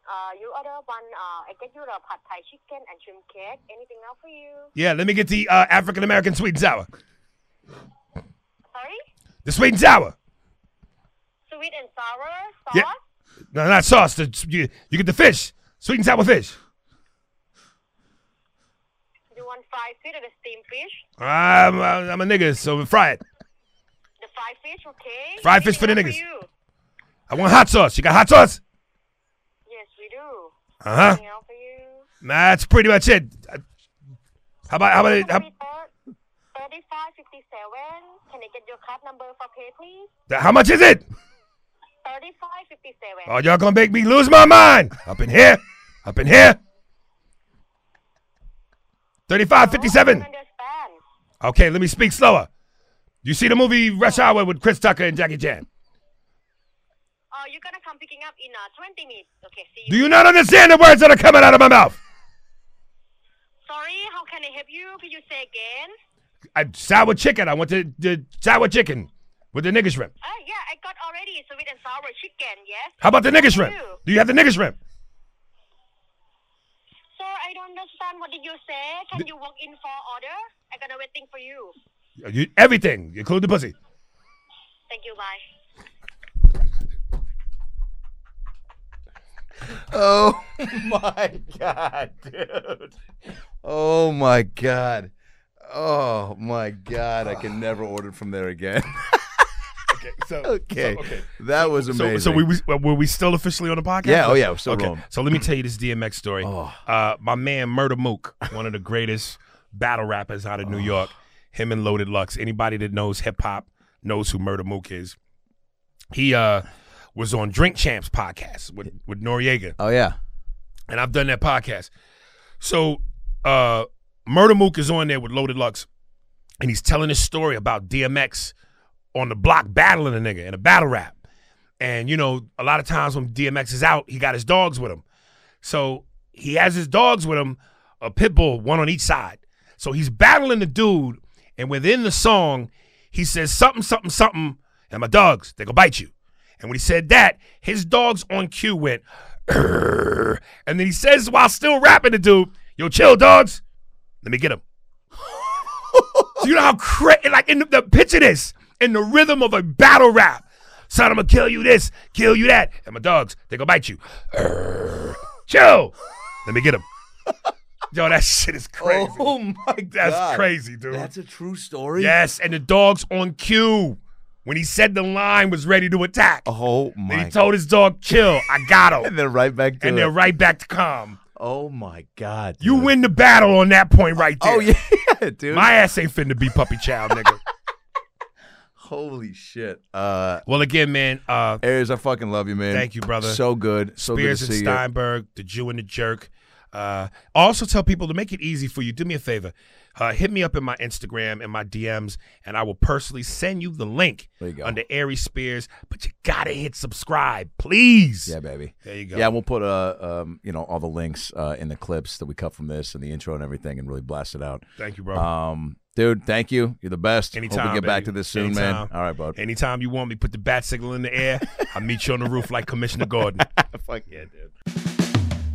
[SPEAKER 8] Uh, you order one. Uh, I get you the pad Thai chicken and shrimp cake. Anything else for you?
[SPEAKER 2] Yeah, let me get the uh, African American sweet and sour.
[SPEAKER 8] Sorry?
[SPEAKER 2] The sweet and sour.
[SPEAKER 8] Sweet and sour sauce.
[SPEAKER 2] Yeah. No, not sauce. The, you, you get the fish. Sweet and sour fish.
[SPEAKER 8] You want fried fish or the steamed fish?
[SPEAKER 2] I'm, uh, I'm a nigga, so fry it.
[SPEAKER 8] The fried fish, okay.
[SPEAKER 2] Fried fish for the
[SPEAKER 8] Anything
[SPEAKER 2] niggas.
[SPEAKER 8] else you?
[SPEAKER 2] I want hot sauce. You got hot sauce?
[SPEAKER 8] Yes, we do.
[SPEAKER 2] Uh huh.
[SPEAKER 8] Anything else for you?
[SPEAKER 2] That's pretty much it. I- How about how about it? How,
[SPEAKER 8] 3557. Can I get your card number for pay, please?
[SPEAKER 2] how much is it?
[SPEAKER 8] 3557.
[SPEAKER 2] Oh, y'all gonna make me lose my mind up in here, up in here. Thirty-five,
[SPEAKER 8] I
[SPEAKER 2] fifty-seven.
[SPEAKER 8] don't Oh, understand.
[SPEAKER 2] Oh, Okay, let me speak slower. You see the movie Rush Hour with Chris Tucker and Jackie Chan?
[SPEAKER 8] Uh, you're gonna come picking up in uh, 20 minutes. Okay, see
[SPEAKER 2] Do
[SPEAKER 8] you.
[SPEAKER 2] you not understand the words that are coming out of my mouth?
[SPEAKER 8] Sorry, how can I help you? Can you say again?
[SPEAKER 2] I, sour chicken. I want the, the sour chicken with the nigga shrimp.
[SPEAKER 8] Uh, yeah, I got already sweet and sour chicken, yes?
[SPEAKER 2] How about the nigga shrimp?
[SPEAKER 8] Ew.
[SPEAKER 2] Do you have the nigga shrimp?
[SPEAKER 8] Sir, I don't understand. What did you say? Can you walk in for order? I'm gonna waiting for you.
[SPEAKER 2] You, everything, including the pussy.
[SPEAKER 8] Thank you, bye.
[SPEAKER 4] Oh my god, dude. Oh my god. Oh my god, I can never order from there again.
[SPEAKER 2] Okay, so
[SPEAKER 4] okay.
[SPEAKER 2] so, okay.
[SPEAKER 4] That was amazing.
[SPEAKER 2] So, so we, we were we still officially on the podcast?
[SPEAKER 4] Yeah, oh yeah, we're still rolling.
[SPEAKER 2] So let me tell you this DMX story.
[SPEAKER 4] Oh.
[SPEAKER 2] Uh, my man Murder Mook, one of the greatest battle rappers out of New York. Him and Loaded Lux. Anybody that knows hip hop knows who Murder Mook is. He uh, was on Drink Champs podcast with with Noriega
[SPEAKER 4] Oh yeah.
[SPEAKER 2] and I've done that podcast. So uh Murder Mook is on there with Loaded Lux, and he's telling his story about DMX on the block battling a nigga in a battle rap. And you know, a lot of times when DMX is out, he got his dogs with him. So he has his dogs with him, a pit bull, one on each side. So he's battling the dude, and within the song, he says something, something, something, and my dogs, they gonna bite you. And when he said that, his dogs on cue went, "Urgh." and then he says while still rapping the dude, yo, chill, dogs, let me get him. Do you know how crazy, like, in the, the picture this, in the rhythm of a battle rap. Son, I'm gonna kill you this, kill you that, and my dogs, they gonna bite you. "Urgh." Chill, let me get him. Yo, that shit is crazy.
[SPEAKER 4] Oh my god.
[SPEAKER 2] That's crazy, dude.
[SPEAKER 4] That's a true story.
[SPEAKER 2] Yes, and the dog's on cue when he said the lion was ready to attack.
[SPEAKER 4] Oh
[SPEAKER 2] then he
[SPEAKER 4] my
[SPEAKER 2] told his dog, chill, I got
[SPEAKER 4] And
[SPEAKER 2] him.
[SPEAKER 4] then right back to
[SPEAKER 2] and
[SPEAKER 4] it.
[SPEAKER 2] they're right back to calm.
[SPEAKER 4] Oh my god.
[SPEAKER 2] You
[SPEAKER 4] dude.
[SPEAKER 2] win the battle on that point right there.
[SPEAKER 4] Oh yeah, dude.
[SPEAKER 2] My ass ain't finna be puppy child, nigga.
[SPEAKER 4] Holy shit. Uh
[SPEAKER 2] well, again, man, uh,
[SPEAKER 4] Aries, I fucking love you, man.
[SPEAKER 2] Thank you, brother.
[SPEAKER 4] So good. So
[SPEAKER 2] Spears
[SPEAKER 4] good to
[SPEAKER 2] and
[SPEAKER 4] see
[SPEAKER 2] Steinberg, The Jew and the Jerk. Uh, also tell people to make it easy for you. Do me a favor. Uh, hit me up in my Instagram and my DMs, and I will personally send you the link
[SPEAKER 4] There you go.
[SPEAKER 2] under Aries Spears. But you gotta hit subscribe, please.
[SPEAKER 4] you. Yeah, baby.
[SPEAKER 2] There you go.
[SPEAKER 4] Yeah, we'll put uh um you know all the links uh in the clips that we cut from this and the intro and everything and really blast it out.
[SPEAKER 2] Thank you, bro.
[SPEAKER 4] Um dude, thank you. You're the best. Hope
[SPEAKER 2] Anytime,
[SPEAKER 4] we get back
[SPEAKER 2] baby.
[SPEAKER 4] to this soon, man.
[SPEAKER 2] Anytime.
[SPEAKER 4] All right, bud.
[SPEAKER 2] Anytime you want me, put the bat signal in the air. I'll meet you on the roof like Commissioner Gordon.
[SPEAKER 4] Fuck yeah, dude.